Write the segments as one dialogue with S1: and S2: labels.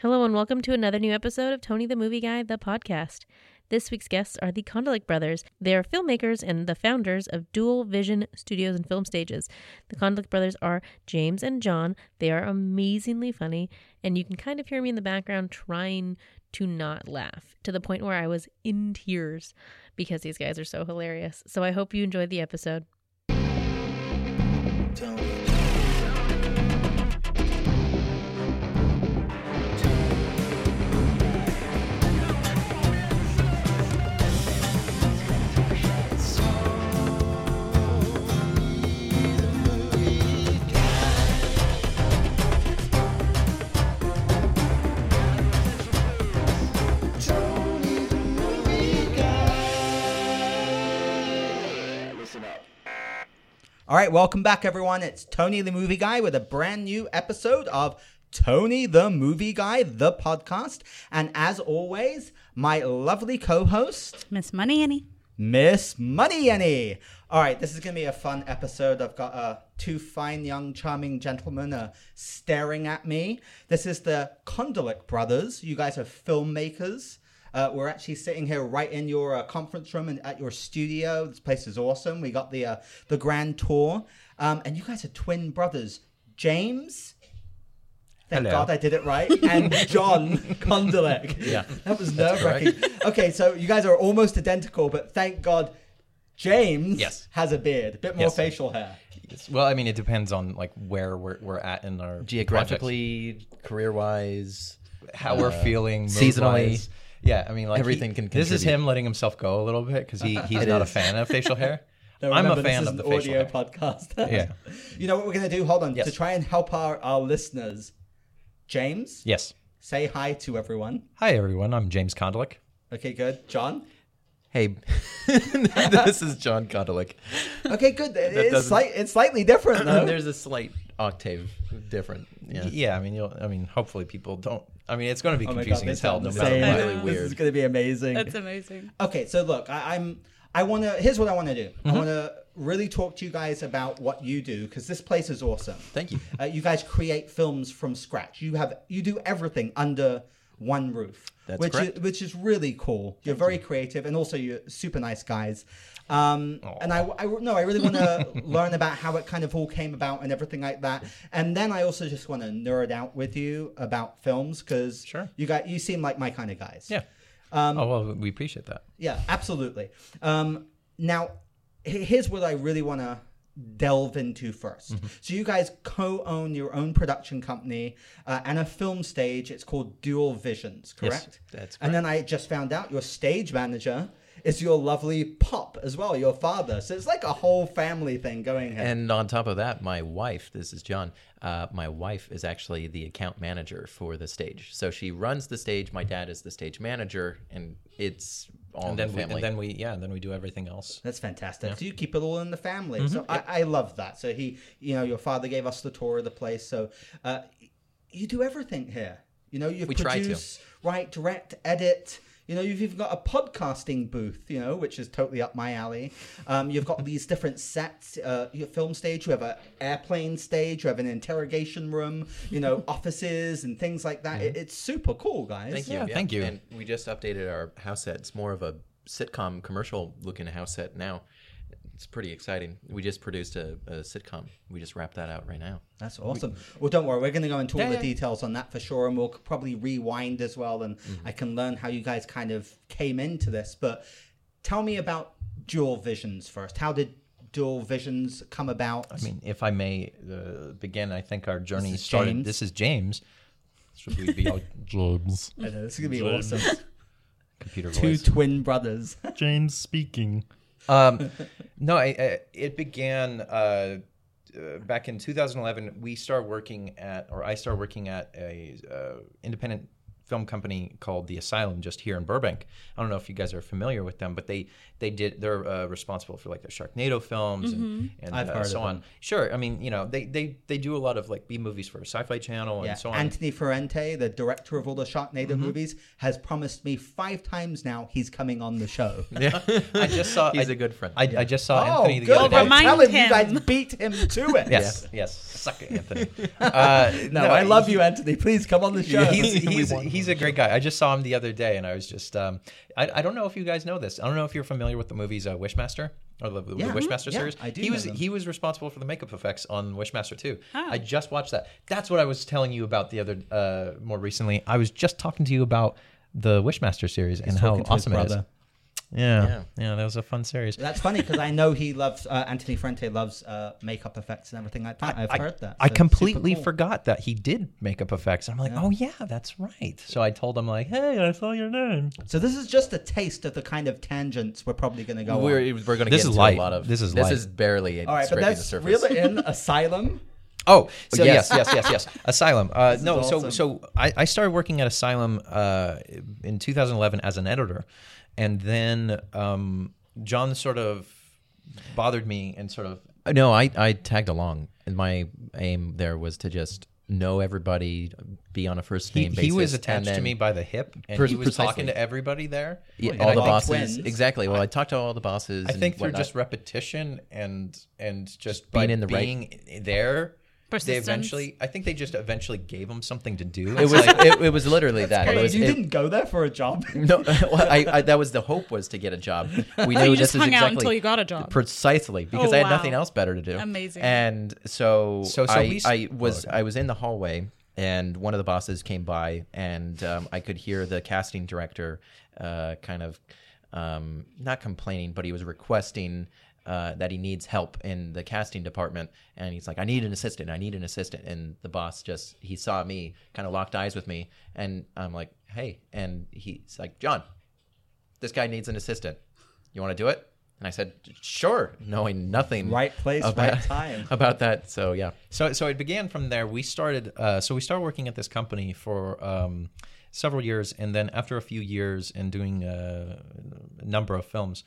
S1: Hello, and welcome to another new episode of Tony the Movie Guy, the podcast. This week's guests are the Kondalik brothers. They are filmmakers and the founders of Dual Vision Studios and Film Stages. The Kondalik brothers are James and John. They are amazingly funny, and you can kind of hear me in the background trying to not laugh to the point where I was in tears because these guys are so hilarious. So I hope you enjoyed the episode.
S2: Tony.
S3: All right, welcome back, everyone. It's Tony the Movie Guy with a brand new episode of Tony the Movie Guy, the podcast. And as always, my lovely co host,
S4: Miss Money Annie.
S3: Miss Money Annie. All right, this is going to be a fun episode. I've got uh, two fine, young, charming gentlemen uh, staring at me. This is the Kondalik brothers. You guys are filmmakers. Uh, we're actually sitting here right in your uh, conference room and at your studio. This place is awesome. We got the uh, the grand tour, um, and you guys are twin brothers, James. Thank
S5: Hello.
S3: God I did it right. And John Kondalik.
S5: Yeah.
S3: That was
S5: That's
S3: nerve wracking. Okay, so you guys are almost identical, but thank God James
S5: Yes.
S3: has a beard, a bit more
S5: Yes.
S3: facial hair.
S5: It's- Well, I mean, it depends on like where we're, we're at in our
S6: geographically, career wise,
S5: project, how we're feeling,
S6: seasonally.
S5: mood-wise. Yeah, I mean, like
S6: Everything can
S5: This is
S6: contribute.
S5: him letting himself go a little bit because he he's
S6: It
S5: not a
S6: is.
S5: fan of facial hair.
S3: Now,
S5: I'm
S3: remember,
S5: a fan
S3: this
S5: of
S3: is
S5: the
S3: an
S5: facial
S3: audio
S5: hair.
S3: podcast.
S5: Yeah.
S3: You know what we're going to do? Hold on.
S5: Yes.
S3: To try and help our, our listeners, James,
S5: yes.
S3: say hi to everyone.
S5: Hi everyone, I'm James Kondalik.
S3: Okay, good. John?
S6: hey, this is John Kondalik.
S3: Okay, good. it's,
S6: doesn't-
S3: slight, it's slightly different, though.
S6: There's a slight octave different.
S5: Yeah.
S6: Yeah.
S5: I mean, you'll. I mean, hopefully people don't. I mean, it's going to be
S3: Oh my God,
S5: confusing
S3: they
S5: as hell.
S3: sound
S5: No
S3: the
S5: matter
S3: same.
S5: what.
S4: really
S3: This is
S6: weird.
S3: going to be amazing.
S4: That's amazing.
S3: Okay, so look, I, I'm. I want to. Here's what I want to do.
S6: Mm-hmm.
S3: I want to really talk to you guys about what you do because this place is awesome.
S6: Thank you.
S3: Uh, you guys create films from scratch. You have you do everything under one roof,
S6: That's
S3: which
S6: correct.
S3: Is, which is really cool. You're very creative, and also you're super nice guys. Um, and I, I no, I really want to learn about how it kind of all came about and everything like that. And then I also just want to nerd out with you about films because
S5: Sure.
S3: you got you seem like my kind of guys.
S5: Yeah. oh well, we appreciate that.
S3: Yeah, absolutely. Um, now, he- here's what I really want to delve into 1st So, you guys co own your own production company uh, and a film stage. It's called Dual Visions, correct?
S6: that's
S3: And then I just found out your stage manager is your lovely pop as well, your father. So, it's like a whole family thing going here.
S6: And on top of that, my wife, this is John, uh, my wife is actually the account manager for the stage. So she runs the stage. My dad is the stage manager, and it's all
S5: And
S6: in
S5: then
S6: the
S5: we,
S6: family.
S5: and then we yeah, and then we do everything else.
S3: That's fantastic. So you keep it all in the family.
S6: Mm-hmm.
S3: So I, I love that. So he, you know, your father gave us the tour of the place. So uh, you do everything here. You know, you
S6: We try to.
S3: produce, write, direct, edit. You know, you've even got a podcasting booth. You know, which is totally up my alley. Um, you've got these different sets. Uh, your film stage. You have an airplane stage. You have an interrogation room. You know, offices and things like that. It, it's super cool, guys.
S6: Mm-hmm. Thank you.
S5: Yeah, thank you.
S6: And we just updated our house set. It's more of a sitcom commercial looking house set now. It's pretty exciting. We just produced a, a sitcom. We just wrapped that out right now.
S3: That's awesome. well, don't worry. We're going to go into all
S6: Yeah,
S3: the
S6: yeah.
S3: details on that for sure, and we'll probably rewind as well, and
S5: Mm-hmm.
S3: I can learn how you guys kind of came into this. But tell me about Dual Visions first. How did Dual Visions come about?
S5: I mean, if I may uh, begin, I think our journey
S3: This is
S5: started.
S3: James.
S5: This is James. Should we be all James?
S3: I know, this is going to be awesome.
S5: Computer
S3: Two
S5: voice.
S3: twin brothers.
S5: James speaking. Um, no, I, I, it began uh, uh, back in 2011. We started working at, or I started working at a uh, independent film company called The Asylum just here in Burbank. I don't know if you guys are familiar with them, but they they did they're uh, responsible for like their Sharknado films and, and
S3: I've
S5: uh,
S3: heard of
S5: so
S3: them.
S5: on. Sure, I mean you know they they they do a lot of like B movies for Sci-Fi Channel and
S3: Yeah.
S5: so on.
S3: Anthony Ferrante, the director of all the Sharknado
S5: Mm-hmm.
S3: movies, has promised me five times now he's coming on the show.
S5: yeah, I just saw
S6: He's
S5: I,
S6: a good friend.
S5: I, I just saw
S3: oh,
S5: Anthony the
S3: good.
S5: other day.
S3: Well,
S2: Remind
S3: tell him you
S2: him.
S3: guys beat him to it.
S5: Yes, yes. Suck it, Anthony. Uh,
S3: No, I love
S5: he-
S3: you, Anthony. Please come on the show.
S5: He's, he's, he's a great guy. I just saw him the other day, and I was just um, I, I don't know if you guys know this. I don't know if you're familiar with the movies uh, Wishmaster or the, the
S3: Yeah. mm-hmm.
S5: Wishmaster
S3: Yeah,
S5: series.
S3: I do
S5: He
S3: know
S5: was
S3: them. Ah.
S5: he was responsible for the makeup effects on Wishmaster 2. I just watched that. That's what I was telling you about the other uh, more recently. I was just talking to you about the Wishmaster series and how
S3: talking to his
S5: awesome it is.
S3: brother.
S5: Yeah,
S6: Yeah.
S5: yeah, that was a fun series.
S3: That's funny because I know he loves uh, Anthony Ferrante loves uh, makeup effects and everything like that. I've
S5: I-
S3: heard that.
S5: I
S3: so
S5: completely
S3: super cool.
S5: forgot that he did makeup effects. I'm like, oh yeah, that's right. So I told him like, hey, I saw your name.
S3: So this is just a taste of the kind kind of tangents we're probably going to go on.
S6: We're, we're going to
S5: This
S6: get
S5: is
S6: into
S5: light.
S6: a lot of
S5: This is
S6: this
S5: light.
S6: is barely
S3: All right, but
S6: scraping the
S3: that's
S6: surface.
S3: really in Asylum.
S5: Oh, so
S6: yes.
S5: yes, yes, yes, yes. Asylum. Uh,
S3: is
S5: no,
S3: awesome.
S5: so so I, I started working at Asylum uh, in 2011 as an editor, and then um, John sort of bothered me and sort of
S6: No, I, I tagged along, and my aim there was to just know everybody, be on a first
S5: he,
S6: name basis.
S5: he was
S6: and
S5: attached to
S6: then-
S5: me by the hip, and
S6: Pre-
S5: he was
S6: precisely.
S5: talking to everybody there.
S6: Yeah,
S5: And
S6: all
S5: I
S6: the
S5: think-
S6: bosses.
S3: twins.
S6: Exactly. Well, I talked to all the bosses.
S5: I think
S6: and
S5: through
S6: whatnot.
S5: just repetition and and just,
S6: being
S5: by
S6: in the right-
S5: being there. They
S2: Persistence.
S5: eventually, I think they just eventually gave him something to do.
S6: it was it, it was literally that. It
S3: Wait,
S6: was,
S3: you
S6: it-
S3: didn't go there for a job.
S6: no, well, I, I, that was the hope was to get a job. We knew
S2: you
S6: this
S2: just
S6: is
S2: hung
S6: exactly
S2: out until you got a job.
S6: precisely because
S2: Oh,
S6: I had
S2: wow.
S6: nothing else better to do.
S2: Amazing.
S6: And so,
S5: So- so
S6: I,
S5: we s-
S6: I was
S5: Oh, okay.
S6: I was in the hallway, and one of the bosses came by, and um, I could hear the casting director uh, kind of um, not complaining, but he was requesting. Uh, that he needs help in the casting department, and he's like, "I need an assistant. I need an assistant." And the boss just he saw me, kind of locked eyes with me, and I'm like, "Hey!" And he's like, "John, this guy needs an assistant. You want to do it? And I said, sure, knowing nothing.
S3: Right place,
S6: about,
S3: right time.
S6: About that. So, yeah.
S5: So, so it began from there. We started, uh, so we started working at this company for um, several years, and then after a few years and doing uh, a number of films,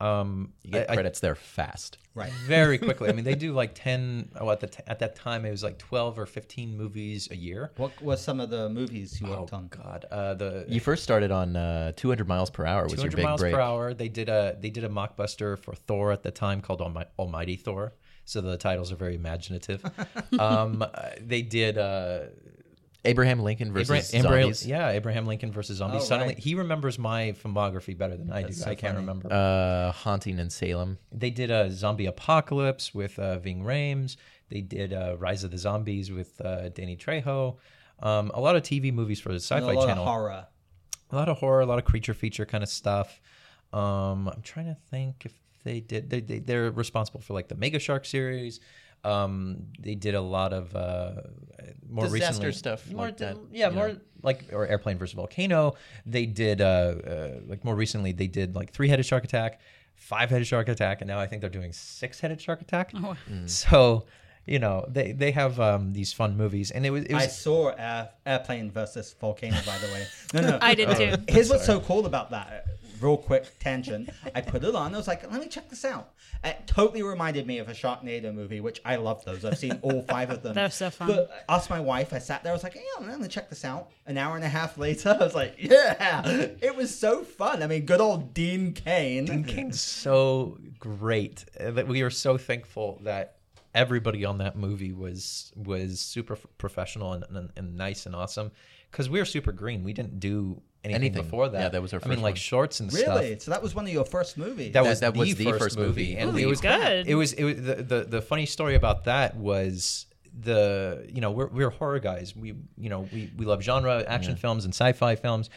S5: um,
S6: You get
S5: I- I-
S6: credits there fast.
S3: Right.
S5: very quickly. I mean, they do like ten. Oh, at the t- at that time, it was like twelve or fifteen movies a year.
S3: What were some of the movies you
S5: Oh
S3: worked on?
S5: God, uh, the
S6: You first started on uh, 200 miles per hour was your
S5: 200
S6: big
S5: miles
S6: break.
S5: per hour. They did a they did a mockbuster for Thor at the time called Almi- Almighty Thor. So the titles are very imaginative. um, uh, they did. Uh,
S6: Abraham Lincoln versus
S5: Abra- Abra-
S6: zombies.
S5: yeah, Abraham Lincoln versus zombies.
S3: Oh,
S5: Suddenly,
S3: right.
S5: he remembers my filmography better than I do.
S3: so
S5: I can't
S3: funny.
S5: remember.
S6: Uh, Haunting in Salem.
S5: they did a zombie apocalypse with uh, Ving Rhames. They did uh, Rise of the Zombies with uh, Danny Trejo. Um, a lot of TV movies for the
S3: And
S5: Sci-Fi
S3: a lot
S5: Channel.
S3: of horror.
S5: a lot of horror, a lot of creature feature kind of stuff. Um, I'm trying to think if they did. They, they they're responsible for like the Mega Shark series. Um, they did a lot of uh, more
S6: Disaster
S5: recently
S6: stuff
S5: More,
S6: like that,
S5: yeah,
S6: you
S5: more
S6: know.
S5: like or airplane versus volcano. They did uh, uh, like more recently. They did like three headed shark attack, five headed shark attack, and now I think they're doing six headed shark attack. So. You know they they have um, these fun movies, and it was it was
S3: I saw Air, Airplane versus Volcano, by the way. No, no. Oh,
S2: I did too.
S3: Here's what's so cool about that. Real quick tangent. I put it on. I was like, let me check this out. It totally reminded me of a Sharknado movie, which I love those. I've seen all five of them.
S2: They're so fun.
S3: But I asked my wife. I sat there. I was like, yeah, I'm going to check this out. An hour and a half later, I was like, yeah. It was so fun. I mean, good old Dean Kane.
S5: Kane's so great uh, that we are so thankful that everybody on that movie was was super f- professional and, and, and nice and awesome because we were super green. We didn't do anything,
S6: Anything.
S5: before that.
S6: Yeah, that was our
S5: I mean,
S6: first
S5: like
S6: one.
S5: shorts and stuff.
S3: Really? So that was one of your first movies.
S5: That,
S6: That-
S5: was
S6: that
S5: the
S6: was the
S5: first,
S6: first
S5: movie,
S6: movie. Oh,
S5: and
S6: Ooh,
S5: it was
S2: good.
S5: It was it was the, the the funny story about that was the you know we're we're horror guys. We you know we we love genre action films and sci-fi films.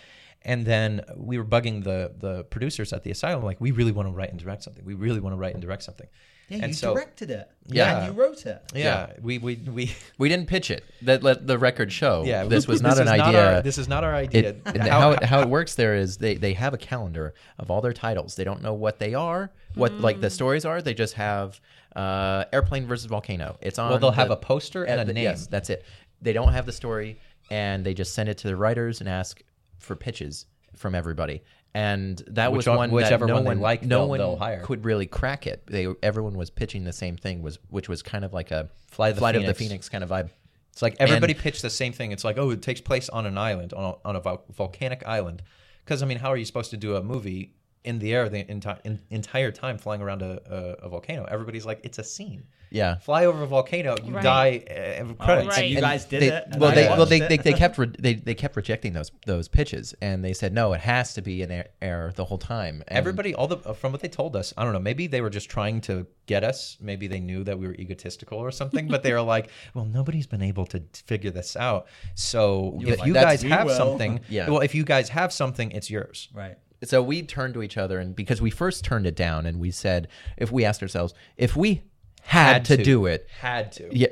S5: And then we were bugging the the producers at the asylum, like we really want to write and direct something. We really want to write and direct something.
S3: yeah,
S5: and
S3: you
S5: so,
S3: directed it.
S5: Yeah.
S3: And you wrote it.
S5: Yeah, we we we.
S6: We didn't pitch it. That let the record show.
S5: Yeah,
S6: this was not
S5: is
S6: an idea.
S5: our- this is not our idea.
S6: it, and how, it, how it works there is they, they have a calendar of all their titles. They don't know what they are, what like the
S5: Hmm.
S6: stories are. They just have uh, airplane versus volcano. It's on.
S5: well, they'll have
S6: the-
S5: a poster and
S6: at
S5: a
S6: the-
S5: name.
S6: Yes, that's it. They don't have the story. and they just send it to the writers and ask for pitches from everybody. And that
S5: Which
S6: was
S5: one-
S6: one
S5: whichever
S6: that no
S5: one
S6: one,
S5: they like,
S6: no
S5: they'll-
S6: one
S5: they'll hire.
S6: could really crack it. They everyone was pitching the same thing, was which was kind of like a
S5: Fly of the
S6: flight of the
S5: Phoenix.
S6: phoenix kind of vibe.
S5: It's like everybody pitched the same thing. It's like, oh, it takes place on an island, on a, on a vol- volcanic island. Because I mean, how are you supposed to do a movie in the air the enti- in- entire time flying around a, a, a volcano? Everybody's like, it's a scene.
S6: Yeah, Oh,
S5: Fly over a volcano, you
S1: Right.
S5: die. Uh, credits.
S1: Right.
S3: You
S1: And
S3: guys did
S6: they,
S3: it. and
S6: Well,
S3: I
S6: they,
S3: watched
S6: well they,
S3: it.
S6: they, they kept re- they, they kept rejecting those those pitches, and they said no, it has to be in air, air the whole time. And
S5: Everybody, all the from what they told us, I don't know. Maybe they were just trying to get us. Maybe they knew that we were egotistical or something. But they were like, "Well, nobody's been able to figure this out. So
S6: were
S5: if
S6: like,
S5: you
S6: "That's-
S5: guys
S3: we
S5: have
S3: will."
S5: something,
S6: Yeah.
S5: Well, if you guys have something, it's yours.
S3: right.
S6: so we turned to each other, and because we first turned it down, and we said if we asked ourselves if we had,
S5: Had
S6: to,
S5: to.
S6: do it,
S5: Had to.
S6: yeah,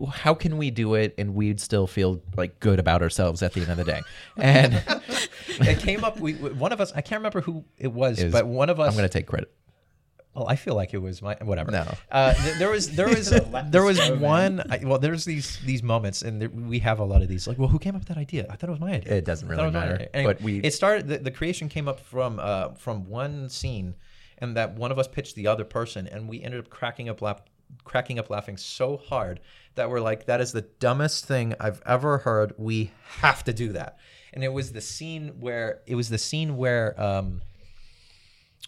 S6: how can we do it and we'd still feel like good about ourselves at the end of the day? And
S5: it came up. We we- one of us. I can't remember who it was,
S6: It was-
S5: but one of us.
S6: I'm gonna take credit.
S5: Well, I feel like it was my whatever.
S6: No.
S5: uh, th- there was there was
S3: let
S5: there was
S3: this go, man.
S5: one. I, well, there's these these moments, and there, we have a lot of these. Like, well, who came up with that idea? I thought it was my idea.
S6: It doesn't
S5: I thought
S6: really
S5: was my
S6: matter,
S5: idea. Anyway,
S6: but we-
S5: it started. The, the creation came up from uh, from one scene, and that one of us pitched the other person, and we ended up cracking up lap cracking up laughing so hard that we're like that is the dumbest thing i've ever heard we have to do that and it was the scene where it was the scene where um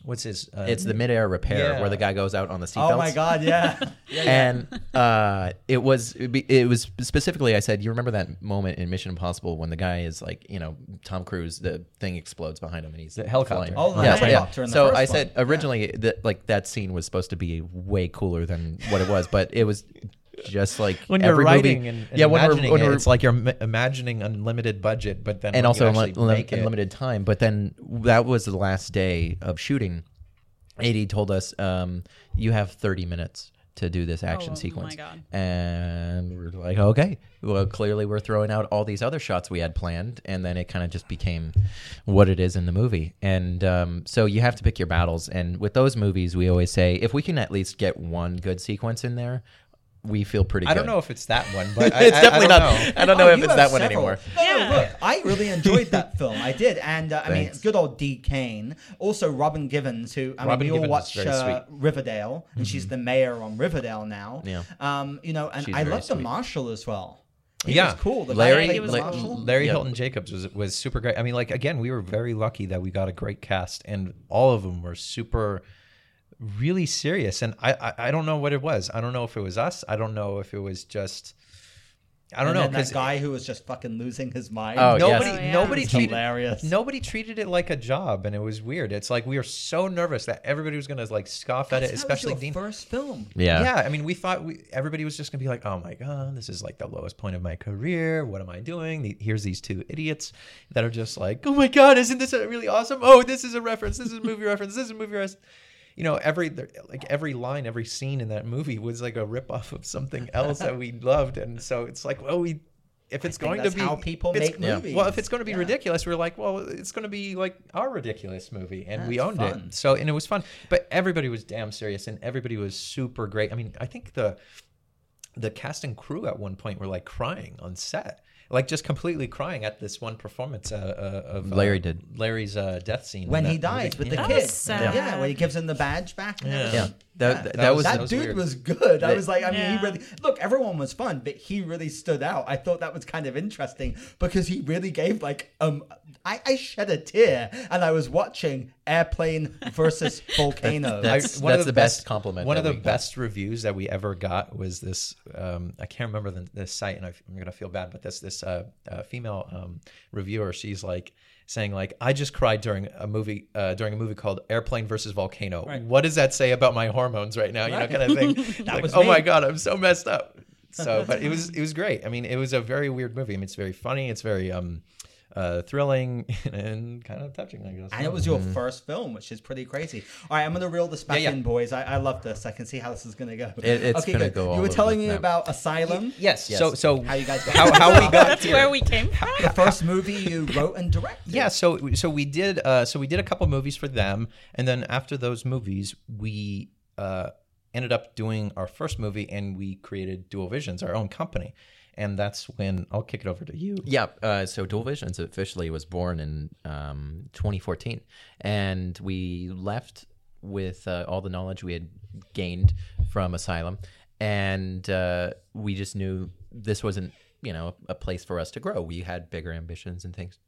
S5: what's his uh,
S6: It's the midair repair
S5: Yeah.
S6: where the guy goes out on the seatbelt.
S3: Oh my god, yeah.
S6: and uh, it was it'd be- it was specifically I said you remember that moment in Mission Impossible when the guy is like you know Tom Cruise the thing explodes behind him and he's the
S5: helicopter.
S3: Oh, the helicopter in the
S6: so
S3: first
S6: I said
S3: one.
S6: originally that like that scene was supposed to be way cooler than what it was, but it was just like
S5: when you're
S6: every
S5: writing
S6: movie,
S5: and, and
S6: yeah when we're,
S5: imagining
S6: when
S5: it,
S6: we're
S5: it's like you're m- imagining unlimited budget, but then when
S6: and
S5: you
S6: also
S5: actually
S6: unli-
S5: make it,
S6: unlimited time. But then that was the last day of shooting. AD told us, um, "You have 30 minutes to do this action
S2: oh my
S6: sequence."
S2: God.
S6: And we we're like, "Okay, well, clearly we're throwing out all these other shots we had planned." And then it kind of just became what it is in the movie. And um, so you have to pick your battles. And with those movies, we always say, if we can at least get one good sequence in there, we feel pretty.
S5: I
S6: good.
S5: don't know if it's that one, but I,
S6: it's
S5: I- I
S6: definitely
S5: don't
S6: not.
S5: know.
S6: I don't know
S3: Oh,
S6: if
S3: you
S6: it's
S3: have
S6: that one
S3: several.
S6: anymore.
S3: No,
S2: Yeah.
S3: no, look, I really enjoyed that film. I did, and uh, I mean,
S6: Thanks.
S3: good old Dee Kane. Also, Robin Givens, who I
S5: Robin
S3: mean, we all
S5: Givens is
S3: watch
S5: very
S3: uh, Riverdale, and she's the mayor on Riverdale now.
S6: Mm-hmm. Yeah.
S3: Um, you know, and
S6: She's
S3: I
S6: very
S3: love the
S6: sweet.
S3: Marshall as well. He
S5: Yeah.
S3: was cool. The
S6: Larry-
S3: guy who played
S2: La-
S3: Marshall.
S5: Larry
S6: Yeah.
S5: Hilton Jacobs was was super great. I mean, like again, we were very lucky that we got a great cast, and all of them were super, really serious. And I I, I don't know what it was. I don't know if it was us. I don't know if it was just. I don't
S3: and
S5: know
S3: then that
S5: because
S3: guy who was just fucking losing his mind.
S6: Oh, yes.
S5: nobody
S2: Oh, yeah.
S5: nobody
S3: It's
S5: treated
S3: hilarious.
S5: nobody treated it like a job and it was weird it's like we were so nervous that everybody was going to like scoff at
S3: That's
S5: it especially
S3: your
S5: dean
S3: first film.
S6: Yeah.
S5: yeah i mean we thought we, everybody was just going to be like oh my god this is like the lowest point of my career what am i doing The- here's these two idiots that are just like oh my god isn't this really awesome oh this is a reference this is a movie reference this is a movie reference you know every like every line every scene in that movie was like a rip off of something else that we loved and so it's like well we if it's
S3: think
S5: going
S3: that's
S5: to be
S3: how people
S5: it's-
S3: make movies.
S5: well if it's going to be
S3: Yeah.
S5: ridiculous we're like well it's going to be like our ridiculous movie and we
S3: That's
S5: owned
S3: fun.
S5: it so and it was fun but everybody was damn serious and everybody was super great i mean i think the the cast and crew at one point were like crying on set like just completely crying at this one performance uh, uh, of uh,
S6: Larry did.
S5: Larry's uh, death scene
S3: When
S5: in
S3: he
S5: that movie.
S3: dies with
S5: Yeah.
S3: the
S2: That
S3: kid.
S2: was sad.
S3: Yeah, when he gives him the badge back. and
S5: Yeah.
S3: everything.
S6: Yeah, that, that,
S5: That
S6: was,
S5: was-
S3: that, dude
S5: weird.
S3: was good. I
S6: That-
S3: was like, I mean,
S2: Yeah.
S3: he really look. Everyone was fun, but he really stood out. I thought that was kind of interesting because he really gave like um. I, I shed a tear, and I was watching Airplane versus Volcano.
S6: That's- that's the best compliment
S5: One of
S6: that
S5: the
S6: we got.
S5: best reviews that we ever got was this. Um, I can't remember the, the site, and I, I'm gonna feel bad, but this this uh, uh, female um, reviewer, she's like saying like I just cried during a movie uh, during a movie called Airplane versus Volcano. What does that say about my hormones right now? You know,
S3: Right.
S5: kind of thing.
S3: That
S5: Like,
S3: was
S5: oh
S3: me.
S5: my god, I'm so messed up. So, but it was it was great. I mean, it was a very weird movie. I mean, it's very funny. It's very um, uh, thrilling and kind of touching. I guess.
S3: And it was your first film, which is pretty crazy. All right, I'm gonna reel this back
S5: Yeah, yeah.
S3: in, boys. I, I love this. I can see how this is gonna go.
S6: It- it's gonna go all
S3: You were
S6: over
S3: telling
S6: the
S3: me
S6: map.
S3: about Asylum.
S5: Yes.
S6: Yes.
S5: So so
S3: How you guys got
S5: how, how we got
S2: That's
S5: here.
S2: where we came from.
S3: the first movie you wrote and directed.
S5: yeah, so so we did uh, so we did a couple movies for them, and then after those movies, we uh, ended up doing our first movie, and we created Dual Visions, our own company, And that's when I'll kick it over to you.
S6: Yeah. Uh, so Dual Visions officially was born in um, 2014, and we left with uh, all the knowledge we had gained from Asylum, and uh, we just knew this wasn't, you know, a place for us to grow. We had bigger ambitions and things.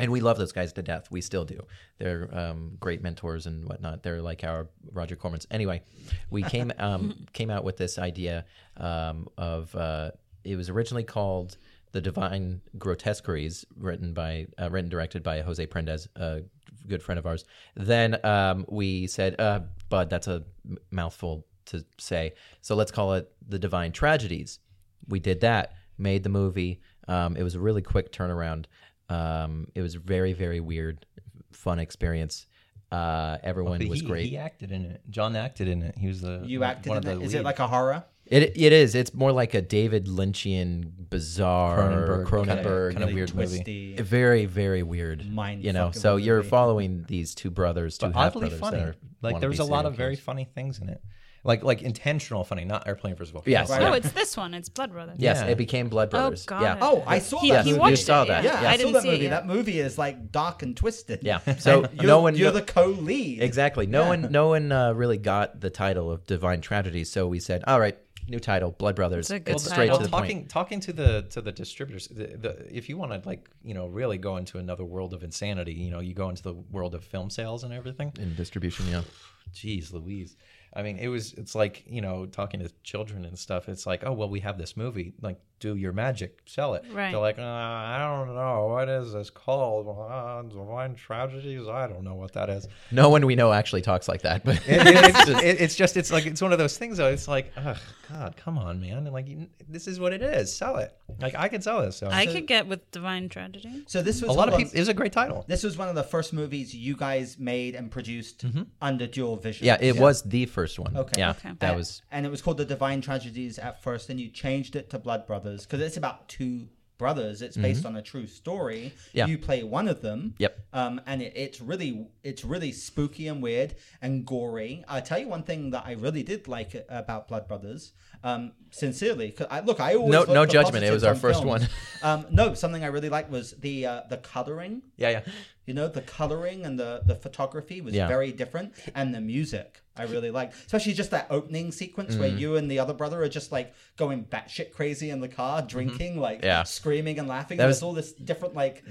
S6: And we love those guys to death. We still do. They're um, great mentors and whatnot. They're like our Roger Cormans. Anyway, we came um, came out with this idea um, of uh, it was originally called the Divine Grotesqueries, written by uh, written directed by Jose Prendez, a good friend of ours. Then um, we said, uh, "Bud, that's a m- mouthful to say. So let's call it the Divine Tragedies." We did that, made the movie. Um, it was a really quick turnaround. Um, it was very, very weird, fun experience. Uh, everyone
S5: But
S6: was
S5: he,
S6: great.
S5: He acted in it. John acted in it. He was the
S3: You
S5: one
S3: acted
S5: of
S3: in it.
S5: the
S3: Is it
S5: lead-
S3: like a horror?
S6: It it is. It's more like a David Lynchian bizarre
S5: Cronenberg, kinda-
S6: Cronenberg
S5: kinda
S6: weird movie.
S3: Twisty.
S6: Very very weird.
S3: Mind
S6: you know.
S3: fucking
S6: So you're
S3: movie.
S6: following these two brothers, two
S5: but
S6: half
S5: oddly
S6: brothers.
S5: funny. Like there was a lot of very funny things in it. Like like intentional funny, not airplane versus volcano.
S6: Yes.
S3: Right.
S6: yeah.
S2: Oh, it's this one. It's Blood Brother.
S6: Yes,
S5: Yeah.
S6: it became Blood Brothers.
S2: God.
S6: Yeah.
S3: Oh, I saw
S2: He,
S3: that.
S2: he
S3: movie.
S2: watched
S6: You saw
S2: it,
S6: that.
S2: Yeah,
S3: Yeah, I, saw
S2: didn't
S3: that
S2: see it
S3: movie.
S2: yet.
S3: That movie is like dark and twisted.
S6: Yeah. So
S3: And
S6: no one
S3: You're
S6: no-
S3: the co-lead.
S6: Exactly. No
S3: Yeah.
S6: one no one uh, really got the title of Divine Tragedy, so we said, "All right, new title, Blood
S2: It's
S6: Brothers."
S2: a good
S6: it's
S2: title.
S6: straight
S5: well,
S6: to the
S5: talking
S6: point.
S5: talking to the to the distributors the, the, if you want to like you know really go into another world of insanity you know you go into the world of film sales and everything
S6: In distribution, yeah.
S5: Jeez Louise. I mean, it was, it's like, you know, talking to children and stuff. It's like, oh, well, we have this movie. Like, do your magic, sell it.
S2: Right.
S5: They're like, uh, I don't know. What is this called? Uh, divine tragedies? I don't know what that is.
S6: No one we know actually talks like that, but
S5: It- it- it's, just, it- it's just, it's like, it's one of those things, though. It's like, ugh, God, come on, man. And like, you, this is what it is. Sell it. Like, I can sell this. So,
S2: I could get with Divine Tragedy.
S3: So this was
S5: a lot of
S3: one-
S5: people, it was a great title.
S3: This was one of the first movies you guys made and produced under Dual Vision.
S6: yeah, it was the first one.
S3: Okay.
S6: Yeah,
S2: Okay.
S6: that
S3: And-
S6: was
S3: and it was called the Divine Tragedies at first, and you changed it to Blood Brothers because it's about two brothers. It's based on a true story.
S6: Mm-hmm. Yeah.
S3: you play one of them.
S6: Yep.
S3: Um, and it, it's really it's really spooky and weird and gory. I will tell you one thing that I really did like about Blood Brothers. Um, sincerely, 'cause I, look, I always
S6: No-
S3: look
S6: no
S3: for
S6: judgment. It was
S3: positives
S6: our
S3: on
S6: first
S3: films.
S6: one.
S3: um, no, something I really liked was the uh, the coloring.
S6: Yeah, yeah.
S3: You know, the coloring and the, the photography was
S6: Yeah.
S3: very different, and the music I really liked, especially just that opening sequence where
S6: Mm.
S3: you and the other brother are just like going batshit crazy in the car, drinking, like
S6: Yeah.
S3: screaming and laughing.
S6: That
S3: There's
S6: was-
S3: all this different like.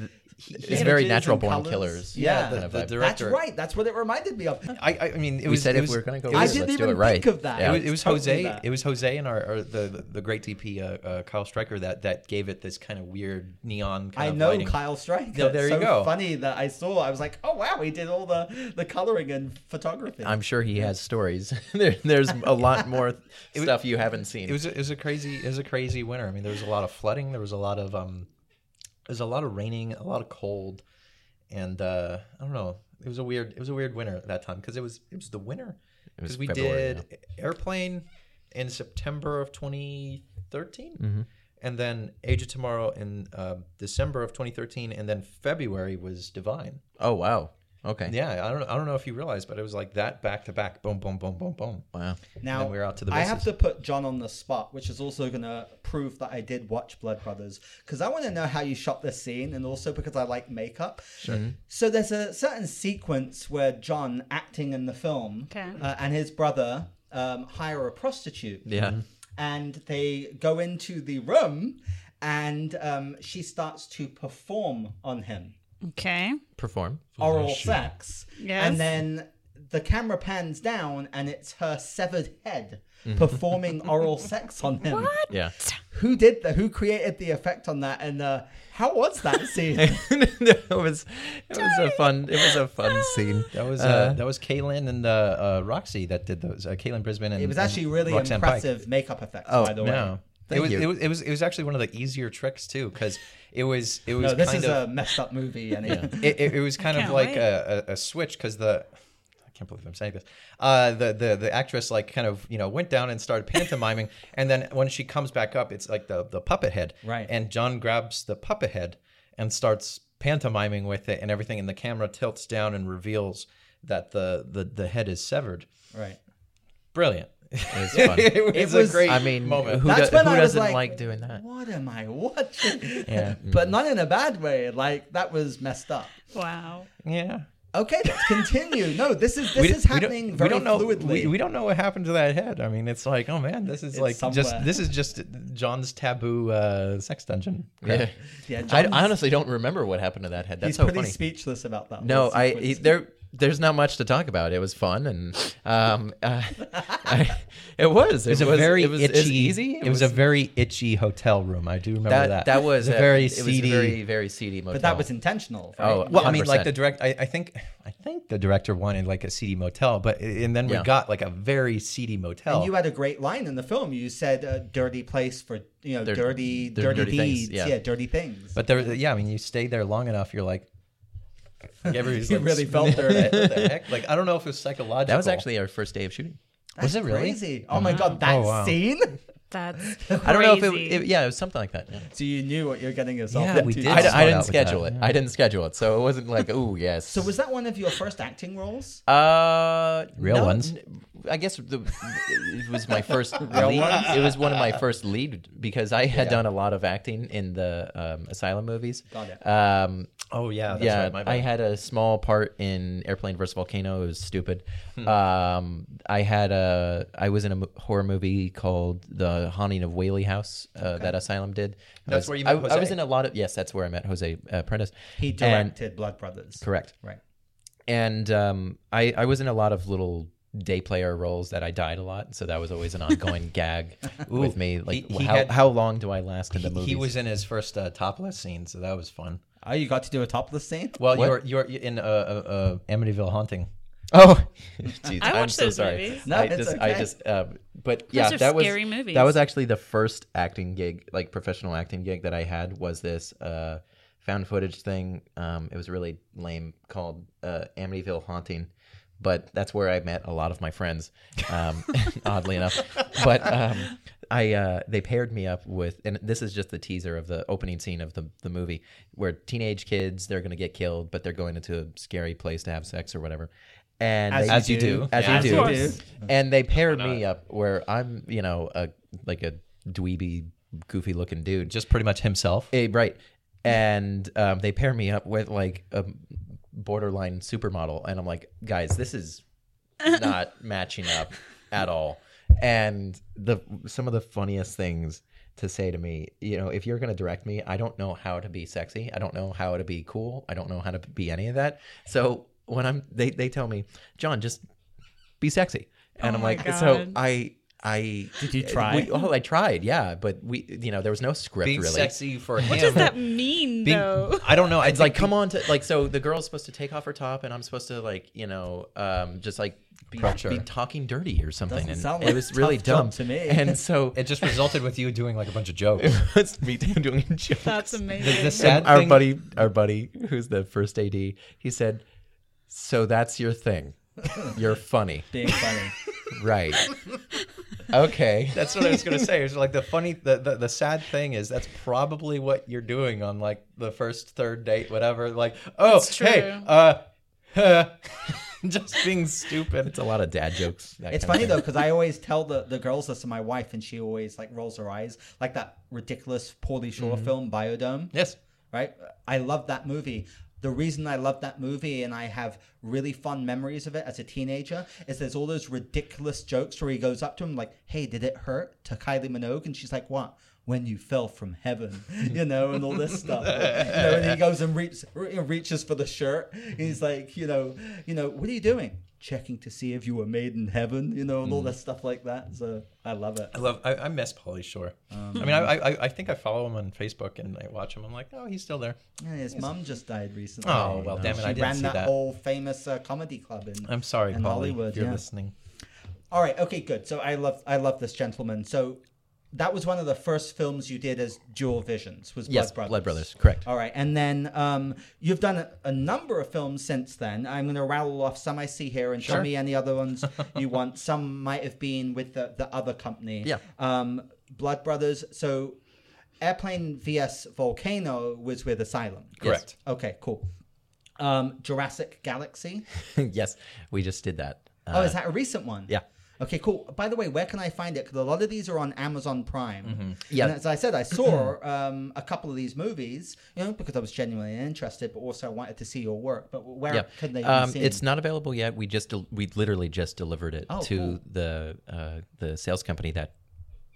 S6: It's very
S3: images
S6: natural
S3: and
S6: born
S3: colours.
S6: killers.
S3: Yeah,
S5: the,
S6: Kind of
S5: the
S6: vibe.
S3: that's
S5: director.
S3: right. That's what it reminded me of.
S5: I, I- I mean, it
S6: We
S5: was.
S6: said
S5: it
S6: if
S5: was,
S6: we're gonna go
S5: it
S6: with
S3: I
S5: was-
S6: Let's
S3: didn't
S6: do
S3: even
S6: it right.
S3: think of that.
S6: Yeah.
S5: It was, it was
S3: Totally
S5: Jose.
S3: that.
S5: It was Jose and our, our the the great DP uh, uh, Kyle Stryker that that gave it this kind of weird neon. Kind
S3: I
S5: of
S3: know
S5: lighting.
S3: Kyle Strike.
S5: No, there you
S3: so
S5: go.
S3: Funny that I saw. I was like, oh wow, he did all the the coloring and photography.
S6: I'm sure he has stories. there, there's a lot more stuff you haven't seen.
S5: It was a, it was a crazy it was a crazy winter. I mean, there was a lot of flooding. There was a lot of um, there was a lot of raining, a lot of cold, and uh, I don't know. It was a weird it was a weird winter at that time because it was it was the winter
S6: was
S5: because we
S6: February,
S5: did airplane in September of 2013.
S6: Mm-hmm.
S5: And then Age of Tomorrow in uh, December of 2013, and then February was Divine.
S6: oh wow. Okay.
S5: Yeah, I don't I don't know if you realize, but it was like that back to back, boom, boom, boom, boom, boom.
S6: Wow.
S3: Now
S5: then we're out to the
S3: I have to
S5: races.
S3: put John on the spot, which is also going to prove that I did watch Blood Brothers because I want to know how you shot this scene, and also because I like makeup. Sure.
S5: Mm-hmm.
S3: So there's a certain sequence where John, acting in the film,
S2: Okay.
S3: uh, and his brother um, hire a prostitute.
S6: Yeah.
S3: And they go into the room, and um, she starts to perform on him
S2: Okay.
S6: Perform.
S3: oral sex.
S2: Yes.
S3: And then the camera pans down and it's her severed head performing oral sex on him. What?
S6: Yeah.
S3: Who did the who created the effect on that and uh how was that scene?
S6: it was it was a fun it was a fun scene.
S5: That was uh, that was Kaylin and uh, uh, Roxy that did those. Uh, Kaylin Brisbane and
S3: it was
S5: and
S3: actually really
S5: Roxanne Pike.
S3: impressive makeup effects, by the way.
S5: Oh, No,
S6: Thank
S5: it was,
S6: you.
S5: It was it was it was actually one of the easier tricks too because it was it was
S3: No, this
S5: kind
S3: is
S5: of
S3: a messed up movie and it-
S5: it, it, it was kind of
S2: can't
S5: like
S2: wait.
S5: a, a, a switch because the I can't believe I'm saying this. Uh, the the the actress like kind of you know went down and started pantomiming, and then when she comes back up, it's like the the puppet head.
S3: Right.
S5: And John grabs the puppet head and starts pantomiming with it and everything, and the camera tilts down and reveals that the the the head is severed.
S3: right.
S5: Brilliant.
S6: It was fun.
S5: was,
S3: was-
S5: a great
S6: I mean,
S5: moment.
S6: who,
S3: That's
S6: do-
S3: when
S6: who
S3: I was
S6: doesn't
S3: like,
S6: like, doing that?
S3: What am I watching?
S5: Yeah. mm.
S3: but not in a bad way. Like that was messed up.
S2: Wow.
S5: yeah.
S3: Okay, let's continue. No, this is this
S5: We d-
S3: is
S5: we don't-
S3: happening very
S5: we don't know,
S3: fluidly.
S5: We, we don't know what happened to that head. I mean, it's like, oh man, this is
S3: It's
S5: like
S3: somewhere.
S5: just this is just John's taboo uh, sex dungeon. crap.
S6: Yeah.
S3: yeah,
S6: I,
S3: John's,
S6: I honestly don't remember what happened to that head. That's
S3: he's
S6: so
S3: pretty
S6: funny.
S3: speechless about that.
S6: No,
S3: whole
S6: I
S3: sequence.
S6: he- there. There's not much to talk about. It was fun, and um, uh, I, it was. It,
S5: It was a very
S6: it was,
S5: itchy.
S6: It was easy.
S5: It, was, a very itchy hotel room. I do remember
S6: that
S5: that.
S6: that, was
S5: It
S6: a,
S5: very
S6: it was a
S5: seedy.
S6: very very seedy motel.
S3: but that was intentional. Right?
S6: Oh,
S5: well, I mean, like
S6: 100%.
S5: the direct. I, I think I think the director wanted like a seedy motel, but and then
S6: Yeah.
S5: we got like a very seedy motel.
S3: and
S6: oh.
S3: you had a great line in the film. You said uh, "dirty place for you know
S6: They're-
S3: dirty,
S6: they're
S3: dirty,
S6: dirty things,
S3: deeds,
S6: yeah.
S3: yeah, dirty things."
S5: but there, yeah, I mean, you stay there long enough, you're like. Everybody's
S3: You really felt dirty.
S5: What the heck? Like I don't know if it was psychological.
S6: that was actually our first day of shooting.
S5: was it really?
S3: crazy? Oh my
S6: Uh-huh.
S3: god, that
S5: Oh, wow.
S3: scene!
S2: That's
S6: I don't know if
S2: crazy.
S6: it, it. Yeah, it was something like that. Yeah.
S3: So you knew what you're getting yourself
S5: Yeah, we
S3: into.
S5: did.
S6: I, d-
S5: start
S6: I didn't
S5: out with
S6: schedule
S5: that,
S6: it. I didn't schedule it, so it wasn't like, oh yes.
S3: So was that one of your first acting roles?
S6: Uh,
S5: Real
S6: no,
S5: ones?
S6: n- I guess the, it was my first
S3: Real
S6: lead.
S3: ones?
S6: It was one of my first lead because I had done a lot of acting in the um, asylum movies.
S3: Got it.
S6: Um,
S5: Oh yeah, that's
S6: yeah,
S5: right, my bad.
S6: I had a small part in Airplane vs Volcano. It was stupid.
S5: Hmm.
S6: Um, I had a. I was in a m- horror movie called The Haunting of Whaley House uh, that Asylum did. I
S5: That's
S6: was-
S5: where you met
S6: I, I was
S5: Jose.
S6: in a lot of. Yes, that's where I met Jose uh, Prentice.
S3: He
S6: And-
S3: directed Blood Brothers.
S6: correct
S3: Right.
S6: and um, I, I was in a lot of little day player roles that I died a lot, so that was always an ongoing gag with me. Like,
S5: he- he
S6: how,
S5: had-
S6: how long do I last in the
S5: he,
S6: movie?
S5: he was in his first uh, topless scene, so that was fun.
S3: Oh, you got to do a topless scene.
S5: Well,
S6: What?
S5: you're you're in uh, uh, uh, Amityville Haunting.
S6: oh, Jeez,
S2: I
S6: I'm
S2: watched
S6: so
S2: those
S6: sorry.
S2: movies.
S3: No,
S6: I
S3: it's
S6: just,
S3: okay.
S6: I just, uh, but yeah,
S2: are
S6: that was
S2: scary movies.
S6: that was actually the first acting gig, like professional acting gig that I had was this uh, found footage thing. Um, it was really lame, called uh, Amityville Haunting. But that's where I met a lot of my friends, um, oddly enough. But um, I uh, they paired me up with, and this is just the teaser of the opening scene of the, the movie, where teenage kids they're gonna get killed, but they're going into a scary place to have sex or whatever. And
S3: As
S6: they-
S3: you As you do. do.
S6: as
S5: Yeah,
S6: you
S5: of
S6: do,
S3: course.
S6: and they paired me up where I'm, you know, a like a dweeby, goofy looking dude.
S5: Just pretty much himself.
S6: Eh, right. And um, they pair me up with like a borderline supermodel, and I'm like, guys, this is not matching up at all. And the some of the funniest things to say to me, you know, if you're gonna direct me, I don't know how to be sexy. I don't know how to be cool. I don't know how to be any of that. So when I'm, they they tell me, John, just be sexy,
S2: Oh
S6: and I'm
S2: my
S6: like, so
S2: God.
S6: I. I
S3: Did you try?
S6: We, oh, I tried, yeah, but we, you know, there was no script
S5: Being
S6: really.
S5: sexy for him.
S2: What does that mean,
S5: Being-
S2: though?
S5: I don't know.
S6: It's like, come on, to like, so the girl's supposed to take off her top, and I'm supposed to like, you know, um, just like be,
S5: Approach her.
S6: be talking dirty or something.
S3: Doesn't
S6: and
S3: sound
S6: it
S3: like
S6: was
S3: a
S6: really
S3: tough job
S6: dumb
S3: to me.
S6: And so
S5: It just resulted with you doing like a bunch of jokes.
S6: it was me doing jokes.
S2: That's amazing.
S5: the sad
S6: and our
S5: thing-
S6: buddy, our buddy, who's the first AD, he said, "So that's your thing. You're funny,
S3: Being funny.
S6: right? Okay."
S5: That's what I was gonna say. It's like the funny, the, the the sad thing is that's probably what you're doing on like the first, third date, whatever. Like, oh,
S2: That's
S5: hey,
S2: true.
S5: uh, huh. just being stupid.
S6: It's a lot of dad jokes. that
S3: It's
S6: kind of
S3: funny
S6: thing.
S3: though because I always tell the, the girls this to my wife, and she always like rolls her eyes, like that ridiculous Paulie Shore
S6: Mm-hmm.
S3: film Biodome.
S5: Yes.
S3: Right? I love that movie. The reason I love that movie and I have really fond memories of it as a teenager is there's all those ridiculous jokes where he goes up to him like, "Hey, did it hurt?" to Kylie Minogue, and she's like, "What?" When you fell from heaven, you know, and all this stuff. you know, and he goes and reaches, reaches for the shirt. And he's like, you know, you know, what are you doing? Checking to see if you were made in heaven, you know, and all this stuff like that. So I love it.
S5: I love. I, I miss Polly Shore. Um, I mean, I, I I think I follow him on Facebook and I watch him. I'm like, oh, he's still there.
S3: Yeah, his mum just died recently.
S5: Oh, well, damn
S3: She
S5: it, I didn't
S3: ran
S5: see
S3: that,
S5: that.
S3: whole famous uh, comedy club in.
S5: I'm sorry,
S3: in
S5: Polly.
S3: Hollywood.
S5: If you're
S3: yeah.
S5: listening.
S3: All right. Okay. Good. So I love I love this gentleman. So that was one of the first films you did as dual visions was
S6: yes,
S3: Blood Brothers.
S6: Blood Brothers, correct?
S3: All right, and then um, you've done a, a number of films since then. I'm going to rattle off some I see here, and tell me any other ones you want. Some might have been with the, the other company.
S6: Yeah.
S3: Um, Blood Brothers. So, Airplane vs Volcano was with Asylum.
S5: Correct.
S3: Okay. Cool. Um, Jurassic Galaxy.
S6: yes, we just did that. Uh,
S3: oh, is that a recent one?
S6: Yeah.
S3: Okay, cool. By the way, where can I find it? Because a lot of these are on Amazon Prime.
S6: Mm-hmm. Yeah.
S3: And as I said, I saw um, a couple of these movies, you know, because I was genuinely interested, but also I wanted to see your work. But where
S6: Yeah,
S3: can Oh, they be
S6: um,
S3: seen?
S6: it's not available yet. We just del- we literally just delivered it
S3: Oh,
S6: to
S3: cool.
S6: the uh, the sales company that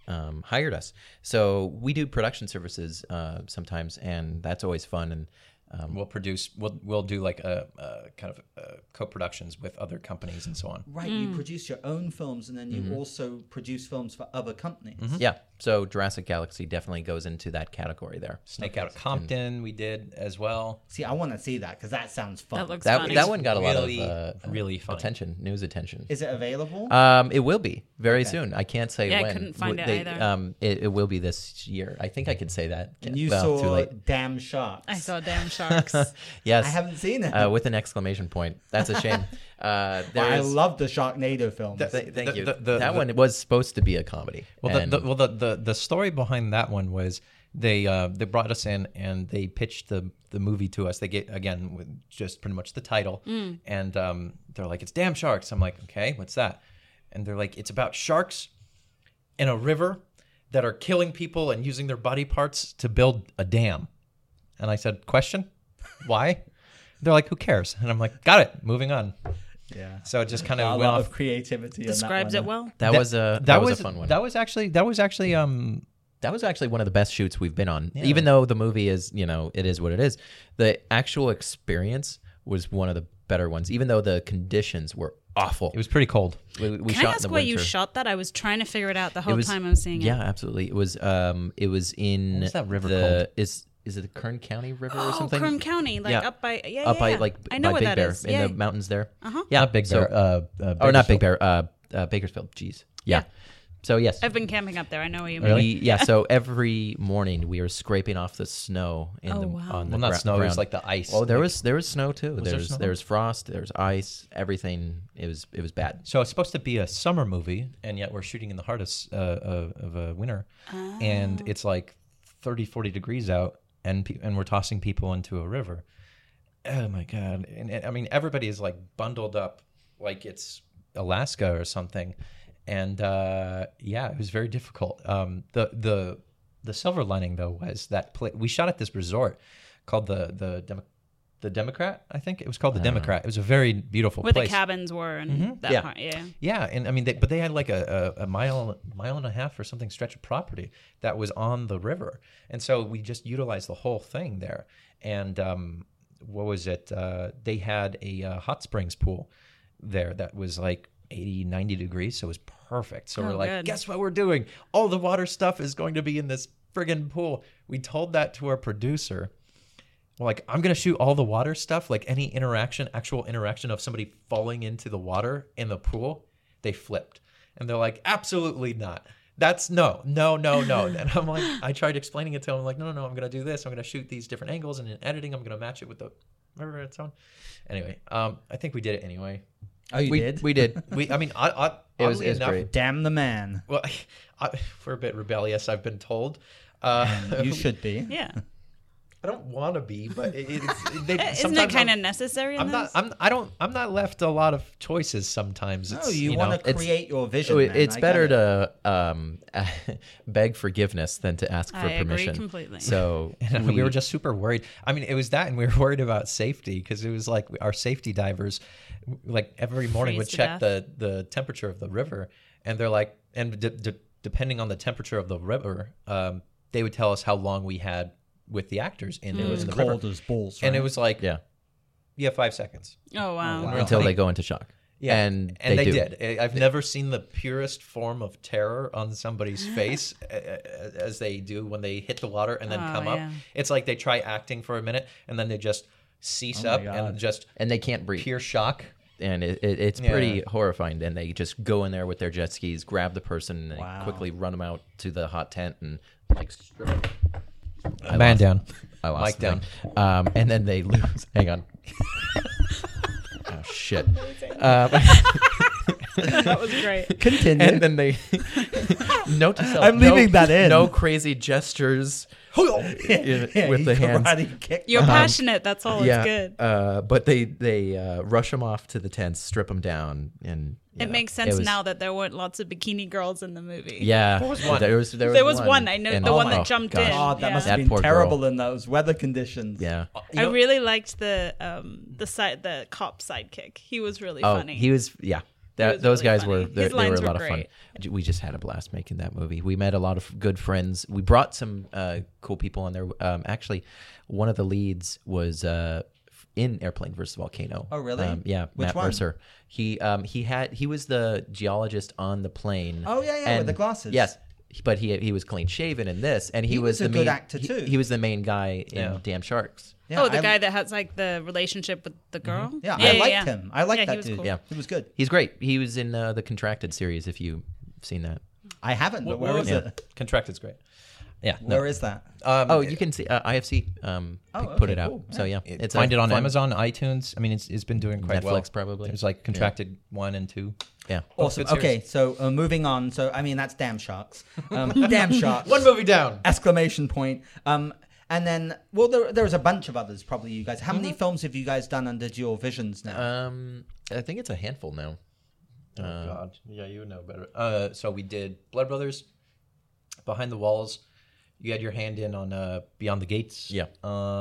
S6: um, hired us. So we do production services uh, sometimes, and that's always fun. And um,
S5: We'll produce. We'll we'll do like a, a kind of uh co-productions with other companies and so on.
S3: Right,
S2: Mm.
S3: you produce your own films and then you
S6: Mm-hmm.
S3: also produce films for other companies.
S6: yeah, so Jurassic Galaxy definitely goes into that category there.
S5: Snake out of Compton, we did as well.
S3: See, I want to see that because that sounds fun.
S2: That looks
S6: That
S2: funny.
S6: that one got a
S5: Really,
S6: lot of uh,
S5: really funny.
S6: attention, news attention.
S3: Is it available?
S6: Um, it will be very soon. I can't say
S2: Yeah, I
S6: when.
S2: couldn't find
S6: W-
S2: it
S6: they-
S2: either.
S6: Um, it, it will be this year. I think I could say that.
S3: and you
S6: Well, too
S3: saw
S6: late.
S3: Damn Sharks.
S2: I saw damn sharks.
S6: Yes,
S3: I haven't seen it.
S6: uh, with an exclamation point. That's a shame. Uh,
S3: Well, I
S6: there's-
S3: love the Sharknado films.
S5: That-
S6: Th- thank
S5: The-
S6: you.
S5: the- the-
S6: that
S5: the-
S6: one was supposed to be a comedy.
S5: Well, the,
S6: and-
S5: the, well, the, the the story behind that one was they uh, they brought us in and they pitched the the movie to us. They get again with just pretty much the title, and um, they're like, "It's damn sharks." I'm like, "Okay, what's that?" And they're like, "It's about sharks in a river that are killing people and using their body parts to build a dam." And I said, "Question, why?" They're like, "Who cares?" And I'm like, "Got it. Moving on."
S3: yeah.
S5: So it just kind
S3: A
S5: of went
S3: lot
S5: off
S3: of creativity. in that
S2: Describes
S3: one.
S2: it well.
S6: that, was a that, was, a fun one. That,
S5: That was actually that was actually um
S6: was actually one of the best shoots we've been on. Even though the movie is you know it is what it is, the actual experience was one of the better ones. Even though the conditions were awful,
S5: it was pretty cold.
S6: we,
S2: Can
S6: we
S2: I
S6: shot in
S2: ask
S6: the
S2: why
S6: winter.
S2: you shot that? I was trying to figure it out the
S6: It
S2: whole
S6: was-
S2: time I was seeing it.
S6: Yeah, absolutely. It was um it was in
S5: was that river
S6: the, Is is it the Kern County River or
S2: Oh,
S6: something?
S2: Kern County, like
S6: Yeah.
S2: up by yeah,
S6: up
S2: yeah,
S6: by
S2: yeah.
S6: like
S2: I know
S6: by
S2: what
S6: Big
S2: that
S6: Bear
S2: is.
S6: in
S2: yeah.
S6: the mountains there.
S2: Uh-huh.
S6: Yeah,
S5: Big Bear. uh, uh,
S6: or
S5: Bakersfield.
S6: not Big Bear. Uh, uh, Bakersfield. Jeez. Yeah.
S2: Yeah.
S6: So yes.
S2: I've been camping up there. I know what you mean.
S6: We, yeah. So every morning we were scraping off the snow in
S2: Oh,
S6: the
S2: wow.
S6: on the
S5: Well, not
S6: gra-
S5: snow. It was
S6: ground.
S5: like the ice.
S6: Oh, there
S5: Like-
S6: was there was snow too.
S5: there
S6: there was
S5: snow?
S6: there was frost. There was ice. Everything. It was it was bad.
S5: So it's supposed to be a summer movie, and yet we're shooting in the heart of s- uh, of, of a winter, and it's like 30, 40 degrees out, and pe- and we're tossing people into a river. Oh my god! And, and, I mean, everybody is like bundled up, like it's Alaska or something, and uh, yeah, it was very difficult. Um, the the the silver lining though was that pla we shot at this resort called the the Demo- the Democrat. I think it was called the Democrat. It was a very beautiful
S2: Where the
S5: place.
S2: cabins were and that
S6: Mm-hmm. Yeah.
S2: part. Yeah.
S5: Yeah, and I mean, they, but they had like a, a, a mile, mile and a half or something stretch of property that was on the river, and so we just utilized the whole thing there. And um, what was it? Uh, they had a uh, hot springs pool there that was like 80, 90 degrees, so it was perfect. So we're
S2: Oh,
S5: like,
S2: good.
S5: guess what we're doing? All the water stuff is going to be in this friggin' pool. We told that to our producer. Well, like I'm gonna shoot all the water stuff, like any interaction, actual interaction of somebody falling into the water in the pool, they flipped. And they're like, absolutely not. That's no, no, no, no. And I'm like, I tried explaining it to him, I'm like, no, no, no, I'm gonna do this. I'm gonna shoot these different angles and in editing I'm gonna match it with the remember it's on. Anyway, um, I think we did it anyway.
S3: Oh, you
S6: we
S3: did?
S6: we did.
S5: We I mean I, I
S6: It was-
S5: oddly
S6: it was
S5: enough,
S6: great.
S3: Damn the man.
S5: Well I, we're a bit rebellious, I've been told. Uh,
S3: You should be.
S2: Yeah.
S5: I don't want to be, but it, it's, they,
S2: Isn't that
S5: sometimes I'm-
S2: kind of necessary? In
S5: I'm not.
S2: those?
S5: I'm. I don't. I'm not left a lot of choices sometimes. It's,
S3: No, you,
S5: you know,
S3: want to
S6: it's-
S3: create your vision.
S6: So Oh, it-
S3: man.
S6: it's
S3: I get
S6: better
S3: it.
S6: to um, beg forgiveness than to ask for
S2: I agree
S6: permission.
S2: completely.
S6: So
S5: we, were just super worried. I mean, it was that, and we were worried about safety because it was like our safety divers, like every morning would
S2: Freeze to
S5: check the the temperature of the river, and they're like, and de- de- depending on the temperature of the river, um, they would tell us how long we had with the actors in,
S3: Mm. It was
S6: Mm.
S5: in the river,
S3: cold as balls.
S5: and it
S3: right?
S5: was like, yeah,
S6: yeah
S5: yeah, five seconds.
S2: Oh wow.
S5: wow.
S6: until they go into shock.
S5: Yeah,
S6: and,
S5: and they,
S6: do.
S5: did. I- I've never seen the purest form of terror on somebody's face a- a- as they do when they hit the water and then
S2: Oh,
S5: come up.
S2: yeah.
S5: It's like they try acting for a minute and then they just
S6: Oh
S5: cease up
S3: God.
S5: and just
S6: and they can't breathe.
S5: pure shock.
S6: and it, it, it's
S5: Yeah.
S6: pretty horrifying. And they just go in there with their jet skis, grab the person, and
S3: Wow.
S6: they quickly run them out to the hot tent and like strip. 'em.
S5: Man down.
S6: I
S5: Mic
S6: lost the thing. Um, and then they lose. Hang on. oh shit. Um,
S2: that was great.
S3: continue.
S6: and then they note to self.
S3: I'm
S6: no-
S3: leaving that in.
S6: No crazy gestures.
S3: Yeah,
S6: with
S3: he
S6: the hands.
S3: karate kicked
S2: You're
S3: the-
S2: passionate. That's all.
S6: Um, yeah.
S2: It's good.
S6: Uh, but they they uh, rush them off to the tents, strip them down, and
S2: It makes sense
S6: It was-
S2: now that there weren't lots of bikini girls in the movie.
S6: Yeah.
S5: What was one?
S6: There was, there was,
S2: There was one, I know,
S6: and-
S2: the
S6: oh
S2: one
S6: my
S2: that jumped
S6: gosh.
S2: in.
S3: God, that
S2: Yeah.
S3: must
S6: That
S3: have been
S6: poor girl.
S3: terrible in those weather conditions.
S6: Yeah.
S5: You know-
S2: I really liked the um the side the cop sidekick. He was really
S6: Oh,
S2: funny.
S6: he was, yeah. That,
S2: was
S6: those
S2: really
S6: guys
S2: funny.
S6: were they,
S2: His
S6: they were
S2: lines
S6: a
S2: were
S6: lot of fun. J- We just had a blast making that movie. We met a lot of good friends. We brought some uh, cool people on there. Um, actually, one of the leads was uh, f- in Airplane versus Volcano.
S3: Oh, really?
S6: Um, yeah,
S3: Which
S6: Matt
S3: one?
S6: Mercer. He um, he had he was the geologist on the plane.
S3: Oh, yeah, yeah, with
S6: And-
S3: the glasses.
S6: Yes, but he he was clean shaven in this, and he,
S3: He
S6: was,
S3: was a
S6: the
S3: good
S6: main
S3: actor,
S6: he-
S3: too.
S6: He, was the main guy in
S5: Yeah.
S6: Damn Sharks.
S3: Yeah,
S2: oh, the
S3: I-
S2: guy that has like the relationship with
S6: Mm-hmm.
S2: the girl.
S3: Yeah, I liked him. I liked
S2: Yeah, he
S3: that
S2: was
S3: dude.
S2: cool.
S6: Yeah.
S3: He was good.
S6: He's great. He was in uh, the Contracted series. If you've seen that.
S3: I haven't, but
S5: What-
S3: where
S5: what
S3: is
S5: was
S3: it?
S5: Contracted's great. Yeah.
S3: Where is that?
S5: Um,
S6: Oh, you can see uh, IFC um,
S3: Oh,
S6: p- put
S3: okay,
S6: it out.
S3: cool.
S6: So yeah, uh,
S5: it, find
S6: a
S5: it on
S6: fun-
S5: Amazon, iTunes. I mean, it's, it's been doing quite well.
S6: Netflix, probably.
S5: There's like Contracted one and two.
S6: Yeah,
S3: Awesome.
S5: good
S3: Okay, so uh, moving on. So I mean, that's damn sharks. Um, damn sharks.
S5: One movie down.
S3: Exclamation point. Um, and then, well, there, there was a bunch of others. Probably you guys. How
S5: Mm-hmm.
S3: many films have you guys done under dual visions now?
S5: Uh,
S6: Um, I think it's a handful now.
S5: Oh God, yeah, you know better. Uh, so we did Blood Brothers, Behind the Walls. You had your hand in on uh, Beyond the Gates.
S6: Yeah.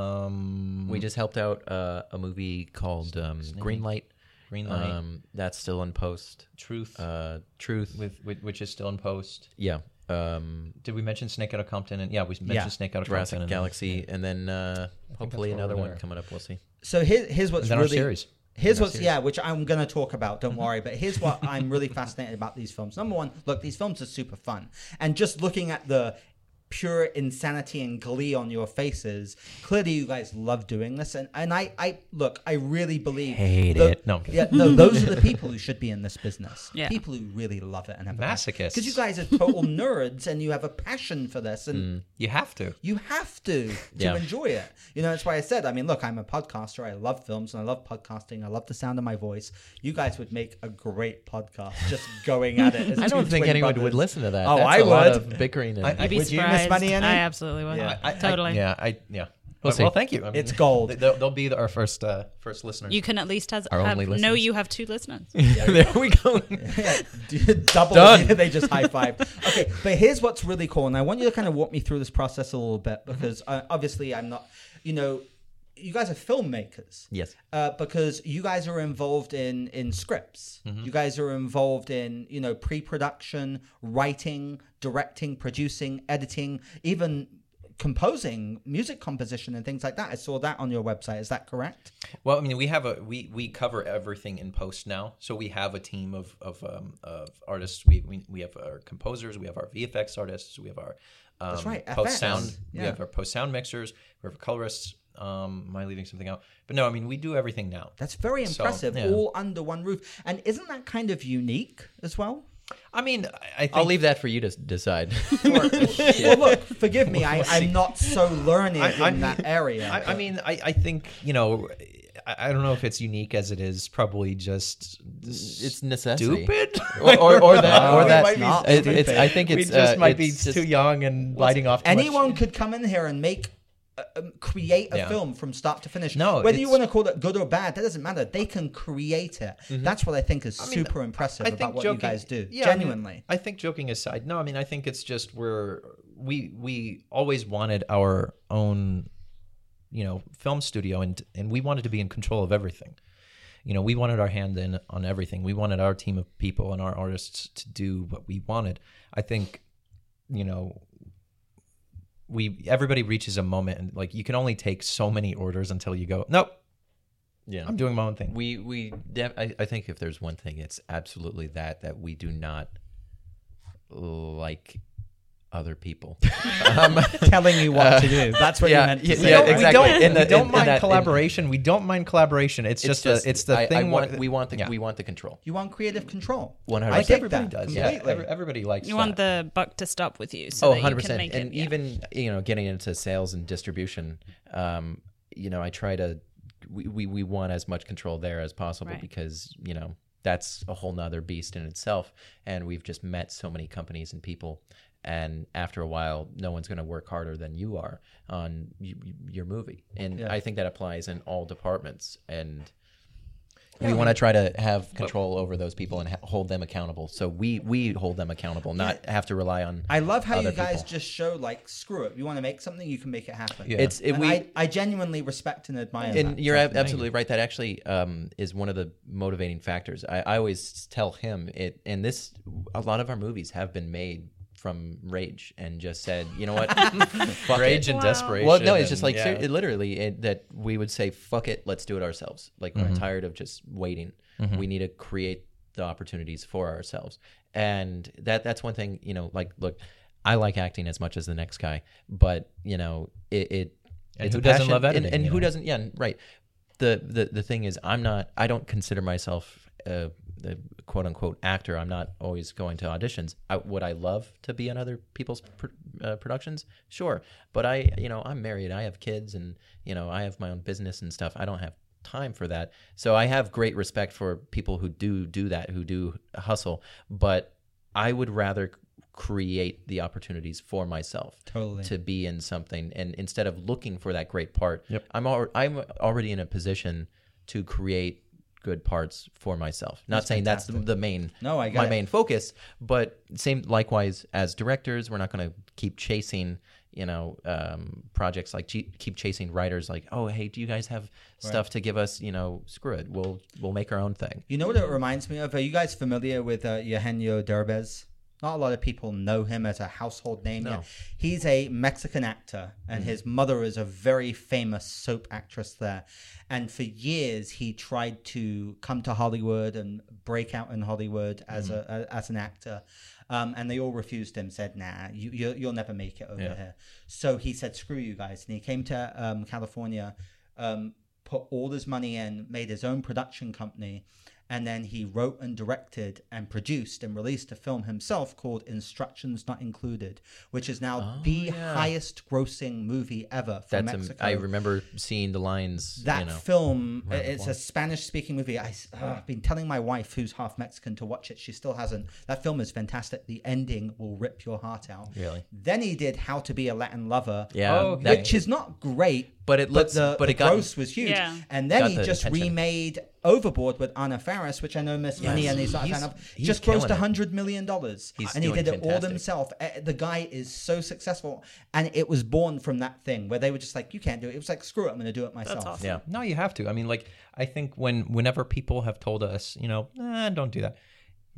S5: Um,
S6: We just helped out uh, a movie called um, Greenlight.
S5: Greenlight,
S6: Um, that's still in post.
S5: Truth,
S6: Uh, Truth.
S5: with, with which is still in post.
S6: yeah. Um,
S5: Did we mention Snake Out of Compton? And yeah, we mentioned
S3: Yeah.
S5: Snake Out of
S6: Jurassic
S5: Compton. and-
S6: Galaxy, and then uh, hopefully
S5: that's where
S6: another
S5: we're
S6: one
S5: there.
S6: coming up. We'll see.
S3: so here, here's what's
S5: And then our
S3: really
S5: series.
S3: Here's what's yeah, which I'm gonna talk about. Don't
S6: Mm-hmm.
S3: worry. But here's what I'm really fascinated about these films. Number one, look, these films are super fun, and just looking at the pure insanity and glee on your faces, clearly you guys love doing this. And and I, I look, I really believe
S6: Hate
S3: tho-
S6: it. No, I'm kidding.
S3: yeah, no, those are the people who should be in this business.
S2: Yeah.
S3: people who really love it and have
S5: Masochists.
S3: Because you guys are total nerds and you have a passion for this, and
S6: Mm.
S5: You have to.
S3: you have to to
S6: Yeah.
S3: enjoy it. You know, that's why I said, I mean, look, I'm a podcaster. I love films and I love podcasting. I love the sound of my voice. You guys would make a great podcast just going at it. as
S6: I don't
S3: two
S6: think
S3: twin
S6: anyone
S3: brothers.
S6: would listen to that.
S3: Oh,
S6: That's
S3: I
S6: a lot
S3: would.
S6: of bickering. And,
S5: I-
S2: You'd be
S3: Would you miss
S2: surprised.
S3: money in it?
S2: I absolutely would.
S3: Yeah.
S5: I- I-
S2: totally.
S5: yeah. I yeah.
S6: We'll
S5: But-
S6: see.
S5: well, thank you. I mean,
S3: It's gold.
S5: They'll, they'll be the, our first uh, first listeners.
S2: You can at least has,
S6: Our
S2: have,
S6: only
S2: know
S6: listeners.
S2: you have two listeners.
S6: there we go.
S3: double
S6: Done.
S3: they just high five okay but here's what's really cool and i want you to kind of walk me through this process a little bit
S6: Mm-hmm.
S3: because uh, obviously i'm not you know you guys are filmmakers
S6: Yes.
S3: uh, because you guys are involved in in scripts
S5: Mm-hmm.
S3: you guys are involved in you know pre-production writing directing producing editing even composing music composition and things like that i saw that on your website is that correct
S5: Well, I mean, we have a we we cover everything in post now, so we have a team of of um, of artists. We, we we have our composers, we have our VFX artists, we have our um,
S3: That's right,
S5: post sound.
S3: FX,
S5: We
S3: yeah.
S5: have our post sound mixers. We have our colorists. Um, am I leaving something out? But no, I mean, we do everything now.
S3: that's very
S5: So,
S3: impressive
S5: yeah.
S3: all under one roof and isn't that kind of unique as well
S5: I mean, I, I think
S6: I'll leave that for you to s- decide.
S3: well, look, forgive me. I, I'm not so learned in that area.
S5: I, I
S3: but-
S5: mean, I, I think you know, I, I don't know if it's unique as it is probably just
S6: it's necessity.
S5: stupid.
S6: or, or, or that,
S3: No,
S6: or
S3: it
S6: that.
S3: might be
S6: it- it's, I think
S5: we
S6: it's
S5: just
S6: uh,
S5: might be
S6: it's just-
S5: too young and lighting off. Too much-
S3: anyone could come in here and make. uh, um, create a
S5: Yeah.
S3: film from start to finish.
S5: No,
S3: whether you
S5: it's-
S3: want to call it good or bad, that doesn't matter. They can create it.
S5: Mm-hmm.
S3: That's what I think is
S5: mean,
S3: super impressive about what you guys do.
S5: yeah, I mean,
S3: Genuinely,
S5: I think joking aside, no, I mean I think it's just we're we we always wanted our own, you know, film studio and and we wanted to be in control of everything. You know, we wanted our hand in on everything. We wanted our team of people and our artists to do what we wanted. I think, you know, we everybody reaches a moment and like you can only take so many orders until you go, nope,
S6: yeah.
S5: I'm doing my own thing.
S6: We we def- I, I think if there's one thing, it's absolutely that that we do not like other people. um,
S3: telling you what
S5: Uh,
S3: to do. That's what you
S6: yeah,
S3: meant to
S6: yeah,
S3: say.
S6: yeah,
S5: No, we
S6: exactly.
S5: don't,
S6: In
S5: we
S6: the-
S5: don't
S6: in- in
S5: mind
S6: that- in-
S5: collaboration. we don't mind collaboration. It's, just, the it's the
S6: I,
S5: thing.
S6: I want,
S5: what-
S6: we want the
S5: yeah.
S6: we want the control.
S3: You want creative control.
S6: 100%.
S3: I
S6: Like
S3: take
S5: everybody
S3: that
S5: does. Yeah,
S3: completely.
S5: every- everybody likes.
S2: You want
S5: that.
S2: the buck to stop with you, so
S6: Oh,
S2: that you
S6: 100
S2: can
S6: percent.
S2: make
S6: And
S2: it. yeah.
S6: even you know, getting into sales and distribution, um, you know, I try to we, we, we want as much control there as possible
S2: Right.
S6: because you know that's a whole nother beast in itself. And we've just met so many companies and people. And after a while, no one's going to work harder than you are on y- y- your movie. And I think that applies in all departments. And we want to try to have control over those people and ha- hold them accountable. So we we hold them accountable, not have to rely on.
S3: I love how
S6: other
S3: you guys
S6: people.
S3: just show like screw it. You want to make something, you can make it happen.
S5: Yeah.
S6: It's if
S3: And
S6: we
S3: I, I genuinely respect and admire
S6: and
S3: that.
S6: you're ab- absolutely right. That actually um, is one of the motivating factors. I, I always tell him it, and this a lot of our movies have been made from rage and just said, you know what, fuck
S5: Rage
S6: it.
S5: and
S2: Wow.
S5: desperation.
S6: Well, no, it's
S5: and-
S6: just like
S5: yeah.
S6: ser- it literally it, that we would say, fuck it, let's do it ourselves. Like we're tired of just waiting. We need to create the opportunities for ourselves, and that that's one thing. You know, like look. I like acting as much as the next guy, but you know, it, it
S5: And
S6: it's
S5: who
S6: a
S5: doesn't
S6: passion,
S5: love
S6: and-
S5: editing,
S6: and,
S5: you
S6: who
S5: know?
S6: doesn't? Yeah, and- right. The, the the thing is, I'm not. I don't consider myself a, a quote unquote actor. I'm not always going to auditions. I, would I love to be in other people's pr- uh, productions? Sure, but I, you know, I'm married. I have kids, and you know, I have my own business and stuff. I don't have time for that. So I have great respect for people who do do that, who do hustle. But I would rather create the opportunities for myself
S3: Totally.
S6: to be in something and instead of looking for that great part
S5: Yep.
S6: i'm al- i'm already in a position to create good parts for myself not saying that's the, the main
S3: No, I got
S6: my
S3: it.
S6: main focus but same likewise as directors we're not going to keep chasing you know um, projects like che- keep chasing writers like oh hey do you guys have stuff to give us you know screw it we'll we'll make our own thing
S3: You know what it reminds me of? Are you guys familiar with uh, Eugenio Derbez? Not a lot of people know him as a household name. yet. He's a Mexican actor, and his mother is a very famous soap actress there. And for years, he tried to come to Hollywood and break out in Hollywood as a, a as an actor. Um, and they all refused him, said, "Nah, you, you you'll never make it over here." So he said, "Screw you guys," and he came to um, California. Um, put all his money in, made his own production company, and then he wrote and directed and produced and released a film himself called Instructions Not Included, which is now the highest grossing movie ever from
S6: Oh, that's
S3: Mexico.
S6: a, i remember seeing the lines
S3: that
S6: you know
S3: film, it's a Spanish speaking movie. I, have been telling my wife, who's half Mexican, to watch it. She still hasn't. That film is fantastic. The ending will rip your heart out.
S6: Really?
S3: Then he did How to Be a Latin Lover,
S6: yeah
S2: Oh,
S5: Okay.
S6: that-
S3: which is not great,
S6: but it looks
S3: the,
S6: but,
S3: the
S6: it got
S3: gross was huge.
S2: Yeah.
S3: And then
S6: Got
S3: he
S6: the
S3: just
S6: attention.
S3: remade Overboard with Anna Faris, which I know Miss Money and he's not a
S6: He's-
S3: fan of.
S6: he's
S3: Just grossed
S6: killing it.
S3: hundred million dollars,
S6: He's
S3: and he
S6: doing
S3: did it all
S6: fantastic.
S3: himself. Eh, The guy is so successful, and it was born from that thing where they were just like, "You can't do it." It was like, "Screw it, I'm going to do it myself."
S2: awesome.
S6: yeah
S5: No, you have to. I mean, like I think when whenever people have told us, you know, eh, don't do that,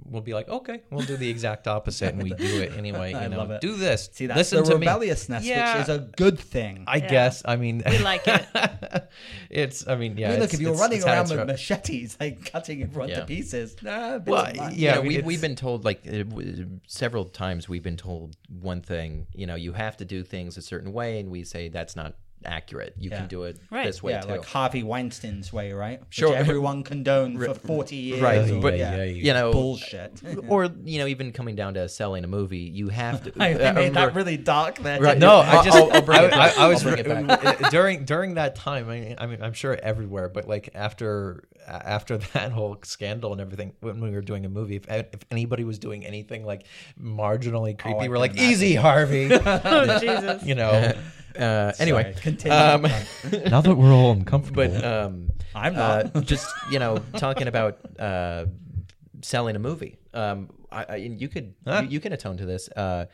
S5: we'll be like, okay, we'll do the exact opposite, and we do it anyway. You
S3: I
S5: know,
S3: love it.
S5: do this.
S3: See, that's
S5: Listen
S3: the
S5: to
S3: rebelliousness,
S5: me. Yeah,
S3: which is a good thing.
S5: I guess. I mean, we
S2: like uh, it.
S5: it's. I mean, yeah.
S3: I mean, look,
S5: it's-
S3: if you're
S5: it's-
S3: running
S5: it's how
S3: around
S5: it's
S3: with
S5: run.
S3: machetes, like cutting everyone
S6: Yeah.
S3: to pieces, nah, bits
S5: Well,
S3: of mine.
S5: yeah,
S6: yeah,
S5: I mean,
S6: we,
S5: it's-
S6: we've been told like uh, w- several times we've been told one thing you know you have to do things a certain way and we say that's not accurate you
S3: Yeah.
S6: can do it
S2: Right.
S6: this way
S3: Yeah,
S6: too
S3: like Harvey Weinstein's way, right?
S6: Sure.
S3: Which everyone condoned for 40 years.
S6: Right,
S3: or-
S6: but-
S3: yeah.
S6: you know
S3: Bullshit.
S6: or you know even coming down to selling a movie you have to
S3: I
S6: I
S3: I made that
S6: remember-
S3: really dark there.
S6: Right,
S3: didn't
S5: No,
S3: I?
S5: I just
S6: I'll- I'll bring it
S5: I- I-
S6: back.
S5: I was
S6: I'll bring it
S5: during during that time. I mean, I mean, I'm sure everywhere, but like after after that whole scandal and everything, when we were doing a movie, if, if anybody was doing anything like
S6: Oh,
S5: marginally creepy, we're like, easy, Harvey.
S2: Oh, Jesus.
S5: you know.
S6: uh, anyway
S3: Sorry, continue.
S6: um,
S5: now that we're all uncomfortable,
S6: but um
S3: I'm not.
S6: uh, just you know talking about uh, selling a movie. Um, I, I, and you could you, you can atone to this. Uh,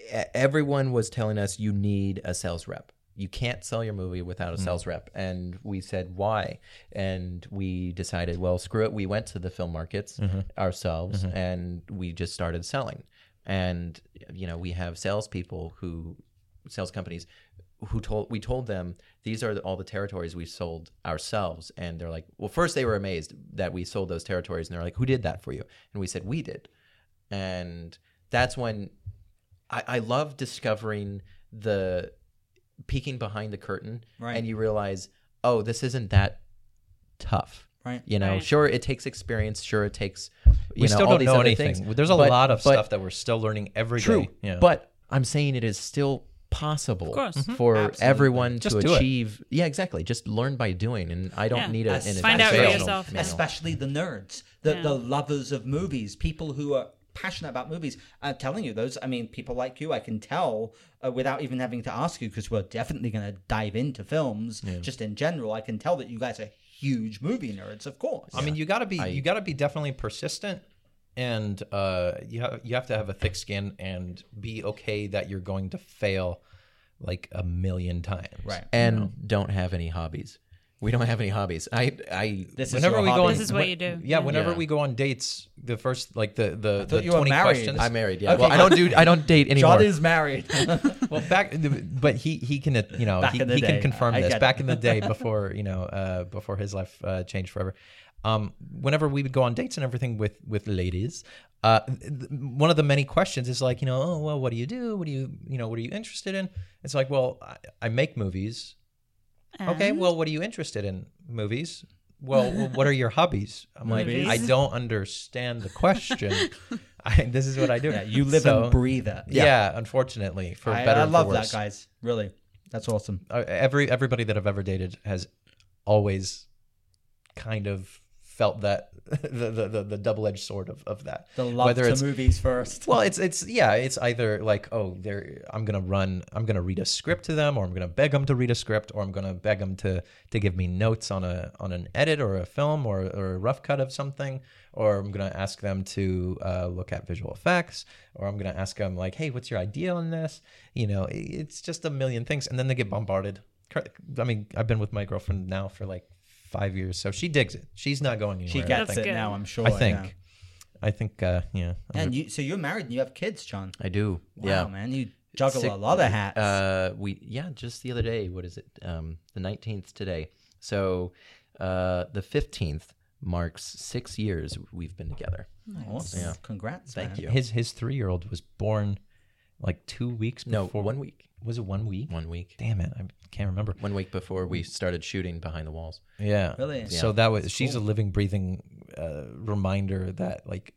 S6: e- everyone was telling us you need a sales rep. You can't sell your movie without a sales rep, and we said why, and we decided well screw it. We went to the film markets ourselves, and we just started selling. And you know we have salespeople who sales companies who told we told them these are all the territories we sold ourselves and they're like well first they were amazed that we sold those territories and they're like who did that for you and we said we did and that's when i, I love discovering the peeking behind the curtain
S3: Right.
S6: and you realize oh this isn't that tough
S3: Right.
S6: you know
S2: Right.
S6: sure it takes experience sure it takes you
S5: we
S6: know
S5: still
S6: all
S5: don't
S6: these
S5: know
S6: other
S5: anything.
S6: things,
S5: There's a
S6: but-
S5: lot of
S6: but-
S5: stuff that we're still learning every day.
S6: True,
S5: Yeah.
S6: but I'm saying it is still possible
S2: course. Mhm.
S6: for
S3: Absolutely.
S6: everyone
S5: Just
S6: to
S5: do it.
S6: achieve. Yeah, exactly. Just learn by doing, and I don't
S2: Yeah.
S6: need a,
S3: As-
S6: an
S3: Find out for
S6: instructional
S2: yourself.
S6: manual.
S3: Especially the nerds, the,
S2: Yeah.
S3: the lovers of movies, people who are passionate about movies. I'm telling you, those, I mean, people like you, I can tell uh, without even having to ask you because we're definitely going to dive into films just in general. I can tell that you guys are huge movie nerds, of course.
S5: I mean, you got to be you got to be definitely persistent, and uh, you have you have to have a thick skin and be okay that you're going to fail like a million times.
S3: Right.
S6: and don't have any hobbies. We don't have any hobbies. I I
S3: this is
S5: Whenever
S3: your
S5: we go,
S3: hobby.
S5: on,
S2: This is what you do.
S5: Yeah, whenever
S6: Yeah.
S5: we go on dates, the first like the the, the
S3: you were
S5: twenty
S3: married.
S5: questions.
S6: I'm married. Yeah.
S3: Okay.
S6: Well, I don't do I don't date anymore.
S3: John is married.
S5: well back but he he can uh, you know
S3: Back
S5: he,
S3: in the
S5: he
S3: day.
S5: can confirm
S3: I
S5: this
S3: get
S5: back
S3: it.
S5: in the day before you know uh before his life uh, changed forever um whenever we would go on dates and everything with with ladies uh th- th- one of the many questions is like you know oh well what do you do what do you you know what are you interested in it's like well i, I make movies okay
S2: And-
S5: well what are you interested in movies well, well, what are your hobbies? I'm like,
S2: Movies.
S5: I don't understand the question. I, this is what I do.
S3: yeah, you live
S5: So-
S3: and breathe it.
S5: Yeah. unfortunately, for
S3: I,
S5: better.
S3: I
S5: and for
S3: love
S5: worse
S3: that, guys. Really. That's awesome.
S5: uh, every everybody that I've ever dated has always kind of felt that the the, the, the double edged sword of, of that.
S3: The love
S5: Whether
S3: to
S5: it's
S3: movies first.
S5: well, it's it's yeah, it's either like oh, they're I'm gonna run, I'm gonna read a script to them, or I'm gonna beg them to read a script, or I'm gonna beg them to to give me notes on a on an edit or a film or or a rough cut of something, or I'm gonna ask them to uh, look at visual effects, or I'm gonna ask them like, hey, what's your idea on this? You know, i- it's just a million things, and then they get bombarded. Cur- I mean, I've been with my girlfriend now for like five years, so she digs it. She's not going anywhere.
S3: She gets
S2: That's
S3: it
S2: good.
S3: now, I'm sure.
S5: I think.
S3: yeah.
S5: I think, uh, yeah. I'm
S3: And you, so you're married and you have kids, John.
S6: I do.
S3: Wow,
S6: yeah.
S3: man, you juggle
S6: Sick-
S3: a lot of hats.
S6: Uh, we yeah, just the other day. What is it? Um, the nineteenth today. So, uh, the fifteenth marks six years we've been together.
S3: awesome.
S6: yeah.
S3: Congrats,
S6: Thank
S3: man.
S6: you.
S5: His his three year old was born like two weeks.
S6: No,
S5: before,
S6: one week.
S5: Was it one week?
S6: One week.
S5: Damn it, I can't remember.
S6: One week before we started shooting behind the walls.
S5: Yeah,
S3: Really?
S5: So
S6: Yeah,
S5: that was she's a living, breathing uh, reminder that like,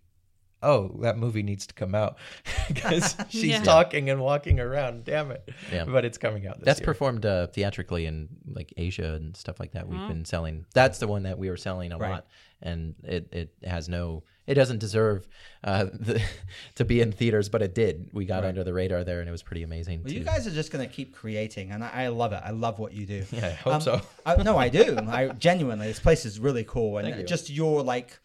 S5: oh, that movie needs to come out because she's
S2: Yeah.
S5: talking and walking around. Damn it.
S6: Yeah.
S5: But it's coming out. This
S6: That's
S5: year.
S6: performed uh, theatrically in like Asia and stuff like that. We've been selling. That's the one that we were selling a
S3: Right.
S6: lot, and it, it has no. It doesn't deserve uh, the, to be in theaters, but it did. We got under the radar there, and it was pretty amazing.
S3: Well, you
S6: to-
S3: guys are just going to keep creating, and I, I love it. I love what you do. Um,
S5: Yeah, I hope so.
S3: I, no, I do. I genuinely, this place is really cool, and just your like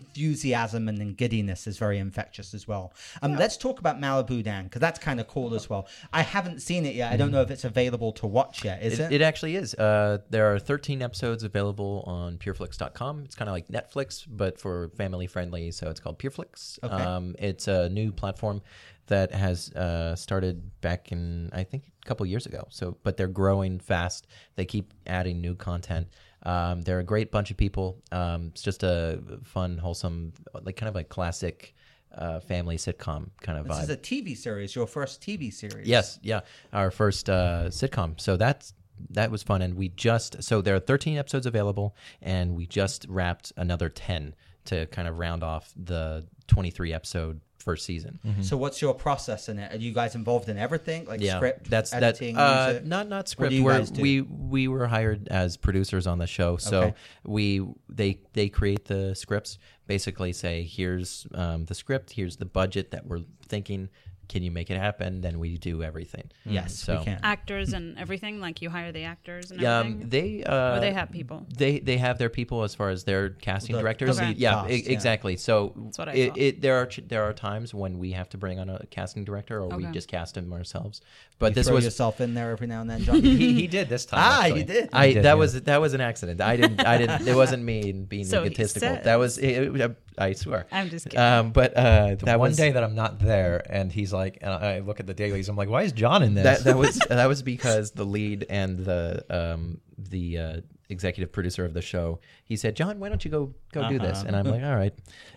S3: enthusiasm and then giddiness is very infectious as well. Um, let's talk about Malibu Dan because that's kind of cool as well. I haven't seen it yet. I don't know if it's available to watch yet. Is
S6: Mm-hmm. It,
S3: it?
S6: it actually is. Uh, there are 13 episodes available on pureflix.com. It's kind of like Netflix, but for family friendly. So it's called Pureflix.
S3: Okay.
S6: Um, it's a new platform that has uh, started back in, I think, a couple years ago. So, but they're growing fast. They keep adding new content. Um, they're a great bunch of people. Um, it's just a fun, wholesome, like kind of a classic uh, family sitcom kind of
S3: This
S6: vibe.
S3: is a TV series. Your first TV series.
S6: Yes, yeah, our first uh, sitcom. So that's that was fun, and we just so there are 13 episodes available, and we just wrapped another 10 to kind of round off the 23 episode first season.
S3: So what's your process in it? Are you guys involved in everything, like
S6: Yeah,
S3: script,
S6: that's
S3: editing,
S6: that. Uh,
S3: music?
S6: not not
S3: What
S6: script.
S3: do you
S6: We're-
S3: guys do?
S6: We we were hired as producers on the show, so
S3: Okay.
S6: we they they create the scripts. Basically, say here's um, the script, here's the budget that we're thinking. Can you make it happen? Then we do everything.
S3: Yes,
S6: so.
S3: we can.
S2: actors and everything. Like you hire the actors and
S6: Yeah,
S2: everything.
S6: um, they uh,
S2: or they have people.
S6: they they have their people as far as their casting
S3: The-
S6: directors.
S2: the lead
S6: yeah,
S3: cast,
S6: e-
S3: yeah.
S6: exactly. So
S2: what I
S6: it,
S2: thought.
S6: it there are ch- there are times when we have to bring on a casting director, or we
S2: Okay.
S6: just cast him ourselves. But
S3: You
S6: this
S3: throw
S6: was
S3: yourself in there every now and then, John.
S5: he, he did this time.
S3: ah,
S5: actually.
S3: you did.
S6: I
S5: did,
S6: that
S5: yeah.
S6: was that was an accident. I didn't I didn't it wasn't me being
S2: So he
S6: egotistical.
S2: says.
S6: That was it, it- I swear.
S2: I'm just kidding.
S6: Um, but uh,
S5: The
S6: that
S5: one
S6: was,
S5: day that I'm not there, and he's like, and I I look at the dailies. I'm like, why is John in this?
S6: that that was that was because the lead and the um the uh, executive producer of the show he said John why don't you go go do
S3: Uh-huh.
S6: this and I'm like all right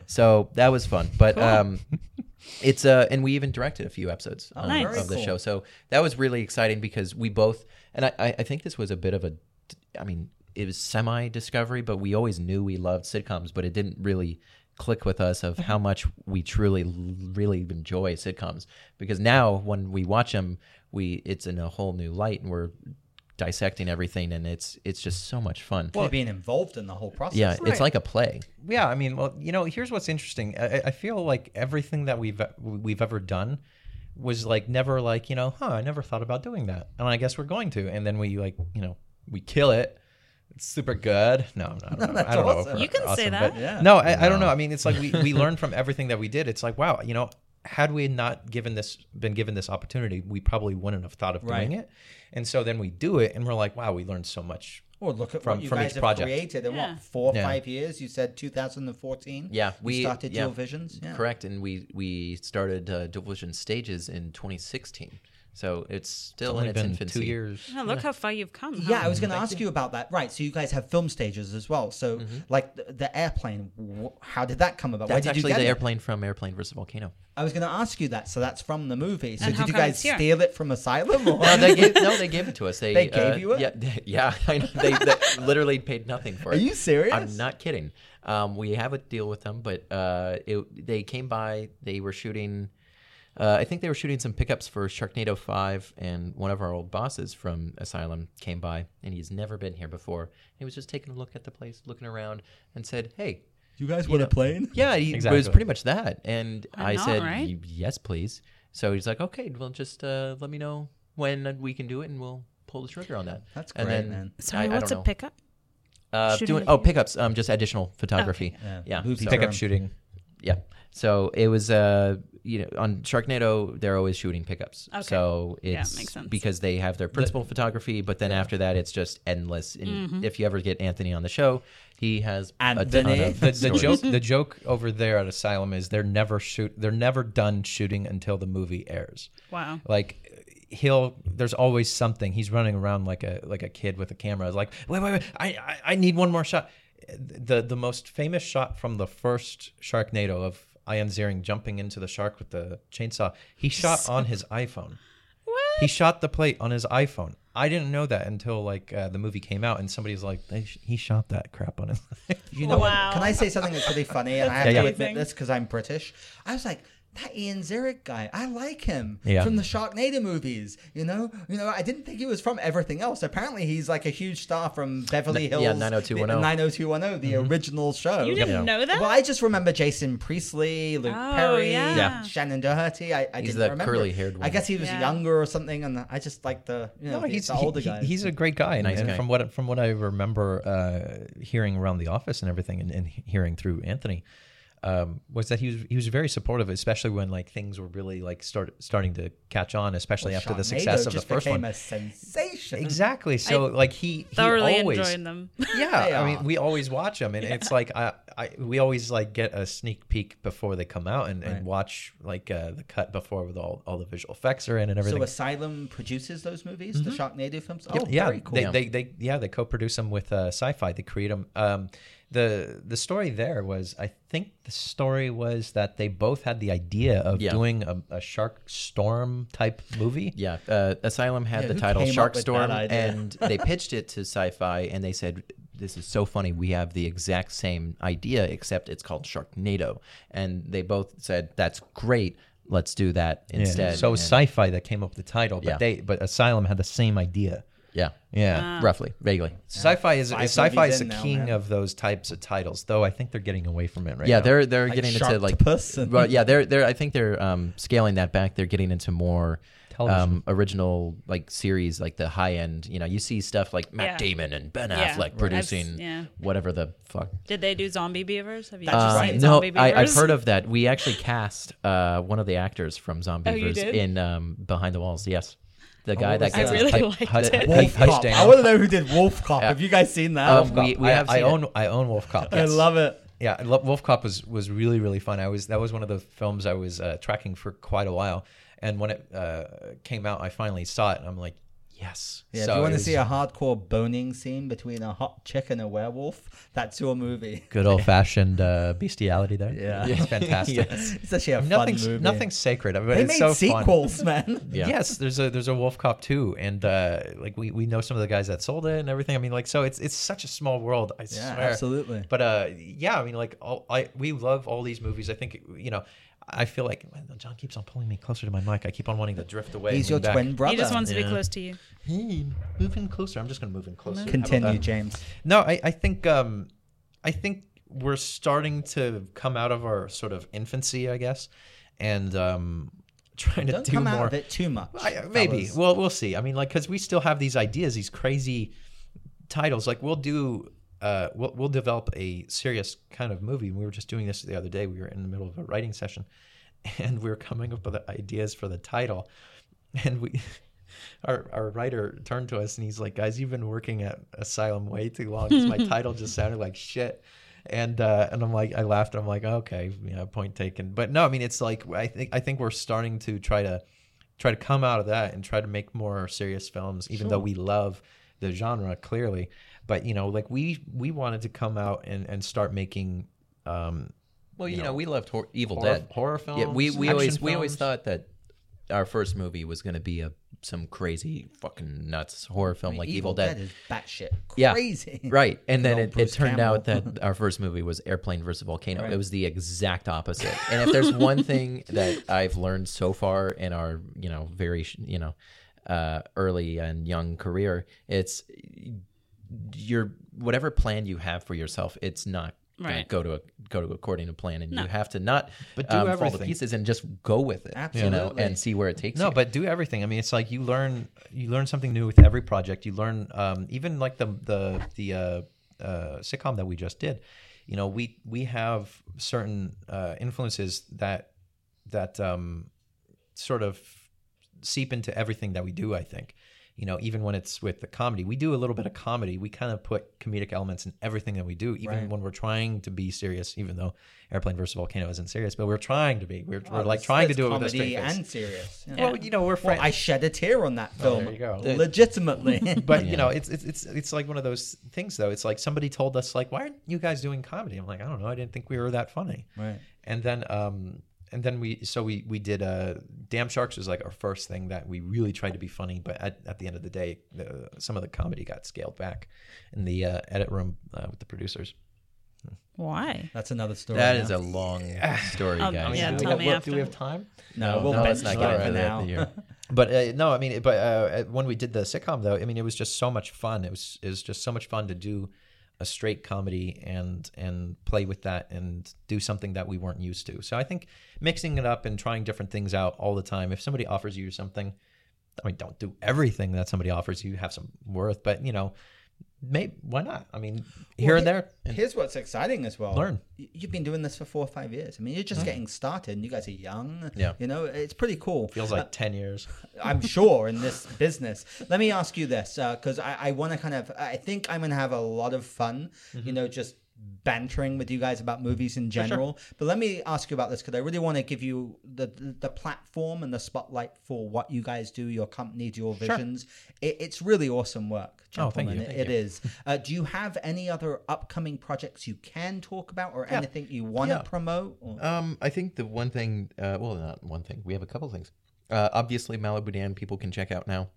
S6: so that was fun but um it's uh and we even directed a few episodes
S5: Oh,
S6: um,
S2: Nice. very
S6: of the
S3: cool.
S6: show so that was really exciting because we both and I I I think this was a bit of a I mean it was semi discovery but we always knew we loved sitcoms but it didn't really click with us of how much we truly really enjoy sitcoms because now when we watch them we it's in a whole new light and we're dissecting everything, and it's it's just so much fun.
S3: Well, being involved in the whole process.
S6: yeah, it's
S2: Right.
S6: like a play.
S5: Yeah, I mean, well, you know, here's what's interesting. I, I- I feel like everything that we've we've ever done was like never like you know, huh? I never thought about doing that, and I guess we're going to. And then we like you know we kill it. It's super good. No, no, no,
S3: That's
S5: I don't know.
S3: awesome.
S5: if
S2: You can say
S5: awesome,
S2: that.
S5: but-
S3: Yeah.
S5: No, I, I don't know. I mean, it's like we we learned from everything that we did. It's like wow, you know, had we not given this been given this opportunity, we probably wouldn't have thought of
S3: Right.
S5: doing it. And so then we do it, and we're like, wow, we learned so much.
S3: Or Oh, look at
S5: From-
S3: what you
S5: from
S3: guys
S5: each
S3: have
S5: project.
S3: created in
S2: Yeah.
S3: what four or
S5: Yeah.
S3: five years. You said 2014.
S6: Yeah,
S3: we
S6: we-
S3: started
S6: yeah.
S3: Dual Visions. Yeah.
S6: Correct, and we we started uh, Dual Vision Stages in 2016, so it's still in
S5: Only
S6: its
S5: been
S6: infancy.
S5: two years.
S2: Oh, look how far you've come. huh?
S3: Yeah, I was going to ask you about that. Right, so you guys have film stages as well. So, like the, the airplane, wh- how did that come about? Where
S6: Mm-hmm. That's
S3: did
S6: actually
S3: you get
S6: the
S3: it?
S6: airplane from Airplane versus Volcano.
S3: I was going to ask you that. So that's from the movie. So
S2: And how
S3: did you
S2: come
S3: guys
S2: it's here?
S3: steal it from Asylum? Or?
S6: No, they gave, no, they gave it to us. They,
S3: They gave
S6: uh,
S3: you it?
S6: Yeah, yeah. I know. They, they literally paid nothing for
S3: Are
S6: it.
S3: you serious?
S6: I'm not kidding. Um, we have a deal with them, but uh, it, they came by. They were shooting. Uh, I think they were shooting some pickups for Sharknado Five, and one of our old bosses from Asylum came by, and he's never been here before. He was just taking a look at the place, looking around, and said, "Hey,
S3: You guys want a plane?
S6: yeah, he, it was
S5: Exactly.
S6: pretty much that. And
S2: Why
S6: I
S2: not,
S6: said,
S2: right?
S6: "Y- yes, please. So he's like, okay, well, just uh, let me know when we can do it and we'll pull the trigger on that.
S3: That's
S6: And
S3: great,
S6: then
S3: man.
S2: Sorry,
S6: I- I
S2: what's
S6: don't
S2: a
S6: know.
S2: pickup?
S6: Uh,
S2: Shooting
S6: doing,
S2: with
S6: oh,
S2: you?
S6: pickups, um, just additional photography.
S3: Yeah.
S6: Yeah.
S3: Movie
S6: so-
S5: Pickup shooting.
S6: yeah. So it was, uh, you know, on Sharknado, they're always shooting pickups.
S2: Okay.
S6: So
S2: Yeah,
S6: it's
S2: makes sense.
S6: because they have their principal photography, but then after that, it's just endless. And
S2: Mm-hmm.
S6: if you ever get Anthony on the show, he has a ton
S3: Anthony.
S6: of
S5: the, the
S6: stories.
S5: joke the joke over there at asylum is they're never shoot they're never done shooting until the movie airs
S2: Wow.
S5: like he'll there's always something he's running around like a like a kid with a camera It's like wait wait wait I, I i need one more shot the the most famous shot from the first sharknado of ian ziering jumping into the shark with the chainsaw he shot on his iphone
S2: What?
S5: he shot the plate on his iphone i didn't know that until like uh, the movie came out and somebody was like they, he shot that crap on his
S3: You know what?
S2: Wow.
S3: Can I say something that's really funny? And I have
S5: Yeah,
S3: to
S5: yeah.
S3: admit
S2: amazing.
S3: this because I'm British. I was like, that Ian Zierick guy, I like him
S5: Yeah.
S3: from the Sharknado movies. You know, you know, I didn't think he was from everything else. Apparently, he's like a huge star from Beverly
S6: N-
S3: Hills.
S6: yeah, 90210.
S3: the- 90210, the
S5: Mm-hmm.
S3: original show.
S2: You didn't know that?
S3: Well, I just remember Jason Priestley, Luke
S2: Oh,
S3: Perry,
S2: yeah. Yeah.
S3: Shannon Doherty. I, I
S6: He's
S3: didn't
S6: that
S3: remember.
S6: curly-haired
S3: I
S6: one.
S3: guess he was
S2: Yeah.
S3: younger or something, and I just like the you know
S5: No, he's
S3: the older
S5: he-
S3: guy.
S5: he- he's a great guy, and,
S6: Nice
S5: and
S6: guy.
S5: from what from what I remember uh, hearing around the office and everything, and, and hearing through Anthony, um, was that he was he was very supportive, especially when like things were really like start starting to catch on, especially after the
S3: Sharknado
S5: success of the
S3: just
S5: first
S3: became
S5: one.
S3: a sensation.
S5: Exactly. So like he, he
S2: Thoroughly
S5: always
S2: enjoying them.
S5: yeah. I
S3: They
S5: mean,
S3: are.
S5: we always watch them, and it's like I, I we always like get a sneak peek before they come out, and,
S3: Right.
S5: and watch like uh, the cut before with all all the visual effects are in and everything.
S3: So Asylum produces those movies, the Sharknado films. Oh,
S5: yeah,
S3: very cool.
S5: they, they they yeah they co-produce them with uh, Sci-Fi. They create them. Um, the the story there was I think the story was that they both had the idea of
S6: Yeah.
S5: doing a, a shark storm type movie.
S6: Yeah, uh, Asylum had
S3: Yeah,
S6: the
S3: who
S6: title
S3: came up
S6: Shark
S3: with that
S6: Storm,
S3: idea?
S6: and they pitched it to Sci-Fi, and they said, "This is so funny. We have the exact same idea, except it's called Sharknado." And they both said, "That's great. Let's do that instead."
S5: So
S6: And-
S5: Sci-Fi that came up with the title, but
S6: Yeah.
S5: they but Asylum had the same idea.
S6: yeah,
S2: Ah.
S5: Yeah.
S6: roughly, vaguely.
S5: Sci-fi is,
S3: Five
S5: is sci-fi
S3: Uh, movies
S5: is the
S3: in now,
S5: king
S3: man.
S5: of those types of titles, though I think they're getting away from it right
S6: Yeah,
S5: now.
S6: they're they're
S3: Like
S6: getting into like
S3: Sharktopus and-
S6: well, yeah, they're they're I think they're um, scaling that back. They're getting into more
S5: Television.
S6: um, original like series, like the high end. You know, you see stuff like Matt
S2: Yeah.
S6: Damon and Ben
S2: Yeah.
S6: Affleck
S2: Right.
S6: producing
S2: I've- yeah.
S6: whatever the fuck Uh,
S2: Did they do zombie beavers? Have you
S3: That's
S2: ever
S3: right.
S2: seen
S6: No,
S2: zombie beavers?
S6: I, I've heard of that. We actually cast uh, one of the actors from
S2: Oh, you
S6: Zombievers
S2: did?
S6: in um, Behind the Walls. Yes, the guy
S3: what
S6: that
S3: was
S6: gets
S2: that? I
S6: his
S2: really
S6: pipe-
S2: liked
S6: hut-
S2: it.
S5: Wolf
S6: pipe
S5: Cop.
S6: down.
S3: I want to know who did Wolf Cop. Have you guys seen that?
S6: Um,
S5: Cop.
S6: we- we
S5: I,
S6: have
S5: I
S6: seen it.
S5: own I own Wolf Cop.
S3: I love it.
S5: Yeah, I love- Wolf Cop was was really really fun. I was that was one of the films I was uh, tracking for quite a while, and when it uh, came out, I finally saw it, and I'm like, yes.
S3: Yeah,
S5: So
S3: if you want
S5: it
S3: to
S5: was
S3: see a hardcore boning scene between a hot chick and a werewolf, that's your movie.
S5: good old fashioned uh, bestiality there.
S3: Yeah.
S5: it's fantastic.
S3: It's actually a fun
S5: Nothing's
S3: movie.
S5: nothing's sacred. I mean,
S3: They
S5: it's
S3: made
S5: so Fun.
S3: sequels, man.
S6: Yeah.
S5: Yes, there's a there's a Wolf Cop too, and uh, like we, we know some of the guys that sold it and everything. I mean, like so it's it's such a small world. I
S3: Yeah,
S5: swear.
S3: absolutely.
S5: But uh, yeah, I mean, like all, I we love all these movies. I think you know I feel like well, John keeps on pulling me closer to my mic. I keep on wanting to drift away.
S3: He's
S5: and
S3: your
S5: lean back.
S3: twin brother.
S2: He just wants to
S5: Yeah.
S2: be close to you.
S5: Hey, move in closer. I'm just going to move in closer. How about
S3: Continue,
S5: that?
S3: James.
S5: No, I, I think um, I think we're starting to come out of our sort of infancy, I guess, and um, trying
S3: Don't
S5: to do
S3: come
S5: more.
S3: out of it too much.
S5: I, maybe.
S3: fellas.
S5: Well, we'll see. I mean, like, because we still have these ideas, these crazy titles. Like, we'll do, uh, we'll, we'll develop a serious kind of movie. We were just doing this the other day. We were in the middle of a writing session, and we were coming up with ideas for the title, and we. Our, our writer turned to us and he's like, "Guys, you've been working at Asylum way too long. 'cause my title just sounded like shit." And uh, and I'm like, I laughed. I'm like, "Okay, yeah, point taken." But no, I mean, it's like I think I think we're starting to try to try to come out of that and try to make more serious films even though we love the genre clearly but you know like we we wanted to come out and and start making um
S6: Well, you, know, we loved hor- Evil
S5: horror,
S6: Dead.
S5: horror films
S6: yeah, we, we
S5: action
S6: always we always
S5: films.
S6: thought that our first movie was going to be a some crazy fucking nuts horror film like Evil, Dead.
S3: is batshit
S6: Yeah.
S3: crazy.
S6: Right, and then
S3: old
S6: it, it
S3: Bruce
S6: turned out
S3: Campbell.
S6: that our first movie was Airplane versus Volcano.
S3: Right.
S6: It was the exact opposite. And if there's one thing that I've learned so far in our, you know, very, sh- you know, uh, early and young career, it's your whatever plan you have for yourself, it's not gonna
S2: Right.
S6: go to a, go to according to plan, and
S2: No.
S6: you have to not um,
S5: But do
S6: fall to
S5: everything.
S6: pieces and just go with it, you know,
S3: Absolutely.
S6: and see where it takes
S5: no
S6: you.
S5: but do everything i mean it's like you learn you learn something new with every project you learn um even like the the the uh, uh sitcom that we just did you know we we have certain uh influences that that um sort of seep into everything that we do i think you know even when it's with the comedy we do a little bit of comedy we kind of put comedic elements in everything that we do even
S3: Right.
S5: when we're trying to be serious even though airplane versus volcano isn't serious but we're trying to be we're, we're like
S3: It's-
S5: trying to
S3: it's
S5: do it with a
S3: comedy
S5: straight face
S3: and serious. you know.
S5: well you know we're
S3: Well,
S5: friends
S3: I shed a tear on that film.
S5: Oh, there you go.
S3: Legitimately.
S5: but you know, it's it's it's it's like one of those things though. It's like somebody told us like, why aren't you guys doing comedy? I'm like, I don't know. I didn't think we were that funny.
S3: Right.
S5: And then um and then we so we we did uh Damn Sharks was like our first thing that we really tried to be funny, but at, at the end of the day, the, some of the comedy got scaled back in the uh, edit room uh, with the producers.
S2: Why?
S3: That's another story.
S6: that
S3: now.
S6: is a long story,
S2: Um,
S6: guys.
S2: yeah,
S5: do,
S2: tell me
S5: we, have- well,
S2: after.
S5: do we have time?
S3: no.
S6: No,
S3: We'll
S6: no,
S3: bench
S6: let's
S3: that
S6: not
S5: get
S3: for
S6: into that
S3: now.
S6: here.
S5: But uh, no, I mean, it- but uh, when we did the sitcom though, I mean, it was just so much fun. It was it was just so much fun to do a straight comedy and and play with that and do something that we weren't used to. So I think mixing it up and trying different things out all the time. If somebody offers you something, I mean, don't do everything that somebody offers you. Have some worth, but you know, maybe why not? I mean, here and
S3: he-
S5: there. And,
S3: Here's what's exciting as well.
S5: Learn.
S3: Y- You've been doing this for four or five years. I mean, you're just getting started. and You guys are young.
S6: Mm-hmm. Yeah.
S3: You know, it's pretty cool.
S5: Feels like ten years.
S3: I'm sure in this business. Let me ask you this, because I, I want to kind of, I think I'm going to have a lot of fun, you
S5: Mm-hmm.
S3: know, just bantering with you guys about movies in general. But let me ask you about this because I really want to give you the, the the platform and the spotlight for what you guys do, your company, your visions. It, it's really awesome work,
S5: Oh, thank
S3: gentlemen.
S5: you,
S3: It-
S5: thank
S3: it
S5: you.
S3: is. Uh, do you have any other upcoming projects you can talk about, or anything you want to
S6: Yeah.
S3: promote?
S5: Uh,
S3: Or?
S6: Um, I think the one thing, uh, well, not one thing. We have a couple things. Uh, obviously, Malibu Dan people can check out now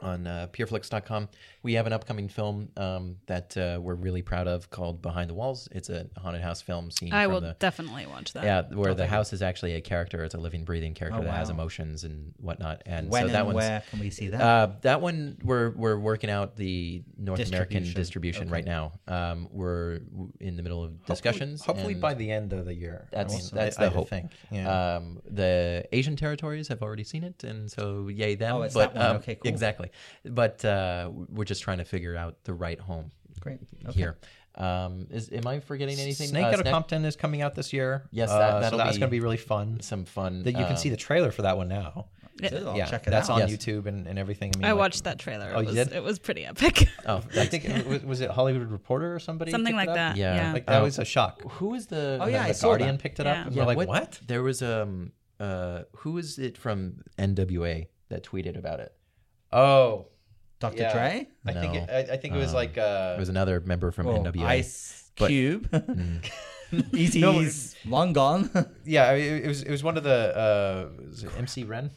S6: on uh, pureflix.com. We have an upcoming film um, that uh, we're really proud of called Behind the Walls. It's a haunted house film scene.
S2: I
S6: from
S2: will
S6: the,
S2: definitely watch that.
S6: yeah, where the house is actually a character. It's a living, breathing character
S3: Oh,
S6: that has
S3: wow.
S6: emotions and whatnot. And
S3: when
S6: so that
S3: and
S6: one's
S3: where can we see that?
S6: uh, that one we're we're working out the North
S3: Distribution.
S6: American distribution right now. Um, we're w- in the middle of discussions.
S5: Hopefully
S6: and-
S5: by the end of the year. I
S6: that's
S5: mean,
S6: that's
S5: I-
S6: the
S5: I
S6: hope.
S5: think. Yeah.
S6: Um, the Asian territories have already seen it, and so yay them.
S3: Oh, it's
S6: but
S3: that one.
S6: um,
S3: Okay, cool.
S6: exactly. But uh, we're just trying to figure out the right home
S3: Great.
S6: here. Um, is am I forgetting anything?
S5: Snake
S6: Uh,
S5: out of
S6: Snack-
S5: Compton is coming out this year.
S6: Yes,
S5: Uh,
S6: that-
S5: so
S6: that'll
S5: that's
S6: be-
S5: going to be really fun.
S6: Some fun
S5: that you can see
S6: um,
S5: the trailer for that one now.
S3: Good, I'll
S5: yeah,
S3: check it
S5: that's
S3: out.
S5: on
S6: Yes.
S5: YouTube and, and everything. I, mean,
S2: I
S5: like-
S2: watched that trailer. It
S5: Oh, you
S2: was,
S5: did?
S2: It was pretty epic.
S6: Oh,
S5: I think it was, was it Hollywood Reporter or somebody
S2: Something like
S5: picked it up?
S2: that. Yeah.
S6: Yeah.
S5: Like that
S6: Oh.
S5: was a shock.
S6: who is the?
S3: Oh, yeah,
S5: the
S3: I saw
S5: Guardian
S3: that.
S5: picked it
S2: Yeah.
S5: up. And we're like, what?
S6: There was um uh who is it from NWA that tweeted about it?
S5: Oh,
S3: Dr.
S5: Yeah.
S3: Dre?
S5: I think
S6: No.
S5: it, I, I think it was
S6: Um,
S5: like uh,
S6: It was another member from
S5: Oh,
S3: Well,
S6: NWA.
S3: Ice
S6: But- mm.
S3: Cube. Easy's long gone.
S5: yeah, I mean, it, it was it was one of the uh, was it MC Ren.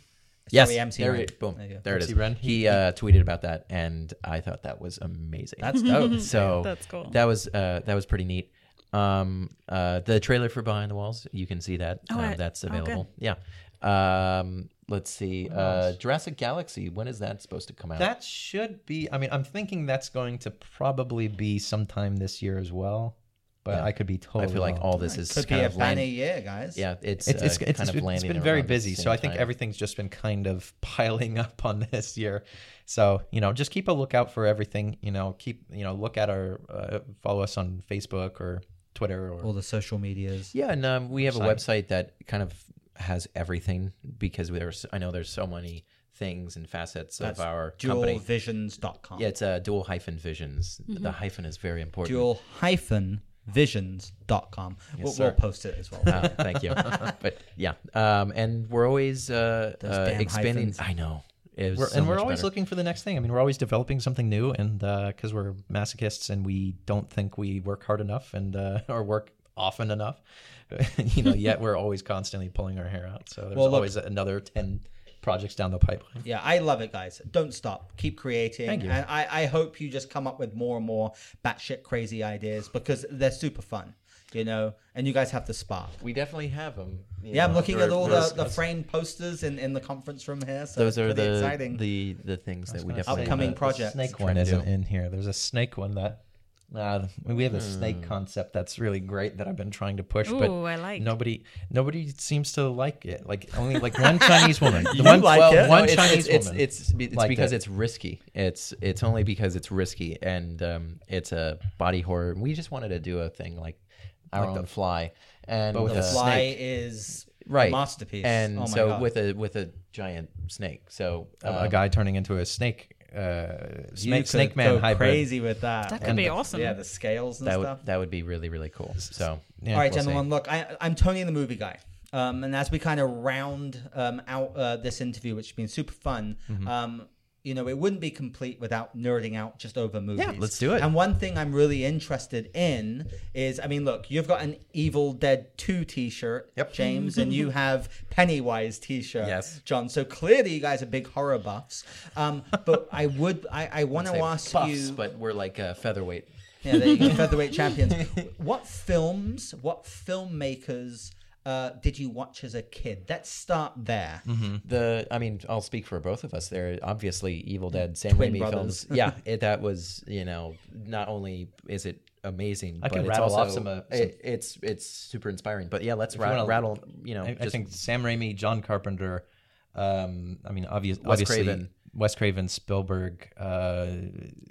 S6: Yes,
S3: Sorry, MC
S6: there
S3: Ren.
S6: it, boom,
S3: There you go.
S6: there, it
S5: MC
S6: is.
S5: Ren.
S6: He uh, tweeted about that, and I thought that was amazing.
S3: That's dope.
S6: so
S2: That's cool.
S6: that was uh, that was pretty neat. Um, uh, the trailer for Behind the Walls, you can see that.
S2: Oh,
S6: um,
S2: I-
S6: that's
S2: oh, good.
S6: available. yeah. Um, let's see. Uh, Jurassic Galaxy. When is that supposed to come out?
S5: That should be. I mean, I'm thinking that's going to probably be sometime this year as well, but
S6: Yeah.
S5: I could be
S6: I
S5: totally.
S6: feel like
S5: wrong.
S6: all this is
S3: Could be
S6: kind
S3: a
S6: of land-
S3: banner year, guys.
S6: Yeah, it's
S5: Oh, It's, it's,
S6: uh,
S5: it's,
S6: kind of
S5: it's
S6: landing.
S5: been very
S6: around the
S5: busy, so
S6: same
S5: I think
S6: time.
S5: everything's just been kind of piling up on this year. So you know, just keep a lookout for everything. You know, keep you know, look at our uh, follow us on Facebook or Twitter or
S3: All the social medias.
S6: Yeah, and um, we have a
S5: Website.
S6: website that kind of has everything because there's I know there's so many things and facets
S3: That's
S6: of our company.
S3: dualvisions.com.
S6: yeah, it's uh, dual hyphen visions. The hyphen is very important.
S3: dual hyphen visions.com. we'll, we'll
S6: sir.
S3: post it as well.
S6: Uh, thank you. but yeah, um, and we're always uh,
S3: Those
S6: uh,
S3: damn
S6: expanding.
S3: hyphens.
S6: I know. It was
S5: We're,
S6: so
S5: and we're
S6: much
S5: always
S6: better.
S5: looking for the next thing. I mean, we're always developing something new, and because we're masochists and we don't think we work hard enough and uh, or work often enough, you know, yet we're always constantly pulling our hair out. So there's
S3: Well, look-
S5: always another ten projects down the pipeline.
S3: Yeah, I love it, guys. Don't stop. Keep creating.
S5: Thank you.
S3: And I, I hope you just come up with more and more batshit crazy ideas because they're super fun, you know, and you guys have the spark.
S6: We definitely have them.
S3: Yeah, I'm looking at all the, the framed posters in, in the conference room here. So it's
S6: Those are
S3: pretty
S6: the,
S3: exciting.
S6: the the things that we
S5: gonna
S6: definitely
S5: say
S3: Upcoming
S6: wanna-
S5: the
S3: projects.
S5: Snake
S6: Try
S5: one
S6: to
S5: isn't
S6: do.
S5: in here. There's a snake one that. Uh, we have a snake concept that's really great that I've been trying to push, but
S2: Hmm. Ooh, I like.
S5: nobody nobody seems to like it. Like only like one Chinese woman.
S3: You
S5: one,
S3: like it?
S5: One
S6: No, it's-
S5: Chinese
S6: it's,
S5: woman.
S6: It's, it's, be- it's
S5: liked
S6: because
S5: it.
S6: it's risky. It's it's only because it's risky, and um, it's a body horror. We just wanted to do a thing like our own fly, and
S5: But with a
S6: uh,
S3: the fly
S6: snake.
S3: is
S6: right
S3: a masterpiece.
S6: and
S3: oh my
S6: so
S3: God. Uh,
S6: with a with a giant snake. So
S5: a- a
S6: um,
S5: guy turning into a snake, uh,
S3: You
S5: snake,
S3: could
S5: snake man
S3: go
S5: hybrid.
S3: crazy with that.
S2: that
S5: and
S2: could be
S5: the-
S2: awesome.
S3: yeah, the scales and
S6: that
S3: stuff.
S6: would that would be really really cool. So
S5: Yeah,
S3: All right,
S5: we'll see.
S3: gentlemen. Look, I, I'm Tony the movie guy. Um, and as we kind of round um, out uh, this interview, which has been super fun,
S5: Mm-hmm.
S3: um, you know, it wouldn't be complete without nerding out just over movies.
S5: let's do it.
S3: And one thing I'm really interested in is I mean, look, you've got an Evil Dead 2 t shirt,
S5: Yep.
S3: James, and you have Pennywise t shirt,
S6: Yes.
S3: John. So clearly you guys are big horror buffs. Um, but I would, I, I want to
S6: say
S3: ask
S6: buffs,
S3: you.
S6: but we're like uh, featherweight.
S3: Yeah, there you go. Featherweight champions. What films, what filmmakers uh, did you watch as a kid? Let's start there.
S5: Mm-hmm.
S6: The I mean, I'll speak for both of us. There, obviously, Evil Dead, Sam
S3: Twin
S6: Raimi
S3: brothers.
S6: films. Yeah, it, that was you know, not only is it amazing,
S5: I
S6: but
S5: could
S6: it's
S5: rattle
S6: also
S5: off some, uh, some-
S6: it, it's it's super inspiring. But yeah, let's
S5: If you
S6: ra-
S5: wanna-
S6: rattle. You know,
S5: I, I
S6: just-
S5: think Sam Raimi, John Carpenter. Um, I mean, obvious,
S6: Wes
S5: obviously,
S6: Craven.
S5: Wes Craven, Spielberg, uh,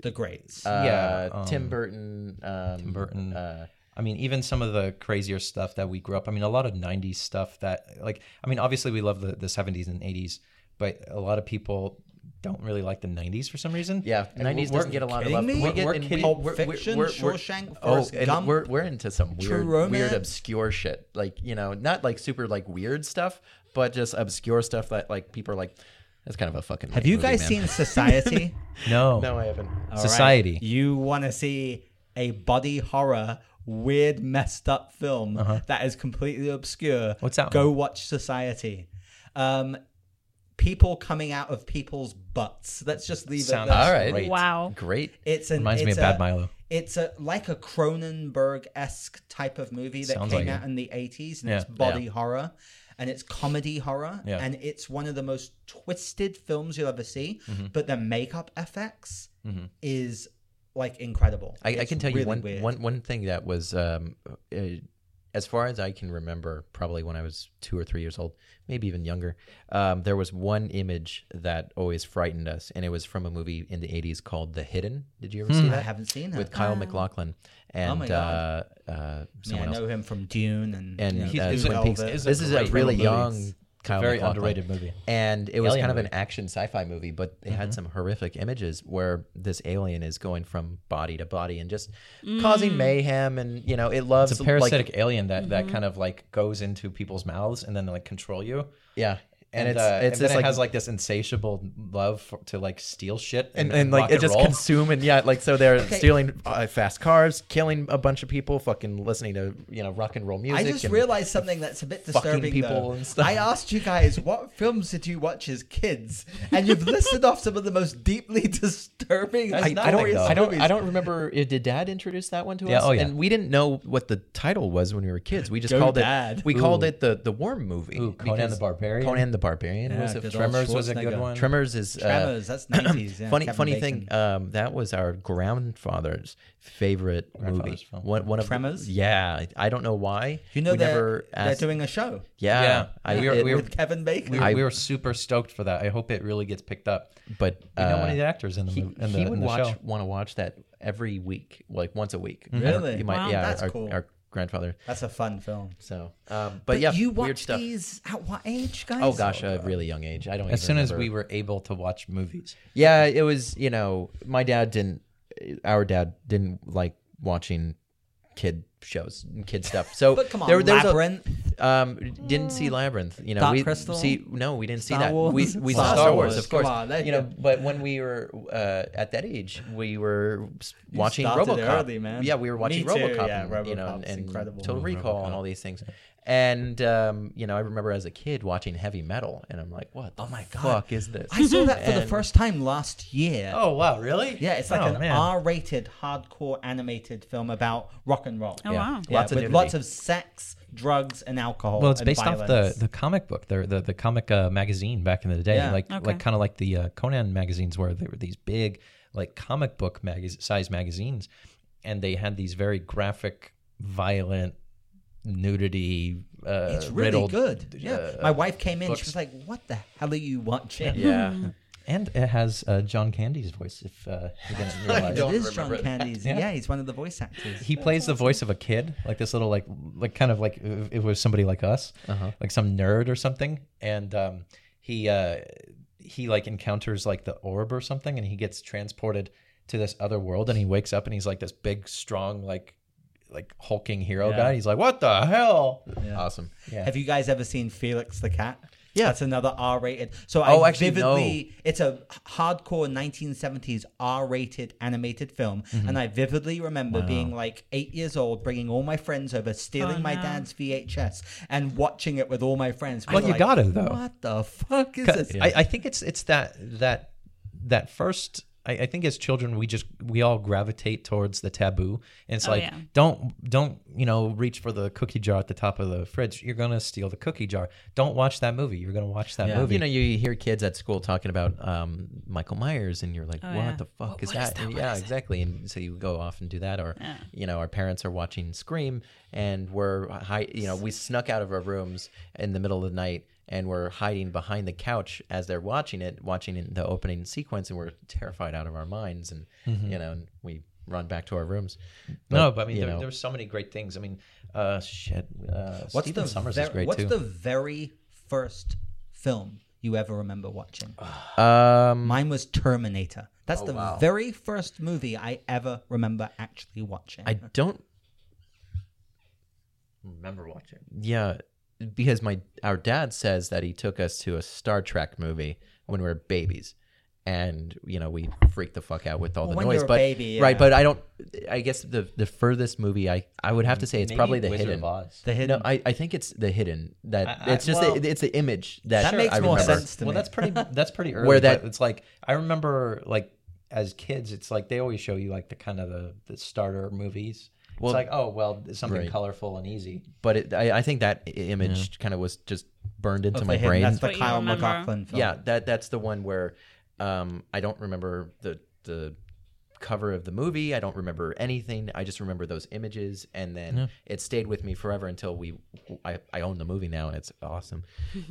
S3: The greats.
S6: uh,
S5: yeah,
S6: Tim
S5: um,
S6: Burton, um, Tim
S5: Burton.
S6: Uh,
S5: I mean, even some of the crazier stuff that we grew up. I mean, a lot of '90s stuff that, like, I mean, obviously we love the, the '70s and '80s, but a lot of people don't really like the '90s for some reason.
S6: yeah,
S5: And
S6: nineties
S5: we're-
S6: doesn't get a lot of
S3: kidding
S6: love.
S3: me?
S6: We get
S5: We're
S6: and we-
S5: kidding.
S3: Pulp
S6: we're- we're-
S3: Fiction,
S6: we're- we're-
S3: Shawshank,
S6: Oh,
S3: Forrest
S6: and
S3: Gump.
S6: we're, we're into some
S3: True
S6: weird,
S3: Romance.
S6: weird obscure shit. Like you know, not like super like weird stuff, but just obscure stuff that like people are like, that's kind of a fucking.
S3: Have
S6: lame
S3: you
S6: movie,
S3: guys
S6: man."
S3: seen Society?
S5: No.
S6: No, I haven't.
S3: All right.
S5: Society.
S3: You want to see a body horror, weird, messed up film that is completely obscure.
S5: Uh-huh. What's that
S3: Go
S5: one?
S3: watch Society. Um, people coming out of people's butts. Let's just leave
S5: Sounds
S3: it there.
S6: All right.
S5: Great.
S3: Oh.
S2: Wow.
S6: Great.
S3: It's an,
S5: Reminds me
S3: it's
S5: of Bad
S3: a-
S5: Milo.
S3: It's a like a Cronenberg esque type of movie that
S5: Sounds
S3: came
S5: like
S3: out
S5: it.
S3: in the eighties, and
S5: Yeah.
S3: it's body horror, and it's comedy horror,
S5: Yeah.
S3: and it's one of the most twisted films you'll ever see.
S6: Mm-hmm.
S3: But the makeup effects is like incredible.
S6: I, I
S3: It's
S6: can tell
S3: really
S6: you one,
S3: weird.
S6: one one thing that was, um, uh, as far as I can remember, probably when I was two or three years old, maybe even younger. Um, there was one image that always frightened us, and it was from a movie in the '80s called The Hidden. Did you ever see
S3: Hmm. I
S6: that?
S3: haven't seen it.
S6: Mm-hmm. With Kyle McLaughlin and
S3: oh my God.
S6: Uh, uh,
S3: I, mean, I
S6: someone else.
S3: know him from Dune and
S6: And
S3: you know, Blue
S6: he's- he's a-
S3: Velvet.
S5: he's a-
S6: This is a
S5: great
S6: really
S5: movie.
S6: young Kyle
S5: Very
S6: McLaughlin.
S5: underrated movie.
S6: and it was
S5: Alien
S6: kind of
S5: movie. Mm-hmm.
S6: an action sci-fi movie, but it had some horrific images where this alien is going from body to body and just causing mayhem, and you know it loves
S5: It's a
S6: like-
S3: Mm-hmm.
S5: parasitic alien that, that kind of like goes into people's mouths and then like control you.
S6: yeah,
S5: And,
S6: it's-
S5: uh,
S6: it's
S5: and
S6: just
S5: then it
S6: like-
S5: has like this insatiable love for, to like steal shit
S6: and,
S5: and,
S6: and, like
S5: rock
S6: it just
S5: roll.
S6: consume and yeah like so they're stealing uh, fast cars killing a bunch of people fucking listening to you know rock and roll music
S3: I just
S6: and-
S3: realized something that's a bit
S6: fucking
S3: disturbing.
S6: people
S3: though.
S6: and stuff.
S3: I asked you guys what films did you watch as kids, and you've listed off some of the most deeply disturbing.
S5: That's
S6: I,
S5: not
S6: I don't.
S5: like
S6: I don't.
S3: movies.
S6: I don't remember. uh, Did Dad introduce that one to
S5: Yeah,
S6: us?
S5: oh, yeah.
S6: And we didn't know what the title was when we were kids. We just
S3: Go
S6: called
S3: Dad.
S6: it. We called it the the Worm movie.
S5: Ooh, Conan
S6: because
S5: the Barbarian.
S6: Conan the Barbarian
S3: Yeah,
S6: was a
S3: good old
S5: Tremors was a good
S3: Schwarzenegger.
S5: one.
S6: Tremors is uh,
S3: Tremors, that's 90s, yeah,
S6: funny,
S3: Kevin
S6: funny
S3: Bacon.
S6: thing. Um, that was our grandfather's favorite
S5: Grandfather's
S6: movie.
S5: film.
S6: One, one of
S3: Tremors?
S6: Yeah, I don't know why.
S3: You know
S6: we
S3: they're,
S6: never asked.
S3: they're doing a show
S6: yeah,
S5: Yeah.
S6: I,
S5: We were-
S6: it-
S5: we were-
S3: with Kevin Bacon.
S5: we, were-
S6: I-
S5: we were super stoked for that. I hope it really gets picked up.
S6: but
S5: We know one
S6: uh,
S5: of the actors in the,
S6: he,
S5: mov- in the,
S6: he
S5: in
S6: would
S5: the
S6: watch
S5: show. Mm-hmm.
S6: want to watch that every week, like once a week. I don't-
S3: Really?
S6: You might,
S3: Wow,
S6: yeah,
S3: that's
S6: our,
S3: cool.
S6: our grandfather.
S3: That's a fun film.
S6: So, um, but, yeah,
S3: you
S6: weird
S3: watched
S6: stuff.
S3: these at what age, guys?
S6: Oh gosh, a really young age. I don't.
S5: As
S6: even
S5: soon as we
S6: remember.
S5: were able to watch movies,
S6: yeah, it was. You know, my dad didn't. Our dad didn't like watching kid shows, and kid stuff. So,
S3: But come on,
S6: there- there was a-
S3: Labyrinth.
S6: um, didn't see Labyrinth. You know,
S3: Dark
S6: we
S3: Crystal?
S6: see. No, we didn't
S3: Star
S6: see that.
S3: Wars?
S6: We we
S3: Star
S6: saw Star
S3: Wars,
S6: Wars, of course.
S3: come on, that-
S6: you know, but when we were uh, at that age, we were s- watching
S3: started
S6: RoboCop.
S3: early, man.
S6: Yeah, we were
S3: Me
S6: watching
S3: too,
S6: RoboCop.
S3: yeah,
S6: and, you know,
S3: RoboCop's
S6: and
S3: incredible.
S6: Total
S3: Mm,
S6: Recall and all these things. And um, you know, I remember as a kid watching heavy metal, and I'm like, "What? The
S3: Oh my God.
S6: fuck is this?"
S3: I saw that for the
S6: And-
S3: first time last year.
S5: oh wow, really?
S3: Yeah, it's like
S5: oh,
S3: an
S5: man.
S3: R-rated hardcore animated film about rock and roll.
S2: Oh,
S6: Yeah.
S2: wow.
S3: Yeah,
S6: Lots of
S3: with
S6: nudity.
S3: lots of sex, drugs, and alcohol.
S5: Well, it's
S3: and
S5: based off the,
S3: violence.
S5: the comic book, the the, the comic uh, magazine back in the day,
S3: Yeah.
S5: like
S2: Okay.
S5: like kind of like the uh, Conan magazines were. They were these big like comic book magaz- size magazines, and they had these very graphic, violent, nudity. Uh,
S3: It's really
S5: riddled, uh,
S3: good. Yeah, my wife came in. She
S5: books.
S3: was like, "What the hell are you watching?"
S6: Yeah.
S5: and it has uh, John Candy's voice. If uh, you didn't realize.
S6: don't
S3: it is John
S6: remember that.
S3: Candy's. Yeah. he's one of the voice actors.
S5: he plays the voice of a kid, like this little like like kind of like if it was somebody like us, like some nerd or something, and um, he uh, he like encounters like the orb or something, and he gets transported to this other world, and he wakes up and he's like this big, strong, like like hulking hero
S3: Yeah.
S5: guy. He's like, what the hell?
S6: Awesome.
S5: Yeah.
S3: Have you guys ever seen Felix the Cat?
S6: Yeah.
S3: that's another R-rated. So
S6: Oh,
S3: I
S6: actually,
S3: vividly, it's a hardcore 1970s R-rated animated film,
S5: Mm-hmm.
S3: and I vividly remember being like eight years old, bringing all my friends over, stealing
S2: Oh,
S3: my
S2: no.
S3: dad's VHS, and watching it with all my friends. We
S5: Well,
S3: were
S5: you
S3: like,
S5: gotta, though.
S3: What the fuck is
S5: Ca-
S3: this?
S5: I, I think it's it's that that that first. I, I think as children we just we all gravitate towards the taboo. And it's
S2: Oh,
S5: like
S2: yeah.
S5: don't don't you know reach for the cookie jar at the top of the fridge. You're gonna steal the cookie jar. Don't watch that movie. You're gonna watch that movie.
S6: You know, you hear kids at school talking about um, Michael Myers, and you're like, Oh, "What
S2: yeah.
S6: the fuck is that?" And yeah, exactly. And so you go off and do that, or you know, our parents are watching Scream, and we're hi- you know, we snuck out of our rooms in the middle of the night, and we're hiding behind the couch as they're watching it, watching it- the opening sequence, and we're terrified out of our minds, and you know, and we run back to our rooms.
S5: Mm-hmm. no, but I mean
S6: you
S5: there,
S6: know.
S5: there were so many great things. I mean, uh, shit. Uh,
S3: What's
S5: Stephen
S3: the
S5: Summers is
S3: ver-
S5: great
S3: What's
S5: too.
S3: the very first film you ever remember watching?
S6: Um,
S3: Mine was Terminator. That's the very first movie I ever remember actually watching.
S6: I don't
S5: Remember watching?
S6: Yeah, because my our dad says that he took us to a Star Trek movie when we were babies, and you know we freaked the fuck out with all
S3: Well,
S6: the
S3: when
S6: noise.
S3: you're a
S6: but
S3: baby, yeah.
S6: right, but I don't. I guess the the furthest movie I I would have to say it's probably the
S5: Wizard
S6: hidden.
S5: of Oz.
S3: the
S6: No,
S3: hidden.
S6: I, I think it's the hidden that
S5: I- I-
S6: it's just
S5: well-
S6: a, it's the image that,
S3: That makes
S6: I
S3: more
S6: remember.
S3: sense to
S5: well,
S3: me.
S5: that's pretty. That's pretty early.
S6: Where
S5: Where
S6: that-
S5: that it's like I remember like as kids, it's like they always show you like the kind of the, the starter movies.
S6: Well,
S5: it's like oh well, it's something
S6: right.
S5: colorful and easy.
S6: But it, I, I think that i- image kind of was just burned into
S3: Of
S6: my
S3: The Hidden.
S6: brain.
S3: That's the
S2: What you
S3: Kyle
S2: remember.
S3: MacLachlan film.
S6: Yeah, that that's the one where um, I don't remember the the cover of the movie. I don't remember anything. I just remember those images, and then it stayed with me forever until we. I, I own the movie now, and it's awesome,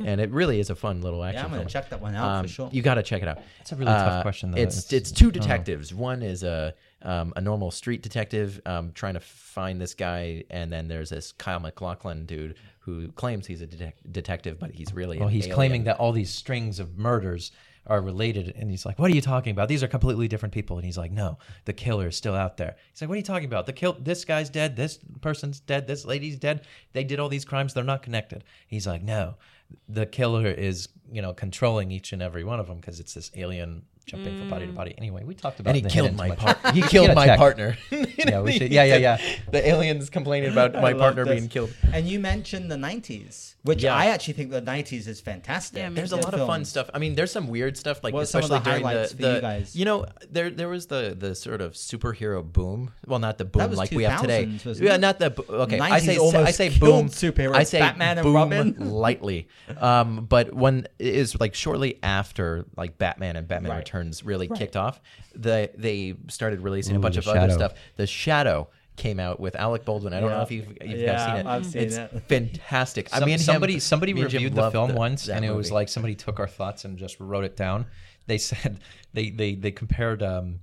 S6: and it really is a fun little action.
S3: yeah, I'm gonna
S6: film.
S3: check that one out
S6: Um,
S3: for sure.
S6: You got to check it out.
S5: It's a really tough question, though.
S6: uh, It's
S5: It's- oh.
S6: it's two detectives. One is a um, a normal street detective um, trying to find this guy, and then there's this Kyle McLaughlin dude who claims he's a detec detective, but he's really
S5: Well,
S6: an
S5: he's
S6: alien.
S5: claiming that all these strings of murders are related. And he's like, what are you talking about? These are completely different people. And he's like, no, the killer is still out there. He's like, what are you talking about? The kill, this guy's dead. This person's dead. This lady's dead. They did all these crimes. They're not connected. He's like, no, the killer is, you know, controlling each and every one of them because it's this alien jumping from body to body. Anyway, we talked about
S6: and Mm. he
S5: it in the
S6: killed
S5: hidden too
S6: my
S5: much.
S6: partner. He
S5: gotta
S6: killed my
S5: check.
S6: partner.
S5: Yeah, we should- yeah, yeah, yeah.
S6: The aliens complaining about
S3: I
S6: my
S3: love
S6: partner
S3: this.
S6: being killed.
S3: And you mentioned the 90s, which
S6: Yeah.
S3: I actually think the 90s is fantastic.
S2: Yeah, me
S6: There's a
S3: The
S6: lot of fun
S3: films.
S6: stuff. I mean, there's some weird stuff, like
S3: What are some of
S6: especially
S3: the
S6: during the,
S3: highlights for you
S6: the
S3: guys?
S6: know, there there was the the sort of superhero boom. Well, not the boom
S3: was
S6: like we have today.
S3: 2000s, wasn't
S6: Yeah,
S3: it?
S6: not the bo- okay. I
S3: 90s
S6: say I
S3: almost
S6: say
S3: killed
S6: boom
S3: superheroes,
S6: I say
S3: Batman and
S6: boom
S3: Robin.
S6: lightly, um, but when it is like shortly after like Batman and Batman
S3: Right.
S6: Returns really kicked off, they they started releasing a bunch
S5: The
S6: of other
S5: Shadow.
S6: stuff. The Shadow came out with Alec Baldwin. I don't know
S3: Yeah.
S6: if you've, you've
S3: Yeah,
S6: guys seen it.
S3: I've seen
S6: it's
S3: it.
S6: fantastic. I
S5: Some-
S6: mean,
S5: somebody somebody
S6: me and Jim
S5: reviewed the
S6: loved
S5: film
S6: the-
S5: once,
S6: that
S5: and it was
S6: movie.
S5: like somebody took our thoughts and just wrote it down. They said they they they compared um,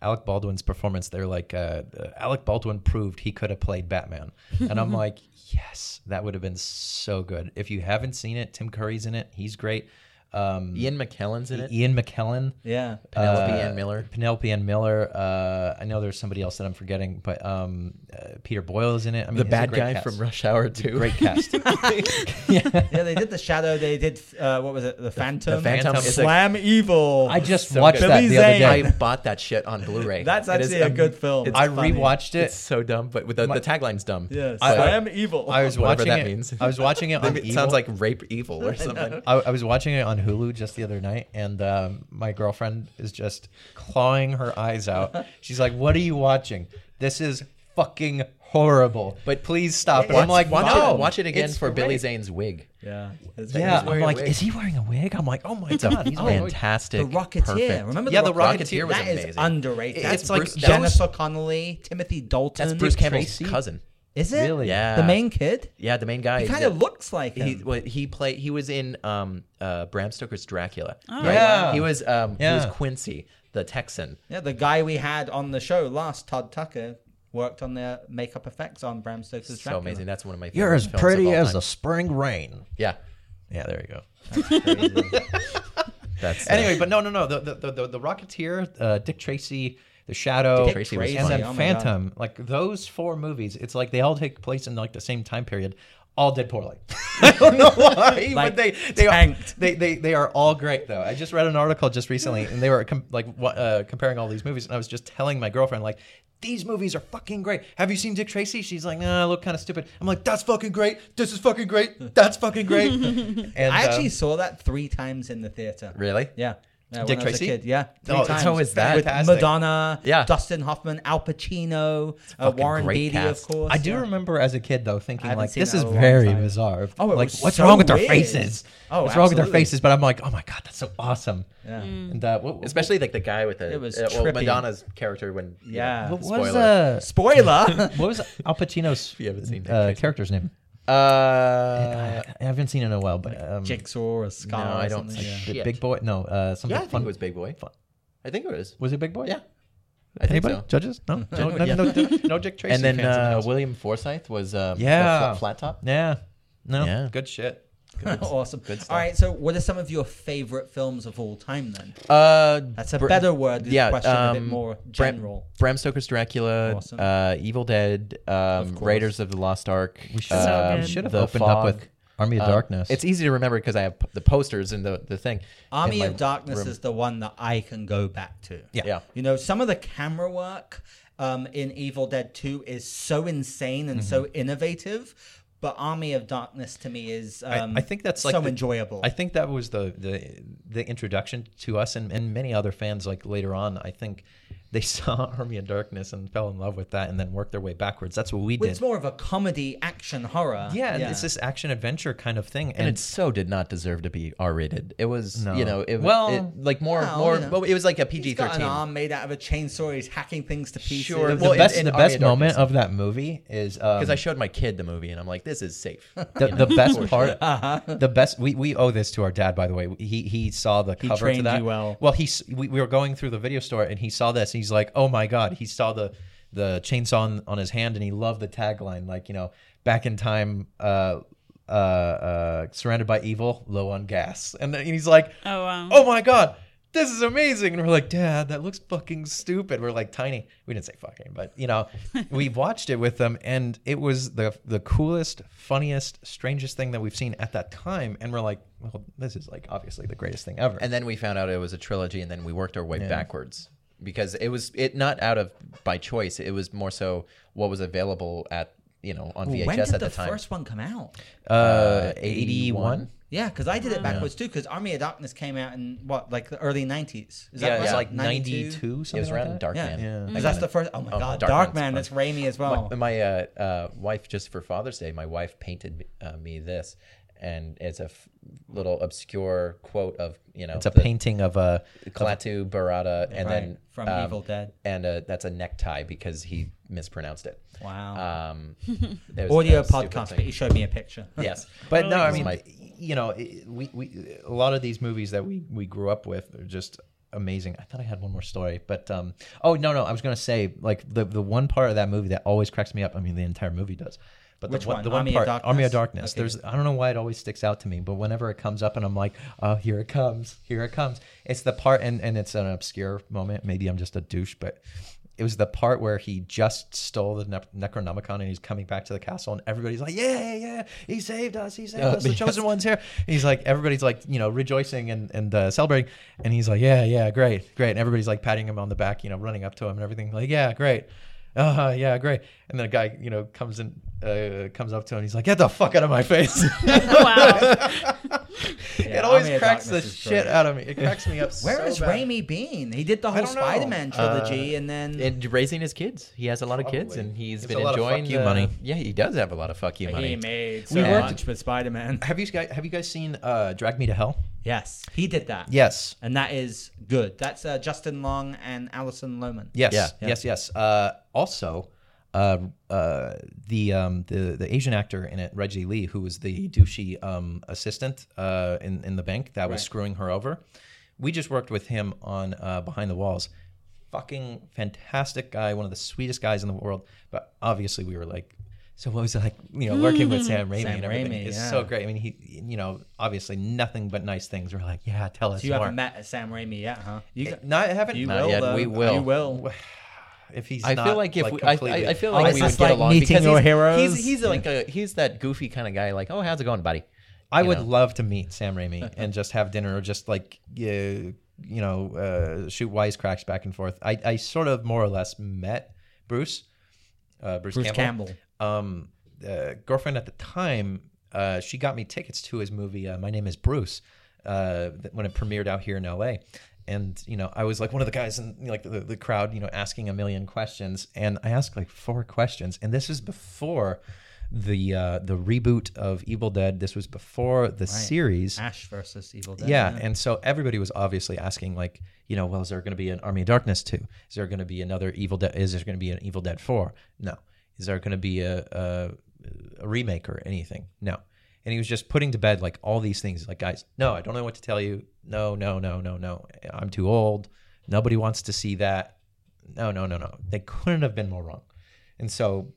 S5: Alec Baldwin's performance. They're like, uh, uh, Alec Baldwin proved he could have played Batman, and I'm like, yes, that would have been so good. If you haven't seen it, Tim Curry's in it. He's great. Um,
S6: Uh, Ian McKellen's in it.
S5: Ian McKellen.
S3: Yeah.
S6: Penelope
S5: uh,
S6: Ann Miller.
S5: Penelope Ann Miller. Uh, I know there's somebody else that I'm forgetting, but um, uh, Peter Boyle is in it. I mean,
S6: the
S5: it's a
S6: bad
S5: great
S6: guy
S5: cast.
S6: from Rush Hour 2.
S5: Great cast.
S3: yeah, they did The Shadow. They did, uh, what was it? The Phantom.
S6: Phantom is a-
S3: Slam Evil.
S5: I just
S6: So
S5: watched
S6: good.
S5: that
S3: Billy
S5: the other
S3: Zane.
S5: day.
S6: I bought that shit on Blu-ray.
S3: That's
S6: It is
S3: actually a
S6: am-
S3: good film.
S6: It's,
S5: I
S3: funny.
S5: rewatched
S6: it's
S5: it.
S6: so dumb, but with the, the tagline's dumb.
S3: Yeah,
S6: I-
S3: Slam Evil.
S5: I was
S6: Whatever
S5: watching
S6: that
S5: it.
S6: means.
S5: I was watching it on.
S6: it
S5: Evil.
S6: sounds like rape evil or something.
S5: I, I was watching it on Hulu just the other night, and um, my girlfriend is just clawing her eyes out. She's like, "What are you watching? This is fucking horrible." But please stop.
S6: Watch-
S5: I'm like,
S6: watch
S5: "No,
S6: it, watch it again
S5: it's
S6: for Billy
S5: great."
S6: Zane's wig.
S3: yeah. It's very-
S5: Yeah, I'm
S6: wearing a
S5: like,
S6: wig.
S5: is he wearing a wig? I'm like, oh my
S6: It's a
S5: god, he's wearing a wig.
S6: fantastic,
S3: The Rocketeer.
S6: perfect-
S3: Remember
S5: Yeah,
S3: The
S5: The
S3: Rocketeer?
S6: Rocketeer was
S3: That is
S6: amazing.
S3: underrated. That's
S6: It's
S3: like
S6: Bruce- that was-
S3: Jennifer Connelly, Timothy Dalton.
S6: That's Bruce Campbell's
S5: Tracy?
S6: cousin.
S3: Is it?
S5: Really?
S6: Yeah.
S3: The main kid?
S6: Yeah, the main guy.
S3: He
S6: is
S3: kind of
S6: the-
S3: looks like him.
S6: He well, he play he was in um uh Bram Stoker's Dracula.
S3: Oh,
S6: right?
S5: Yeah.
S6: He was um he
S5: Yeah.
S6: was Quincy, the Texan.
S3: Yeah, the guy we had on the show last, Todd Tucker, worked on the makeup effects on Bram Stoker's
S6: So
S3: Dracula.
S6: amazing. That's one of my favorite
S5: You're as
S6: films of
S5: pretty
S6: all
S5: as
S6: time.
S5: the spring rain.
S6: Yeah.
S5: Yeah, there you go.
S6: That's uh,
S5: Anyway, but no, no, no. The the the, the, the Rocketeer, uh, Dick Tracy, The Shadow,
S6: Dick Tracy was
S5: and
S6: funny.
S5: then
S3: Oh my God.
S5: Phantom. Like those four movies, it's like they all take place in like the same time period. All did poorly. I don't know why,
S3: Like,
S5: but they they, are,
S3: tanked.
S5: they they they are all great though. I just read an article just recently, and they were com- like wha- uh, comparing all these movies, and I was just telling my girlfriend like. These movies are fucking great. Have you seen Dick Tracy? She's like, nah, I look kind of stupid. I'm like, that's fucking great. This is fucking great. That's fucking great. And
S3: I
S5: um,
S3: actually saw that three times in the theater.
S6: really?
S3: Yeah. Yeah,
S5: Dick
S3: when I was a
S5: Tracy?
S3: kid, yeah. three
S5: Oh, it's
S3: times.
S5: always that.
S3: With
S5: Fantastic.
S3: Madonna,
S6: Yeah.
S3: Dustin Hoffman, Al Pacino, uh,
S6: fucking
S3: Warren
S6: great
S3: Beatty,
S6: cast.
S3: of course.
S5: I do
S3: yeah.
S5: remember as a kid though thinking
S3: haven't
S5: like
S3: seen
S5: this
S3: that
S5: is
S3: in a long
S5: very
S3: time.
S5: bizarre.
S3: Oh, it
S5: like
S3: was
S5: what's
S3: so
S5: wrong with their
S3: weird.
S5: faces?
S3: Oh,
S5: what's wrong with their
S3: absolutely.
S5: faces? But I'm like, oh my god, that's so awesome.
S3: Yeah.
S5: And uh, what, what,
S6: Especially like the guy with the
S3: It was
S6: uh, well,
S3: trippy.
S6: Madonna's character when you know,
S3: Yeah.
S5: what was
S6: spoiler.
S5: uh,
S3: Spoiler.
S5: what was Al Pacino's
S6: you haven't seen Dick
S5: uh,
S6: Tracy.
S5: character's name?
S6: Uh,
S5: I, I haven't seen it in a while, but um,
S3: Jigsaw or Scar.
S6: No,
S3: or
S6: I don't
S3: something,
S6: see
S3: yeah.
S5: the
S6: shit.
S5: Big Boy. No, uh, something
S6: yeah, I think
S5: fun
S6: it was Big Boy. I think it was.
S5: Was it Big Boy?
S6: Yeah. I think
S5: Anybody?
S6: so.
S5: Judges? No. No, no, no, no, no Dick Tracy.
S6: And then
S5: fans in the
S6: uh,
S5: house.
S6: William Forsythe was um, the
S5: Yeah.
S6: fl- flat top.
S5: yeah. No.
S6: Yeah.
S5: Good shit.
S3: awesome.
S6: Good stuff.
S3: All right. So, what are some of your favorite films of all time then?
S6: Uh,
S3: That's a
S6: Br-
S3: better word. This
S6: yeah,
S3: question a bit
S6: um,
S3: more
S6: Bram-
S3: general.
S6: Bram Stoker's Dracula,
S3: Awesome.
S6: uh, Evil Dead, um,
S3: course.
S6: Raiders of the Lost Ark.
S5: We should,
S6: um,
S2: So good.
S5: we should have
S6: The
S5: opened up
S6: Fog.
S5: with Army of
S6: Um,
S5: Darkness.
S6: It's easy to remember because I have p- the posters and the, the thing.
S3: Army
S6: in my
S3: of Darkness
S6: room.
S3: is the one that I can go back to.
S5: Yeah.
S6: Yeah.
S3: You know, some of the camera work um, in Evil Dead 2 is so insane and so
S5: Mm-hmm.
S3: innovative, but Army of Darkness to me is um,
S5: I think that's like
S3: so
S5: the-
S3: enjoyable.
S5: I think that was the the the introduction to us and, and many other fans like later on. I think they saw Army of Darkness and fell in love with that and then worked their way backwards. That's what we
S3: Well,
S5: did.
S3: it's more of a comedy action horror.
S5: yeah, and it's this action adventure kind of thing.
S6: and it so did not deserve to be R rated. It was,
S5: No.
S6: you know, it,
S5: Well,
S6: it, like more,
S3: well,
S6: more.
S3: you know.
S6: well, it was like a
S3: He's
S6: PG
S3: got an
S6: thirteen.
S3: arm made out of a chainsaw. He's hacking things to pieces.
S6: Sure.
S5: the
S6: well, in-
S5: best
S6: in
S5: the
S6: Army of
S5: best moment
S6: Darkness.
S5: of that movie is um,
S6: Because I showed my kid the movie, and I'm like, this is safe.
S5: the, the best part
S3: Uh-huh.
S5: the best we, we owe this to our dad by the way he he saw the cover to
S3: trained
S5: that
S3: you well.
S5: well he s- we, we were going through the video store and he saw this and he's like oh my god he saw the the chainsaw on, on his hand and he loved the tagline like you know back in time uh uh, uh, surrounded by evil, low on gas, and then he's like,
S2: Oh wow.
S5: "Oh my god." This is amazing, and we're like, Dad, that looks fucking stupid. We're like tiny. We didn't say fucking, but you know, we've watched it with them, and it was the the coolest, funniest, strangest thing that we've seen at that time. And we're like, well, this is like obviously the greatest thing ever.
S6: and then we found out it was a trilogy and then we worked our way backwards because it was it not out of by choice it was more so what was available at you know on vhs
S3: when did
S6: at
S3: the,
S6: the, time
S3: first one come out?
S5: uh, 81.
S3: Yeah, because I did it backwards too. Because Army of Darkness came out in what, like the early nineties? Is
S5: Yeah,
S3: that
S5: it's
S3: right?
S5: like 92,
S6: it
S5: something
S6: was around
S5: like that.
S6: dark
S3: Yeah,
S6: man
S3: because that's the first. Oh my
S6: Oh,
S3: god,
S6: Darkman's
S3: Darkman.
S6: fun.
S3: That's Raimi as well.
S6: my, my uh, uh, wife just for father's day my wife painted me- uh, me this and it's a f- little obscure quote of you know
S5: It's a
S6: the
S5: painting of uh, a
S6: klaatu barada and
S3: Right,
S6: then
S3: from
S6: um,
S3: Evil Dead.
S6: and uh that's a necktie because he mispronounced it
S3: Wow.
S6: um it was
S3: Audio
S6: a stupid
S3: podcast,
S6: thing.
S3: but you showed me a picture.
S6: yes
S5: But no, I
S6: Really?
S5: mean, you know, it- we, we a lot of these movies that we we grew up with are just amazing. I thought I had one more story, but um, oh no, no, I was gonna say like the the one part of that movie that always cracks me up. I mean, the entire movie does. But
S3: Which
S5: the one,
S3: one?
S5: the one
S3: Army of
S5: part,
S3: Darkness?
S5: Army of Darkness.
S3: Okay.
S5: There's, I don't know why it always sticks out to me, but whenever it comes up and I'm like, oh, here it comes, here it comes. It's the part, and and it's an obscure moment. Maybe I'm just a douche, but it was the part where he just stole the Nep- Necronomicon and he's coming back to the castle, and everybody's like, yeah, yeah, yeah, he saved us, he
S3: Uh,
S5: saved
S6: Oh,
S5: us, the
S6: yes.
S5: chosen one's here. And he's like, everybody's like, you know, rejoicing and and uh, celebrating, and he's like, yeah, yeah, great, great, and everybody's like patting him on the back, you know, running up to him and everything, like, yeah, great. Uh, yeah, great. And then a guy, you know, comes in, uh, comes up to him. And he's like, "Get the fuck out of my face!"
S2: wow.
S5: it always
S3: Army of
S5: cracks the
S3: Darkness is
S5: shit
S3: great.
S5: out of me. It cracks me up.
S3: Where
S5: so
S3: has
S5: bad.
S3: Raimi been? He did the whole
S5: don't know.
S3: Spider-Man
S6: Uh,
S3: trilogy, and then
S6: and raising his kids. He has a lot of kids,
S5: Probably.
S6: and he's
S5: It's
S6: been
S5: a lot of
S6: enjoying
S5: fuck you
S6: the-
S5: money.
S6: Yeah, he does have a lot of fuck you money.
S3: he made so
S5: We worked-
S3: much with Spider-Man.
S5: Have you guys Have you guys seen uh, Drag Me to Hell?
S3: Yes, he did that.
S5: Yes,
S3: and that is good. That's uh, Justin Long and Alison Lohman.
S5: yes,
S6: Yeah.
S5: yes, yes. Uh, also, uh, uh, the um, the the Asian actor in it, Reggie Lee, who was the douchey um, assistant uh, in in the bank that was
S3: Right.
S5: screwing her over. We just worked with him on uh, Behind the Walls. Fucking fantastic guy, one of the sweetest guys in the world. But obviously, we were like, so what was it like, you know, working with Sam Raimi
S3: Sam
S5: and everything?
S3: Raimi,
S5: it's
S3: yeah.
S5: so great. I mean, he, you know, obviously nothing but nice things. We're like, yeah, tell us
S3: So you
S5: more.
S3: haven't met Sam Raimi yet, huh? You, got-
S5: No, I haven't.
S3: you
S5: No,
S6: Not
S3: will.
S6: yet.
S3: Though.
S6: We will.
S3: You will.
S5: if he's
S6: I feel
S5: not,
S6: like if we, I, I,
S5: completely-
S6: I feel
S3: Oh,
S6: like
S3: is
S6: we
S3: this
S6: would get
S3: like
S6: along
S3: meeting
S6: because
S3: your
S6: he's,
S3: heroes?
S6: He's, he's like a he's that goofy kind of guy. Like, oh, how's it going, buddy?
S5: I
S6: you
S5: would
S6: know.
S5: love to meet Sam Raimi and just have dinner or just like uh, you, you know uh, shoot wisecracks back and forth. I, I sort of more or less met Bruce, uh, Bruce,
S3: Bruce Campbell.
S5: Um, uh, girlfriend at the time, uh, she got me tickets to his movie. Uh, My name is Bruce. Uh, that- when it premiered out here in LA, and you know I was like one of the guys in you know, like the, the crowd, you know, asking a million questions, and I asked like four questions, and this is before the uh, the reboot of Evil Dead. This was before the series.
S3: Ash versus Evil Dead.
S5: Yeah, and so everybody was obviously asking, like, you know, well, is there going to be an Army of Darkness two? Is there going to be another Evil Dead? Is there going to be an Evil Dead four? No. Is there going to be a, a a remake or anything? No. And he was just putting to bed like all these things, like, guys, no, I don't know what to tell you. No, no, no, no, no. I'm too old. Nobody wants to see that. No, no, no, no. They couldn't have been more wrong. And so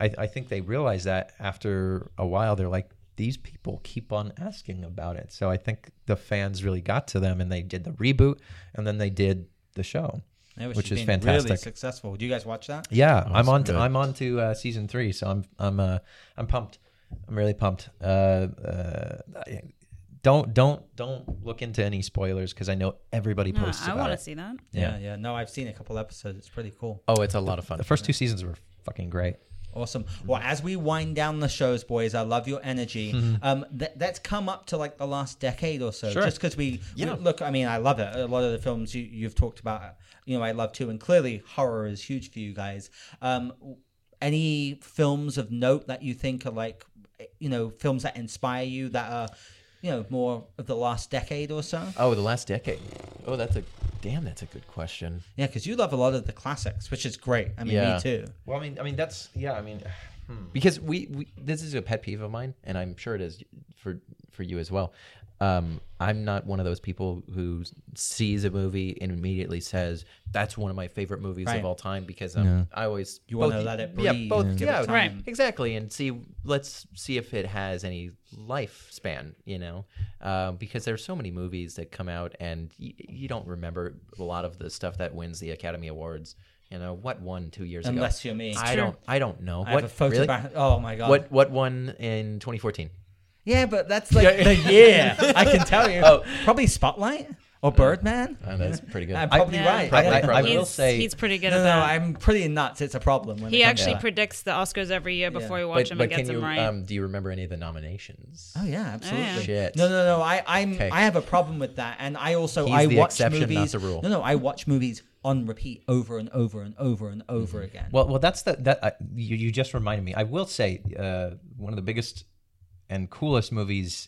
S5: I, I think they realize that after a while, they're like, these people keep on asking about it. So I think the fans really got to them and they did the reboot and then they did the show.
S3: Yeah,
S5: which
S3: has
S5: is
S3: been Really
S5: fantastic.
S3: successful. Do you guys watch that?
S5: Yeah, I'm on.
S6: good.
S5: To, I'm on to uh, season three, so I'm I'm uh, I'm pumped. I'm really pumped. Uh, uh, don't don't don't look into any spoilers because I know everybody
S2: No,
S5: posts
S2: I
S5: about
S2: want to
S5: it.
S2: see that.
S3: Yeah, yeah, No, I've seen a couple episodes. It's pretty cool.
S6: Oh, it's a lot of fun.
S5: The first two seasons were fucking great.
S3: Awesome.
S6: Mm-hmm.
S3: Well, as we wind down the shows, boys, I love your energy.
S6: Mm-hmm.
S3: Um, th- that's come up to like the last decade or so.
S5: Sure.
S3: Just because we, we- look, I mean, I love it. A lot of the films you, you've talked about, you know, I love too, and clearly horror is huge for you guys. Um, w- any films of note that you think are like, eh, you know, films that inspire you that are, you know, more of the last decade or so?
S6: Oh, the last decade. Oh, that's a damn. That's a good question.
S3: Yeah, because you love a lot of the classics, which is great. I mean,
S6: Yeah.
S3: me too.
S5: Well, I mean, I mean that's yeah. I mean, hmm.
S6: because we, we this is a pet peeve of mine and i'm sure it is for for you as well Um, I'm not one of those people who sees a movie and immediately says that's one of my favorite movies
S3: Right.
S6: of all time because um, I always
S3: You wanna
S6: both-
S3: let it
S6: Yeah,
S3: breathe,
S6: both
S3: give it
S6: yeah,
S3: Right.
S2: time.
S6: exactly, and see. Let's see if it has any lifespan, you know, um, because there's so many movies that come out and y- you don't remember a lot of the stuff that wins the Academy Awards. You know what won two years
S3: Unless
S6: ago?
S3: you're me.
S6: I don't. I don't know.
S3: I
S6: what
S3: have a photo
S6: really?
S3: back- Oh my god.
S6: What what won in 2014?
S3: Yeah, but that's like the year. I can tell you. Probably Spotlight or Birdman.
S6: Oh, that's pretty good.
S3: I'm probably
S2: Yeah.
S3: right.
S5: Probably,
S3: I- I-
S5: probably. I will
S2: he's,
S5: say-
S2: he's pretty
S3: No,
S2: good
S3: no,
S2: at
S3: no,
S2: that.
S3: I'm pretty nuts. It's a problem. When
S2: he
S3: it comes to
S2: actually
S3: that.
S2: predicts the Oscars every year before we watch
S6: but
S2: him
S6: but
S2: and
S6: can
S2: gets
S6: you
S2: him right.
S6: um, do you remember any of the nominations?
S3: Oh yeah, absolutely.
S6: Shit.
S3: No, no, no. I, I'm,
S6: Okay.
S3: I have a problem with that, and I also,
S6: He's
S3: I
S6: the
S3: watch
S6: exception, not
S3: movies.
S6: the rule.
S3: No, no, I watch movies on repeat over and over and over and over again.
S5: Well, well, that's the that uh, you, you just reminded me. I will say uh, one of the biggest and coolest movies,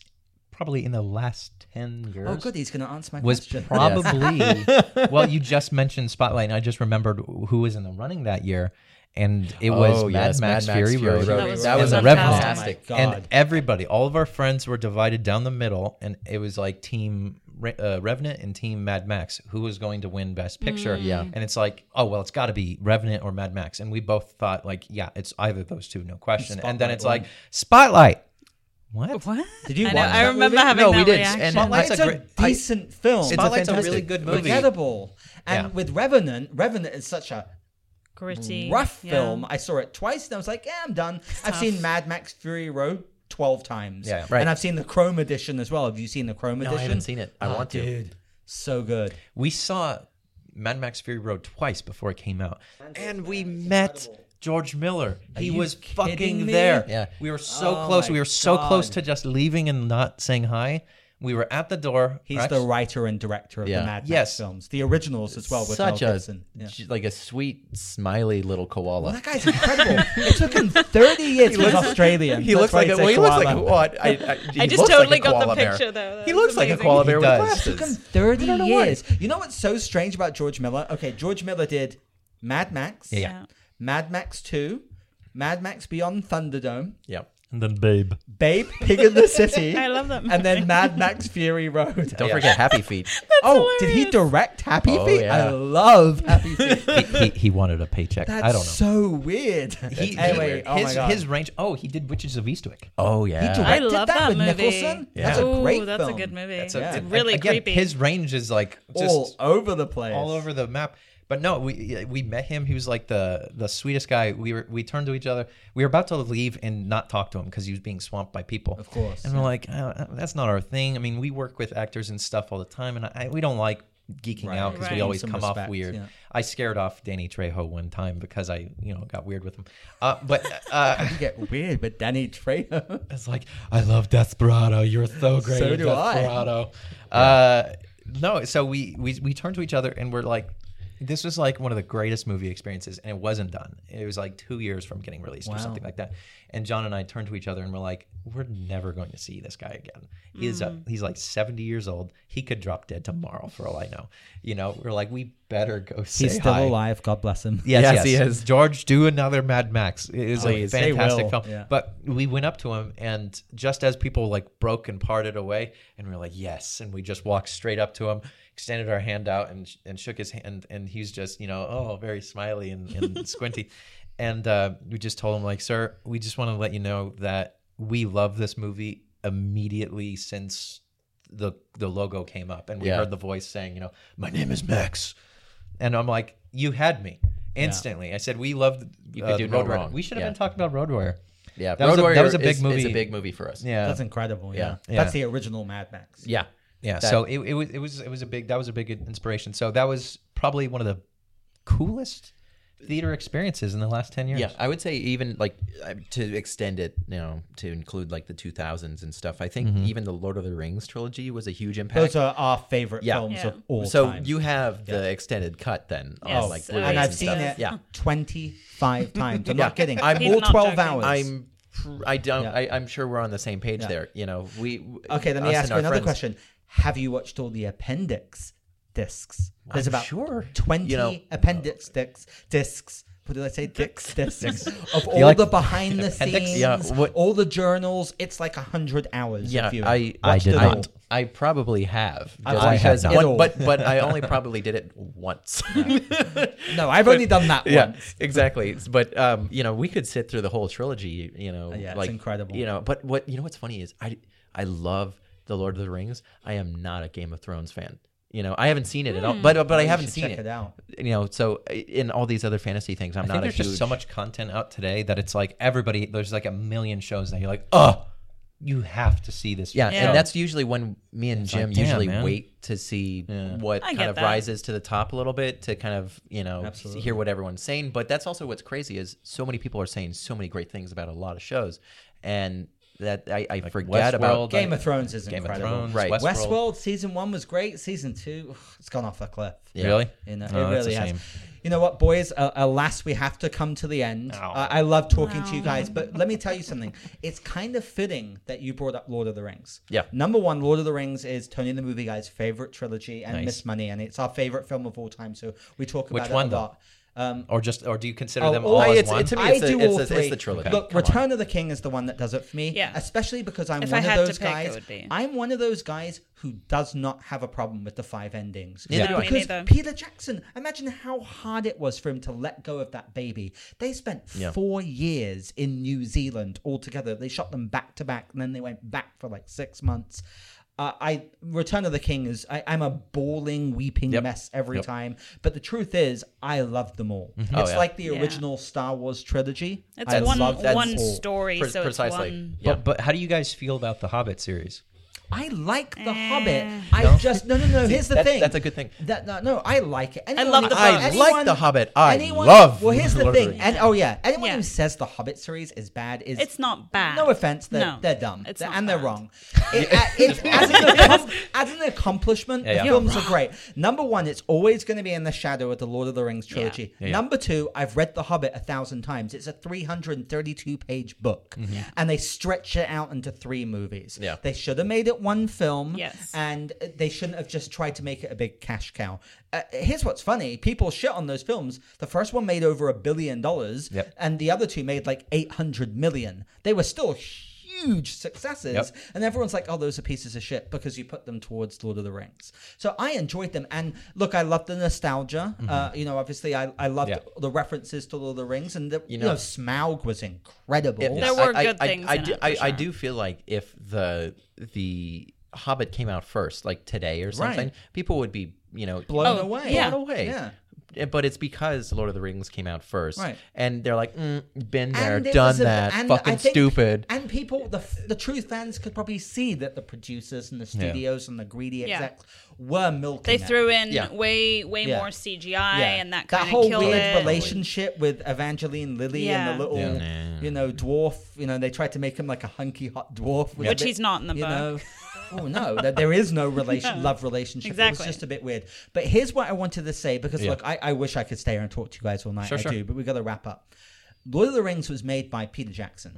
S5: probably in the last ten years.
S3: oh, good, he's going to answer my
S5: Was
S3: question.
S5: probably well. You just mentioned Spotlight, and I just remembered who was in the running that year, and it was
S6: Oh,
S5: Mad,
S6: yes,
S5: Max Fury, Road.
S2: That was
S6: That was
S5: and
S6: a
S5: the Red Bull.
S6: fantastic.
S3: Oh my God.
S5: And everybody, all of our friends were divided down the middle, and it was like Team Re- uh, Revenant and Team Mad Max, who was going to win Best Picture.
S6: Mm.
S5: Yeah, and it's like, oh well, it's got to be Revenant or Mad Max, and we both thought like, yeah, it's either of those two, no question. and then
S3: Spotlight
S5: it's
S3: won.
S5: like Spotlight. What?
S2: what?
S3: Did you
S2: I,
S3: watch
S2: know, I
S3: that
S2: remember
S3: movie?
S2: having
S6: No,
S2: that
S6: we did,
S2: reaction.
S6: and-
S3: Spotlight's
S5: That's a
S3: a,
S5: great- I-
S3: decent film.
S5: It's a
S6: Spotlight's a
S5: fantastic
S6: really good movie.
S3: Forgettable. And
S5: Yeah.
S3: with Revenant, Revenant is such a
S2: Gritty.
S3: rough
S2: yeah.
S3: film. I saw it twice and I was like, yeah, I'm done. I've seen Mad Max Fury Road 12 times.
S5: Yeah, right.
S3: And I've seen the Chrome edition as well. Have you seen the Chrome
S6: No,
S3: edition?
S6: I haven't seen it. I
S3: Oh,
S6: want to.
S3: Dude, so good.
S5: We saw Mad Max Fury Road twice before it came out, and we met George Miller. he
S3: you
S5: was
S3: kidding
S5: fucking
S3: me?
S5: there.
S6: Yeah.
S5: we were so
S3: Oh
S5: close.
S3: my
S5: We were so close
S3: God.
S5: to just leaving and not saying hi. We were at the door.
S3: He's
S5: Right?
S3: the writer and director of
S6: Yeah.
S3: the Mad Max
S5: Yes.
S3: films, the originals as well with
S6: Such
S3: Mel
S6: a
S3: Gibson. Yeah.
S6: j- like a sweet smiley little koala.
S3: That guy's incredible. it took him 30 years. He was Australian.
S6: He
S3: That's
S6: looks
S3: why
S6: like a,
S3: it's a
S6: well, he looks like a
S3: koala.
S6: what? I, I, he
S2: I just
S6: looks
S2: totally
S6: like a
S2: got the
S6: koala bear.
S2: picture, though. That
S6: He
S2: was
S6: looks like a
S2: amazing.
S6: koala
S5: He
S6: bear with
S5: does.
S3: took him
S6: glasses.
S3: 30 years. You know what's so strange about George Miller? Okay, George Miller did Mad Max,
S2: Yeah.
S3: Mad Max 2, Mad Max Beyond Thunderdome,
S6: Yep.
S5: and then Babe.
S3: Babe, Pig in the City.
S2: I love that
S3: And then
S2: movie.
S3: Mad Max Fury Road.
S6: Don't forget Happy Feet.
S3: oh, did he direct Happy
S6: Oh,
S3: Feet? I
S6: yeah.
S3: love Happy Feet.
S5: he, he, he wanted a paycheck.
S3: That's
S5: I don't know.
S3: so weird.
S5: he, he-
S3: anyway, oh my
S5: his,
S3: God.
S5: his range. Oh, he did Witches of Eastwick.
S6: Oh
S3: He
S6: yeah.
S2: I
S3: directed
S2: love
S3: that,
S2: that
S3: with
S2: movie.
S3: Nicholson.
S6: Yeah.
S3: That's a
S2: Ooh,
S3: great
S2: that's
S3: film.
S2: a good movie.
S5: That's
S3: Yeah.
S5: a,
S2: It's really
S5: again,
S2: creepy.
S5: His range is like just
S3: All over the place.
S5: all over the map. But no, we we met him. He was like the the sweetest guy. We were we turned to each other. We were about to leave and not talk to him because he was being swamped by people.
S3: Of course,
S5: And we're like, uh, that's not our thing. I mean, we work with actors and stuff all the time, and I, we don't like geeking
S3: Right.
S5: out because
S2: Right.
S5: we always
S3: Some
S5: come off
S3: respect,
S5: weird.
S3: yeah.
S5: I scared off Danny Trejo one time because I you know got weird with him. Uh, but uh,
S3: You get weird, but Danny Trejo.
S5: it's like I love Desperado. You're so great,
S3: So
S5: at
S3: do I.
S5: Desperado. Uh, no, so we, we we turned to each other and we're like, this was like one of the greatest movie experiences, and it wasn't done. It was like two years from getting released
S3: Wow.
S5: or something like that. And John and I turned to each other and we're like, we're never going to see this guy again. He's a,
S3: Mm.
S5: he's like seventy years old. He could drop dead tomorrow for all I know. You know, we're like, we better go say
S3: He's still
S5: hi.
S3: alive. God bless him.
S5: Yes,
S6: Yes,
S5: yes,
S6: he
S5: is. George, do another Mad Max. It is a
S3: Please, they
S5: fantastic
S3: will.
S5: film.
S3: Yeah.
S5: But we went up to him, and just as people like broke and parted away, and we were like, yes, and we just walked straight up to him, extended our hand out, and and shook his hand, and he's just you know oh very smiley and, and squinty, and uh, we just told him like, sir, we just want to let you know that we love this movie immediately since the the logo came up, and we
S6: Yeah.
S5: heard the voice saying, you know, my name is Max. And I'm like, you had me instantly. I said, we loved uh,
S6: You could do
S5: the
S6: no
S5: Road Warrior.
S6: wrong.
S5: We should have
S6: Yeah.
S5: been talking about Road Warrior.
S6: yeah.
S5: That was a- that was a big
S6: is- is
S5: movie.
S6: a big movie for us.
S5: Yeah.
S3: That's incredible. Yeah.
S6: Yeah.
S5: Yeah.
S3: That's the original Mad Max.
S6: Yeah.
S5: yeah.
S6: that-
S5: so it, it was it was it was a big that was a big inspiration. So that was probably one of the coolest theater experiences in the last 10 years.
S6: Yeah, I would say even like uh, to extend it, you know, to include like the 2000s and stuff. I
S5: Mm-hmm.
S6: think even the Lord of the Rings trilogy was a huge impact.
S3: Those are our favorite
S6: Yeah.
S3: films
S2: Yeah.
S3: of all
S6: so
S3: time.
S6: you have the extended cut then, on,
S2: Yes.
S6: like
S2: Oh,
S6: Blu-rays
S3: and I've seen it
S6: stuff. Yeah,
S3: 25 times. I'm
S6: Yeah.
S3: not kidding.
S6: I'm-
S3: all
S2: He's not
S3: 12
S2: joking.
S3: hours.
S6: I'm, pr- I don't,
S3: Yeah.
S6: I, I'm sure we're on the same page
S3: Yeah.
S6: there. You know, we
S3: okay, let me
S6: us
S3: ask
S6: and
S3: you
S6: our
S3: another
S6: friends.
S3: question. Have you watched all the appendix discs? There's
S6: I'm
S3: about
S6: sure.
S3: 20
S6: You know-
S3: appendix discs. discs. What did I say? Dicks, discs of all
S5: like
S3: the behind the
S5: appendix?
S3: scenes,
S6: Yeah, what-
S3: all the journals. It's like a hundred hours.
S6: Yeah,
S3: of viewing.
S6: I, I
S3: Watched
S6: did
S3: it
S6: not.
S3: all.
S6: I probably have.
S3: I-
S6: just
S3: I have
S6: because-
S3: not.
S6: but-
S3: At all.
S6: but but I only probably did it once.
S3: No, I've only done that
S6: yeah,
S3: once.
S6: exactly. But um, you know, we could sit through the whole trilogy. You know,
S3: yeah, it's
S6: like
S3: incredible.
S6: You know, but what you know what's funny is I I love the Lord of the Rings. I am not a Game of Thrones fan. You know, I haven't seen it at all. But
S5: Hmm. Oh,
S6: but I haven't
S3: should
S6: seen
S3: check
S6: it.
S3: it out.
S6: You know, so uh, in all these other fantasy things, I'm
S5: I
S6: not
S5: think there's
S6: a huge.
S5: just so much content out today that it's like everybody. There's like a million shows that you're like, oh, you have to see this.
S6: yeah,
S2: Yeah.
S6: and that's usually when me and Jim
S5: like, damn,
S6: usually
S5: man.
S6: wait to see what
S2: I
S6: kind
S2: get
S6: of
S2: that.
S6: rises to the top a little bit to kind of you know
S3: Absolutely.
S6: hear what everyone's saying. But that's also what's crazy is so many people are saying so many great things about a lot of shows, and that I, I forget
S5: Westworld,
S6: about.
S3: Game of Thrones is
S5: Game
S3: incredible.
S5: of Thrones,
S6: Right.
S5: Westworld.
S3: Westworld. season one was great. Season two, ugh, it's gone off a cliff.
S5: Really?
S3: You know,
S5: Oh,
S3: it
S5: that's a
S3: really has.
S5: shame.
S3: You know what, boys? Uh, alas, we have to come to the end. I- I love talking to you guys, but let me tell you something. It's kind of fitting that you brought up Lord of the Rings.
S6: Yeah.
S3: Number one, Lord of the Rings is Tony the Movie Guy's favorite trilogy and Miss Money, and it's our favorite film of all time. So we talk
S5: Which
S3: about
S5: one,
S3: it a
S5: though?
S3: lot. Um,
S5: Or just or do you consider
S3: Oh,
S5: them
S3: oh,
S5: all
S3: I-
S5: as
S6: it's-
S5: one?
S6: it's a-
S3: I do all
S6: it's
S3: three.
S6: it's the trilogy.
S3: Look,
S6: Come on.
S3: Return of the King is the one that does it for me.
S2: Yeah.
S3: Especially because I'm
S2: If I
S3: one of
S2: had to
S3: those
S2: pick, it
S3: guys.
S2: would be.
S3: I'm one of those guys who does not have a problem with the five endings.
S6: Neither do I.
S2: Me
S3: Because
S2: neither.
S3: Peter Jackson, imagine how hard it was for him to let go of that baby. They spent
S6: Yeah.
S3: four years in New Zealand altogether. They shot them back to back, and then they went back for like six months. Uh, I Return of the King is I, I'm a bawling, weeping mess every time. But the truth is, I love them all.
S6: Oh,
S3: It's
S6: yeah.
S3: like the
S2: Yeah.
S3: original Star Wars trilogy.
S2: It's
S3: I
S2: one
S3: love them
S2: one
S3: all.
S2: story,
S6: Pre-
S2: so
S6: precisely.
S2: it's one.
S6: Yeah.
S5: But but how do you guys feel about the Hobbit series?
S3: I like The Hobbit.
S2: Eh.
S3: I just no no no. Here's the
S6: that's-
S3: thing.
S6: that's a good thing.
S3: That no no. I like it. Anyone,
S2: love The Hobbit.
S6: I
S3: anyone-
S6: like The Hobbit. I
S3: anyone,
S6: love
S3: Well, here's the
S6: Lord of the
S3: thing.
S6: Rings.
S3: And oh yeah, anyone
S2: Yeah.
S3: who says The Hobbit series is bad is
S2: It's not bad.
S3: No offense, they're,
S2: No,
S3: they're dumb
S2: it's
S3: They're-
S2: not
S3: and they're
S2: bad.
S3: wrong. It- uh, it's- as, an accom- as an accomplishment,
S5: yeah.
S3: the films are great. Number one, it's always going to be in the shadow of the Lord of the Rings trilogy. Number two, I've read The Hobbit a thousand times. It's a 332 page book,
S5: Mm-hmm.
S3: and they stretch it out into three movies.
S6: Yeah.
S3: They should have made it one film,
S2: Yes.
S3: and they shouldn't have just tried to make it a big cash cow. Uh, here's what's funny people shit on those films. The first one made over a billion dollars,
S5: Yep.
S3: and the other two made like 800 million. They were still huge successes.
S5: Yep.
S3: And everyone's like, oh, those are pieces of shit because you put them towards Lord of the Rings. So I enjoyed them. And look, I loved the nostalgia. Uh, you know, obviously, I, I loved
S5: Yeah.
S3: the references to Lord of the Rings. And, the, you, know,
S6: know-
S3: Smaug was incredible.
S6: It-
S2: There
S6: I-
S2: were
S6: I-
S2: good
S6: I,
S2: things
S6: I,
S2: in
S6: do,
S2: it, for
S6: I, I
S2: sure.
S6: do feel like if the the Hobbit came out first, like today or something,
S3: Right.
S6: people would be you know
S3: Blown
S2: Oh,
S3: away.
S2: yeah.
S6: blown away.
S3: Yeah.
S6: Yeah, But it's because Lord of the Rings came out first,
S3: Right.
S6: and they're like, mm, been there,
S3: And it
S6: done
S3: was a-
S6: that,
S3: and I
S6: fucking
S3: think-
S6: stupid.
S3: And people, the the true fans could probably see that the producers and the studios and the greedy
S2: Yeah.
S3: execs were milking.
S2: They
S3: it.
S2: threw in
S6: Yeah.
S2: way way
S3: Yeah.
S2: more CGI
S3: Yeah.
S2: and that
S3: that
S2: kind of
S3: whole
S2: killed
S3: weird
S2: it.
S3: relationship with Evangeline Lilly and
S2: Yeah.
S3: the little, you know, dwarf. You know, they tried to make him like a hunky hot dwarf, was a
S2: Which he's not in the
S3: you
S2: book.
S3: know. oh no, there, there is no relation, love relationship. It
S2: Exactly.
S3: was just a bit weird. But here's what I wanted to say because
S5: Yeah.
S3: look, I, I wish I could stay here and talk to you guys all night.
S5: Sure,
S3: I
S5: sure.
S3: do, but we got to wrap up. Lord of the Rings was made by Peter Jackson.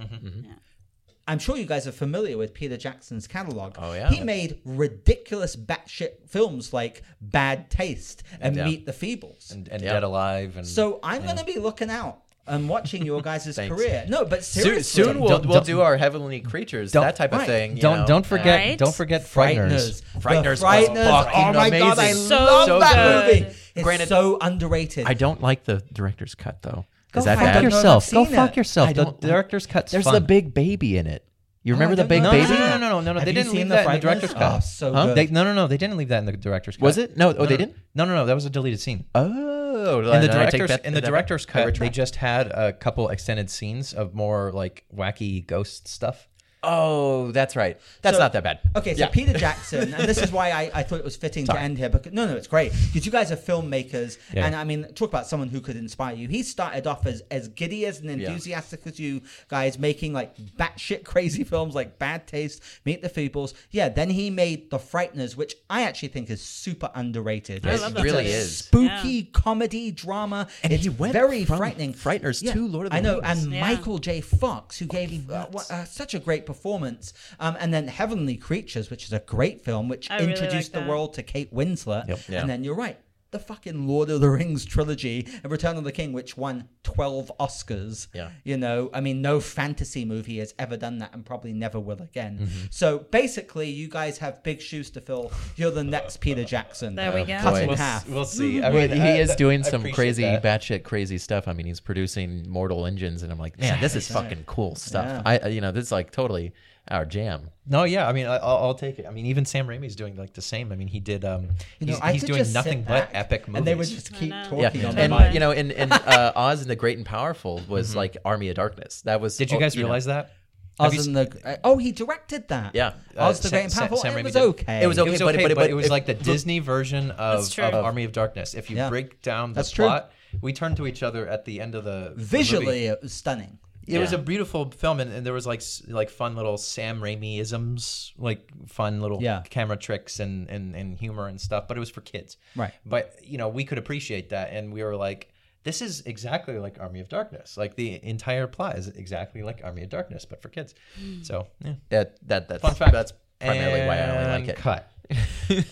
S3: I'm sure you guys are familiar with Peter Jackson's catalog.
S6: Oh, yeah.
S3: he made ridiculous batshit films like Bad Taste and
S6: Yeah.
S3: Meet the Feebles.
S5: And, and
S6: Yeah.
S5: Dead Alive and
S3: So I'm going to be looking out and watching your guys'
S6: Thanks.
S3: career. No, but seriously,
S6: Soon, soon we'll,
S5: Don't-
S6: we'll
S5: don't-
S6: do our heavenly creatures,
S5: Don't-
S6: that type of
S3: right.
S6: thing. you
S5: don't
S6: know.
S5: don't forget
S2: Right?
S5: don't forget
S3: Frighteners,
S5: Frighteners.
S3: The
S6: Frighteners was
S3: Oh
S6: fucking
S3: my god, I
S6: amazing.
S3: love
S2: So
S3: that
S2: good.
S3: movie. It's
S6: Granted-
S3: so underrated.
S6: I don't like the director's cut though.
S3: Go
S6: Is that
S3: fuck
S6: bad?
S3: yourself. I've seen it.
S5: yourself.
S6: I
S5: The
S6: don't-
S5: director's cut's
S6: There's
S5: fun.
S6: the big baby in it. You remember the
S3: don't
S6: big
S3: know.
S5: no,
S6: baby?
S5: no, no, no, no, no, no.
S3: Have
S5: They
S3: you
S5: didn't
S3: seen
S5: leave
S3: The
S5: that in the
S3: Frighteners?
S5: director's cut.
S3: Oh, so good.
S5: They, no, no, no. They didn't leave that in the director's cut.
S6: Was it? No. Oh,
S5: No,
S6: they
S5: no.
S6: didn't.
S5: No, no, no. That was a deleted scene.
S6: Oh,
S5: in the
S6: then I take
S5: director's
S6: that-
S5: in the
S6: that-
S5: director's
S6: I
S5: cut, they
S6: retract.
S5: just had a couple extended scenes of more like wacky ghost stuff.
S6: Oh, that's right. That's
S3: So-
S6: not that bad.
S3: Okay, so
S6: Yeah.
S3: Peter Jackson, and this is why I, I thought it was fitting to end here. Because no, no, it's great because you guys are filmmakers,
S5: Yeah.
S3: and I mean, talk about someone who could inspire you. He started off as as giddy as and enthusiastic as you guys, making like batshit crazy films like Bad Taste, Meet the Feebles. Yeah, then he made The Frighteners, which I actually think is super underrated.
S6: I
S3: It's
S6: love
S3: just
S6: that
S3: a
S6: movie. is.
S3: spooky comedy drama.
S6: And
S3: it's
S6: he went
S3: very
S6: from
S3: frightening.
S6: Frighteners to Lord of the
S3: I know,
S6: Rings.
S3: and
S2: Yeah.
S3: Michael J. Fox, who gave uh, wha- uh, such a great performance, um, and then Heavenly Creatures, which is a great film, which
S2: I really
S3: introduced
S2: like
S3: the
S2: that.
S3: world to Kate Winslet.
S6: Yeah.
S3: And then you're right, the fucking Lord of the Rings trilogy and Return of the King, which won 12 Oscars.
S6: Yeah.
S3: You know, I mean, no fantasy movie has ever done that and probably never will again.
S5: Mm-hmm.
S3: So basically, you guys have big shoes to fill. You're the next Peter Jackson.
S2: There we go.
S3: Cut in
S6: Boy.
S5: We'll,
S3: half.
S5: we'll see. I
S6: I mean,
S5: mean,
S6: Mm-hmm. he
S5: I-
S6: is doing
S5: I
S6: some
S5: appreciate
S6: crazy,
S5: that.
S6: batshit crazy stuff. I mean, he's producing Mortal Engines, and I'm like, man, this is fucking cool stuff.
S3: Yeah.
S6: I, uh, you know, this is like totally our jam.
S5: No, yeah. I mean, I, I'll, I'll take it. I mean, even Sam Raimi's doing like the same. I mean, he did. Um,
S3: You
S5: he's,
S3: know, I
S5: he's
S3: could
S5: doing
S3: just
S5: nothing
S3: sit
S5: but
S3: back
S5: epic movies.
S3: And they would just keep
S2: know.
S3: talking
S6: Yeah,
S3: on
S6: and
S3: the mic.
S6: you know, in in uh, Oz and the Great and Powerful was like Army of Darkness. That was.
S5: Mm-hmm. did Oh, you guys realize that? Have
S3: Oz
S5: you
S3: and the uh, oh, he directed that.
S6: Yeah.
S5: Uh,
S3: Oz the Great and
S5: Sam-
S3: Powerful.
S5: Sam- Sam
S3: it
S5: Raimi
S3: was
S5: did.
S3: okay.
S6: It was okay.
S5: It was
S6: but-
S5: okay,
S6: but-
S5: but,
S6: but
S5: it was
S6: if-
S5: like the Disney version of,
S2: That's true.
S5: of Army of Darkness. If you
S3: Yeah.
S5: break down the
S3: That's true.
S5: plot, we turned to each other at the end of the the
S3: Visually,
S5: movie.
S3: it was stunning.
S5: It was a
S6: Yeah.
S5: beautiful film, and, and there was like s- like fun little Sam Raimi isms, like fun little
S3: Yeah.
S5: camera tricks and, and and humor and stuff. But it was for kids,
S3: Right.
S5: But you know, we could appreciate that, and we were like, this is exactly like Army of Darkness. Like the entire plot is exactly like Army of Darkness, but for kids. So yeah,
S6: that that that's
S5: fun fact.
S6: that's primarily why I only
S5: And
S6: like it.
S5: Cut.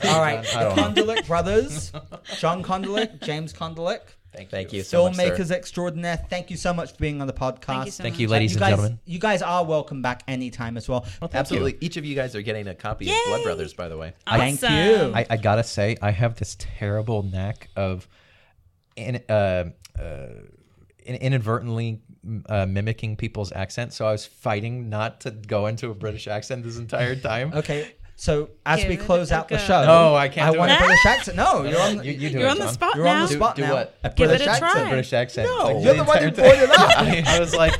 S3: All right,
S5: I
S3: the
S5: don't know.
S3: Condolick brothers, John Condolick, James Condolick,
S5: Thank,
S6: Thank you so much, sir.
S3: filmmakers extraordinaire. Thank you so much for being on the podcast.
S2: Thank you so
S5: Thank
S2: much.
S5: you, ladies
S3: you
S5: and
S3: guys,
S5: gentlemen. Oh,
S3: You guys are welcome back anytime as well.
S6: Absolutely, each of you guys are getting a copy of Blood
S2: Yay!
S6: Brothers, by the way.
S3: Thank
S2: Awesome.
S3: you.
S5: I, I gotta say, I have this terrible knack of in, uh, uh, in, inadvertently m- uh, mimicking people's accents. So I was fighting not to go into a British accent this entire time.
S3: Okay, so as
S2: Give
S3: we
S2: it
S3: close
S2: a
S3: out the
S2: go.
S3: show,
S5: No, I can't
S3: I
S5: do
S3: want
S5: it.
S3: a British accent. No, you're on.
S5: you, you do
S2: You're
S5: it,
S2: on the
S5: John.
S2: spot
S3: You're
S2: now.
S3: on the spot
S6: do
S3: now.
S6: what?
S3: A
S2: Give it
S3: British
S2: a
S3: accent.
S2: try.
S5: British accent.
S6: No.
S5: Like,
S3: You're the one who brought
S5: entire
S3: it up.
S5: time. I was like,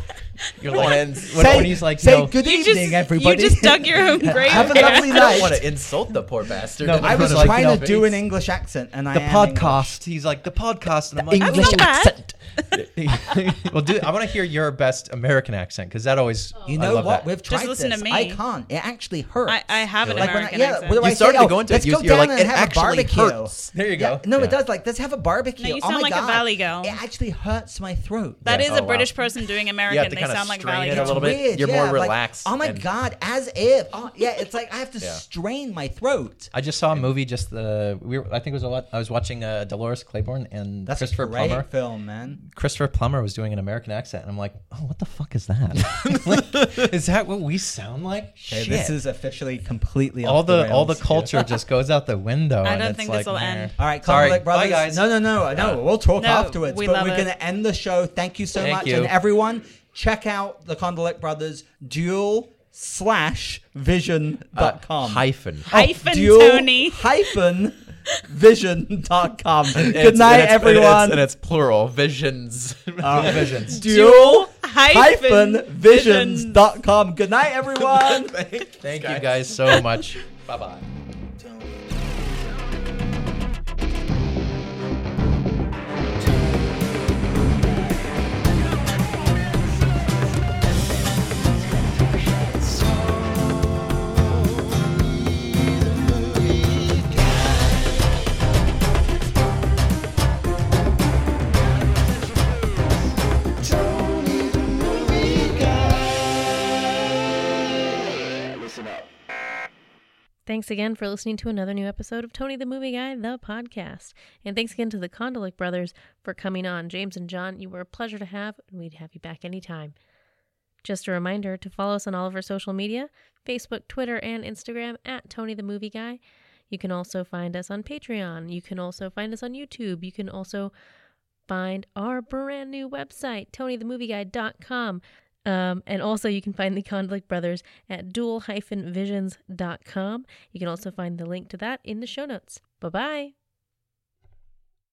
S5: you're like, when,
S3: say,
S5: when he's like,
S3: say
S5: no,
S3: good
S2: You
S3: evening,
S2: just,
S3: everybody.
S2: You just dug your own grave.
S3: Have a
S2: there.
S3: lovely
S6: I don't want
S3: night.
S6: to insult the poor bastard.
S5: No,
S6: in
S5: I
S3: I was
S5: was like,
S3: trying
S5: no,
S3: to do
S6: it's-
S3: an English accent, and I
S5: the
S3: am
S5: podcast. He's like, the podcast. And I'm like,
S2: English not bad. accent.
S5: well, dude, I want to hear your best American accent because that always,
S3: You
S5: I
S3: know
S5: love
S3: what?
S5: That.
S3: We've tried
S2: listen
S3: this.
S2: to me.
S3: I can't. It actually hurts.
S2: I, I have an
S3: Like when I-
S2: American
S3: yeah,
S2: accent.
S3: what do I
S6: You
S3: say?
S6: started to
S3: Oh,
S6: go into it.
S3: let's
S6: You-
S3: go
S6: you're
S3: down
S6: like,
S3: and
S6: "It
S3: have a
S6: actually
S3: barbecue.
S6: hurts.
S5: There you
S3: Yeah,
S5: go.
S3: no,
S5: Yeah.
S3: it does. Like, let's have a barbecue.
S2: No, you
S3: oh my
S2: sound like a
S3: God.
S2: valley girl.
S3: It actually hurts my throat.
S2: That is
S6: Oh,
S2: a
S6: wow.
S2: British person doing American.
S6: to
S2: they
S6: kinda
S2: sound like
S6: strain
S2: Valley
S6: it a
S2: Girl.
S6: little bit. You're more relaxed
S3: Like, oh my
S6: and-
S3: god, as if. Oh, yeah, it's like I have to strain my throat.
S5: I just saw a movie. Just the we were, I think it was a lot. I was watching uh, Dolores Claiborne and
S3: That's
S5: Christopher
S3: a great
S5: Plummer.
S3: film, man.
S5: Christopher Plummer was doing an American accent, and I'm like, oh, what the fuck is that? like, is that what we sound like?
S3: Okay,
S5: Shit.
S3: this is officially completely
S5: all
S3: off the,
S5: the, all the
S3: rails.
S5: culture just goes out the window.
S2: I
S5: and
S2: don't
S5: it's
S2: think
S5: like,
S2: this'll
S5: meh.
S2: end.
S3: All right,
S5: Sorry.
S3: Conflict Brothers.
S5: Bye, guys.
S3: No, no, no, no. We'll talk
S2: No,
S3: afterwards,
S2: we
S3: but
S2: love
S3: we're
S2: it.
S3: going to end the show. Thank you so
S5: Thank
S3: much,
S5: you.
S3: and everyone, check out the Condolic Brothers duel slash vision dot com
S6: Uh, hyphen.
S2: Oh, Hyphen
S3: dual
S2: Tony.
S3: hyphen vision.com. Good
S6: It's- and
S3: night,
S6: it's- and it's-
S3: everyone.
S6: and it's plural visions.
S3: Uh,
S5: Visions.
S3: dual
S2: hyphen
S3: hyphen visions.com. Good night, everyone.
S5: Thank you guys so much. bye bye.
S1: Thanks again for listening to another new episode of Tony the Movie Guy, the podcast. And thanks again to the Kondalik brothers for coming on. James and John, you were a pleasure to have, and we'd have you back anytime. Just a reminder to follow us on all of our social media Facebook, Twitter, and Instagram at Tony the Movie Guy. You can also find us on Patreon. You can also find us on YouTube. You can also find our brand new website, TonyTheMovieGuy.com. Um, and also, you can find the Condolick Brothers at dual-visions.com. You can also find the link to that in the show notes. Bye-bye.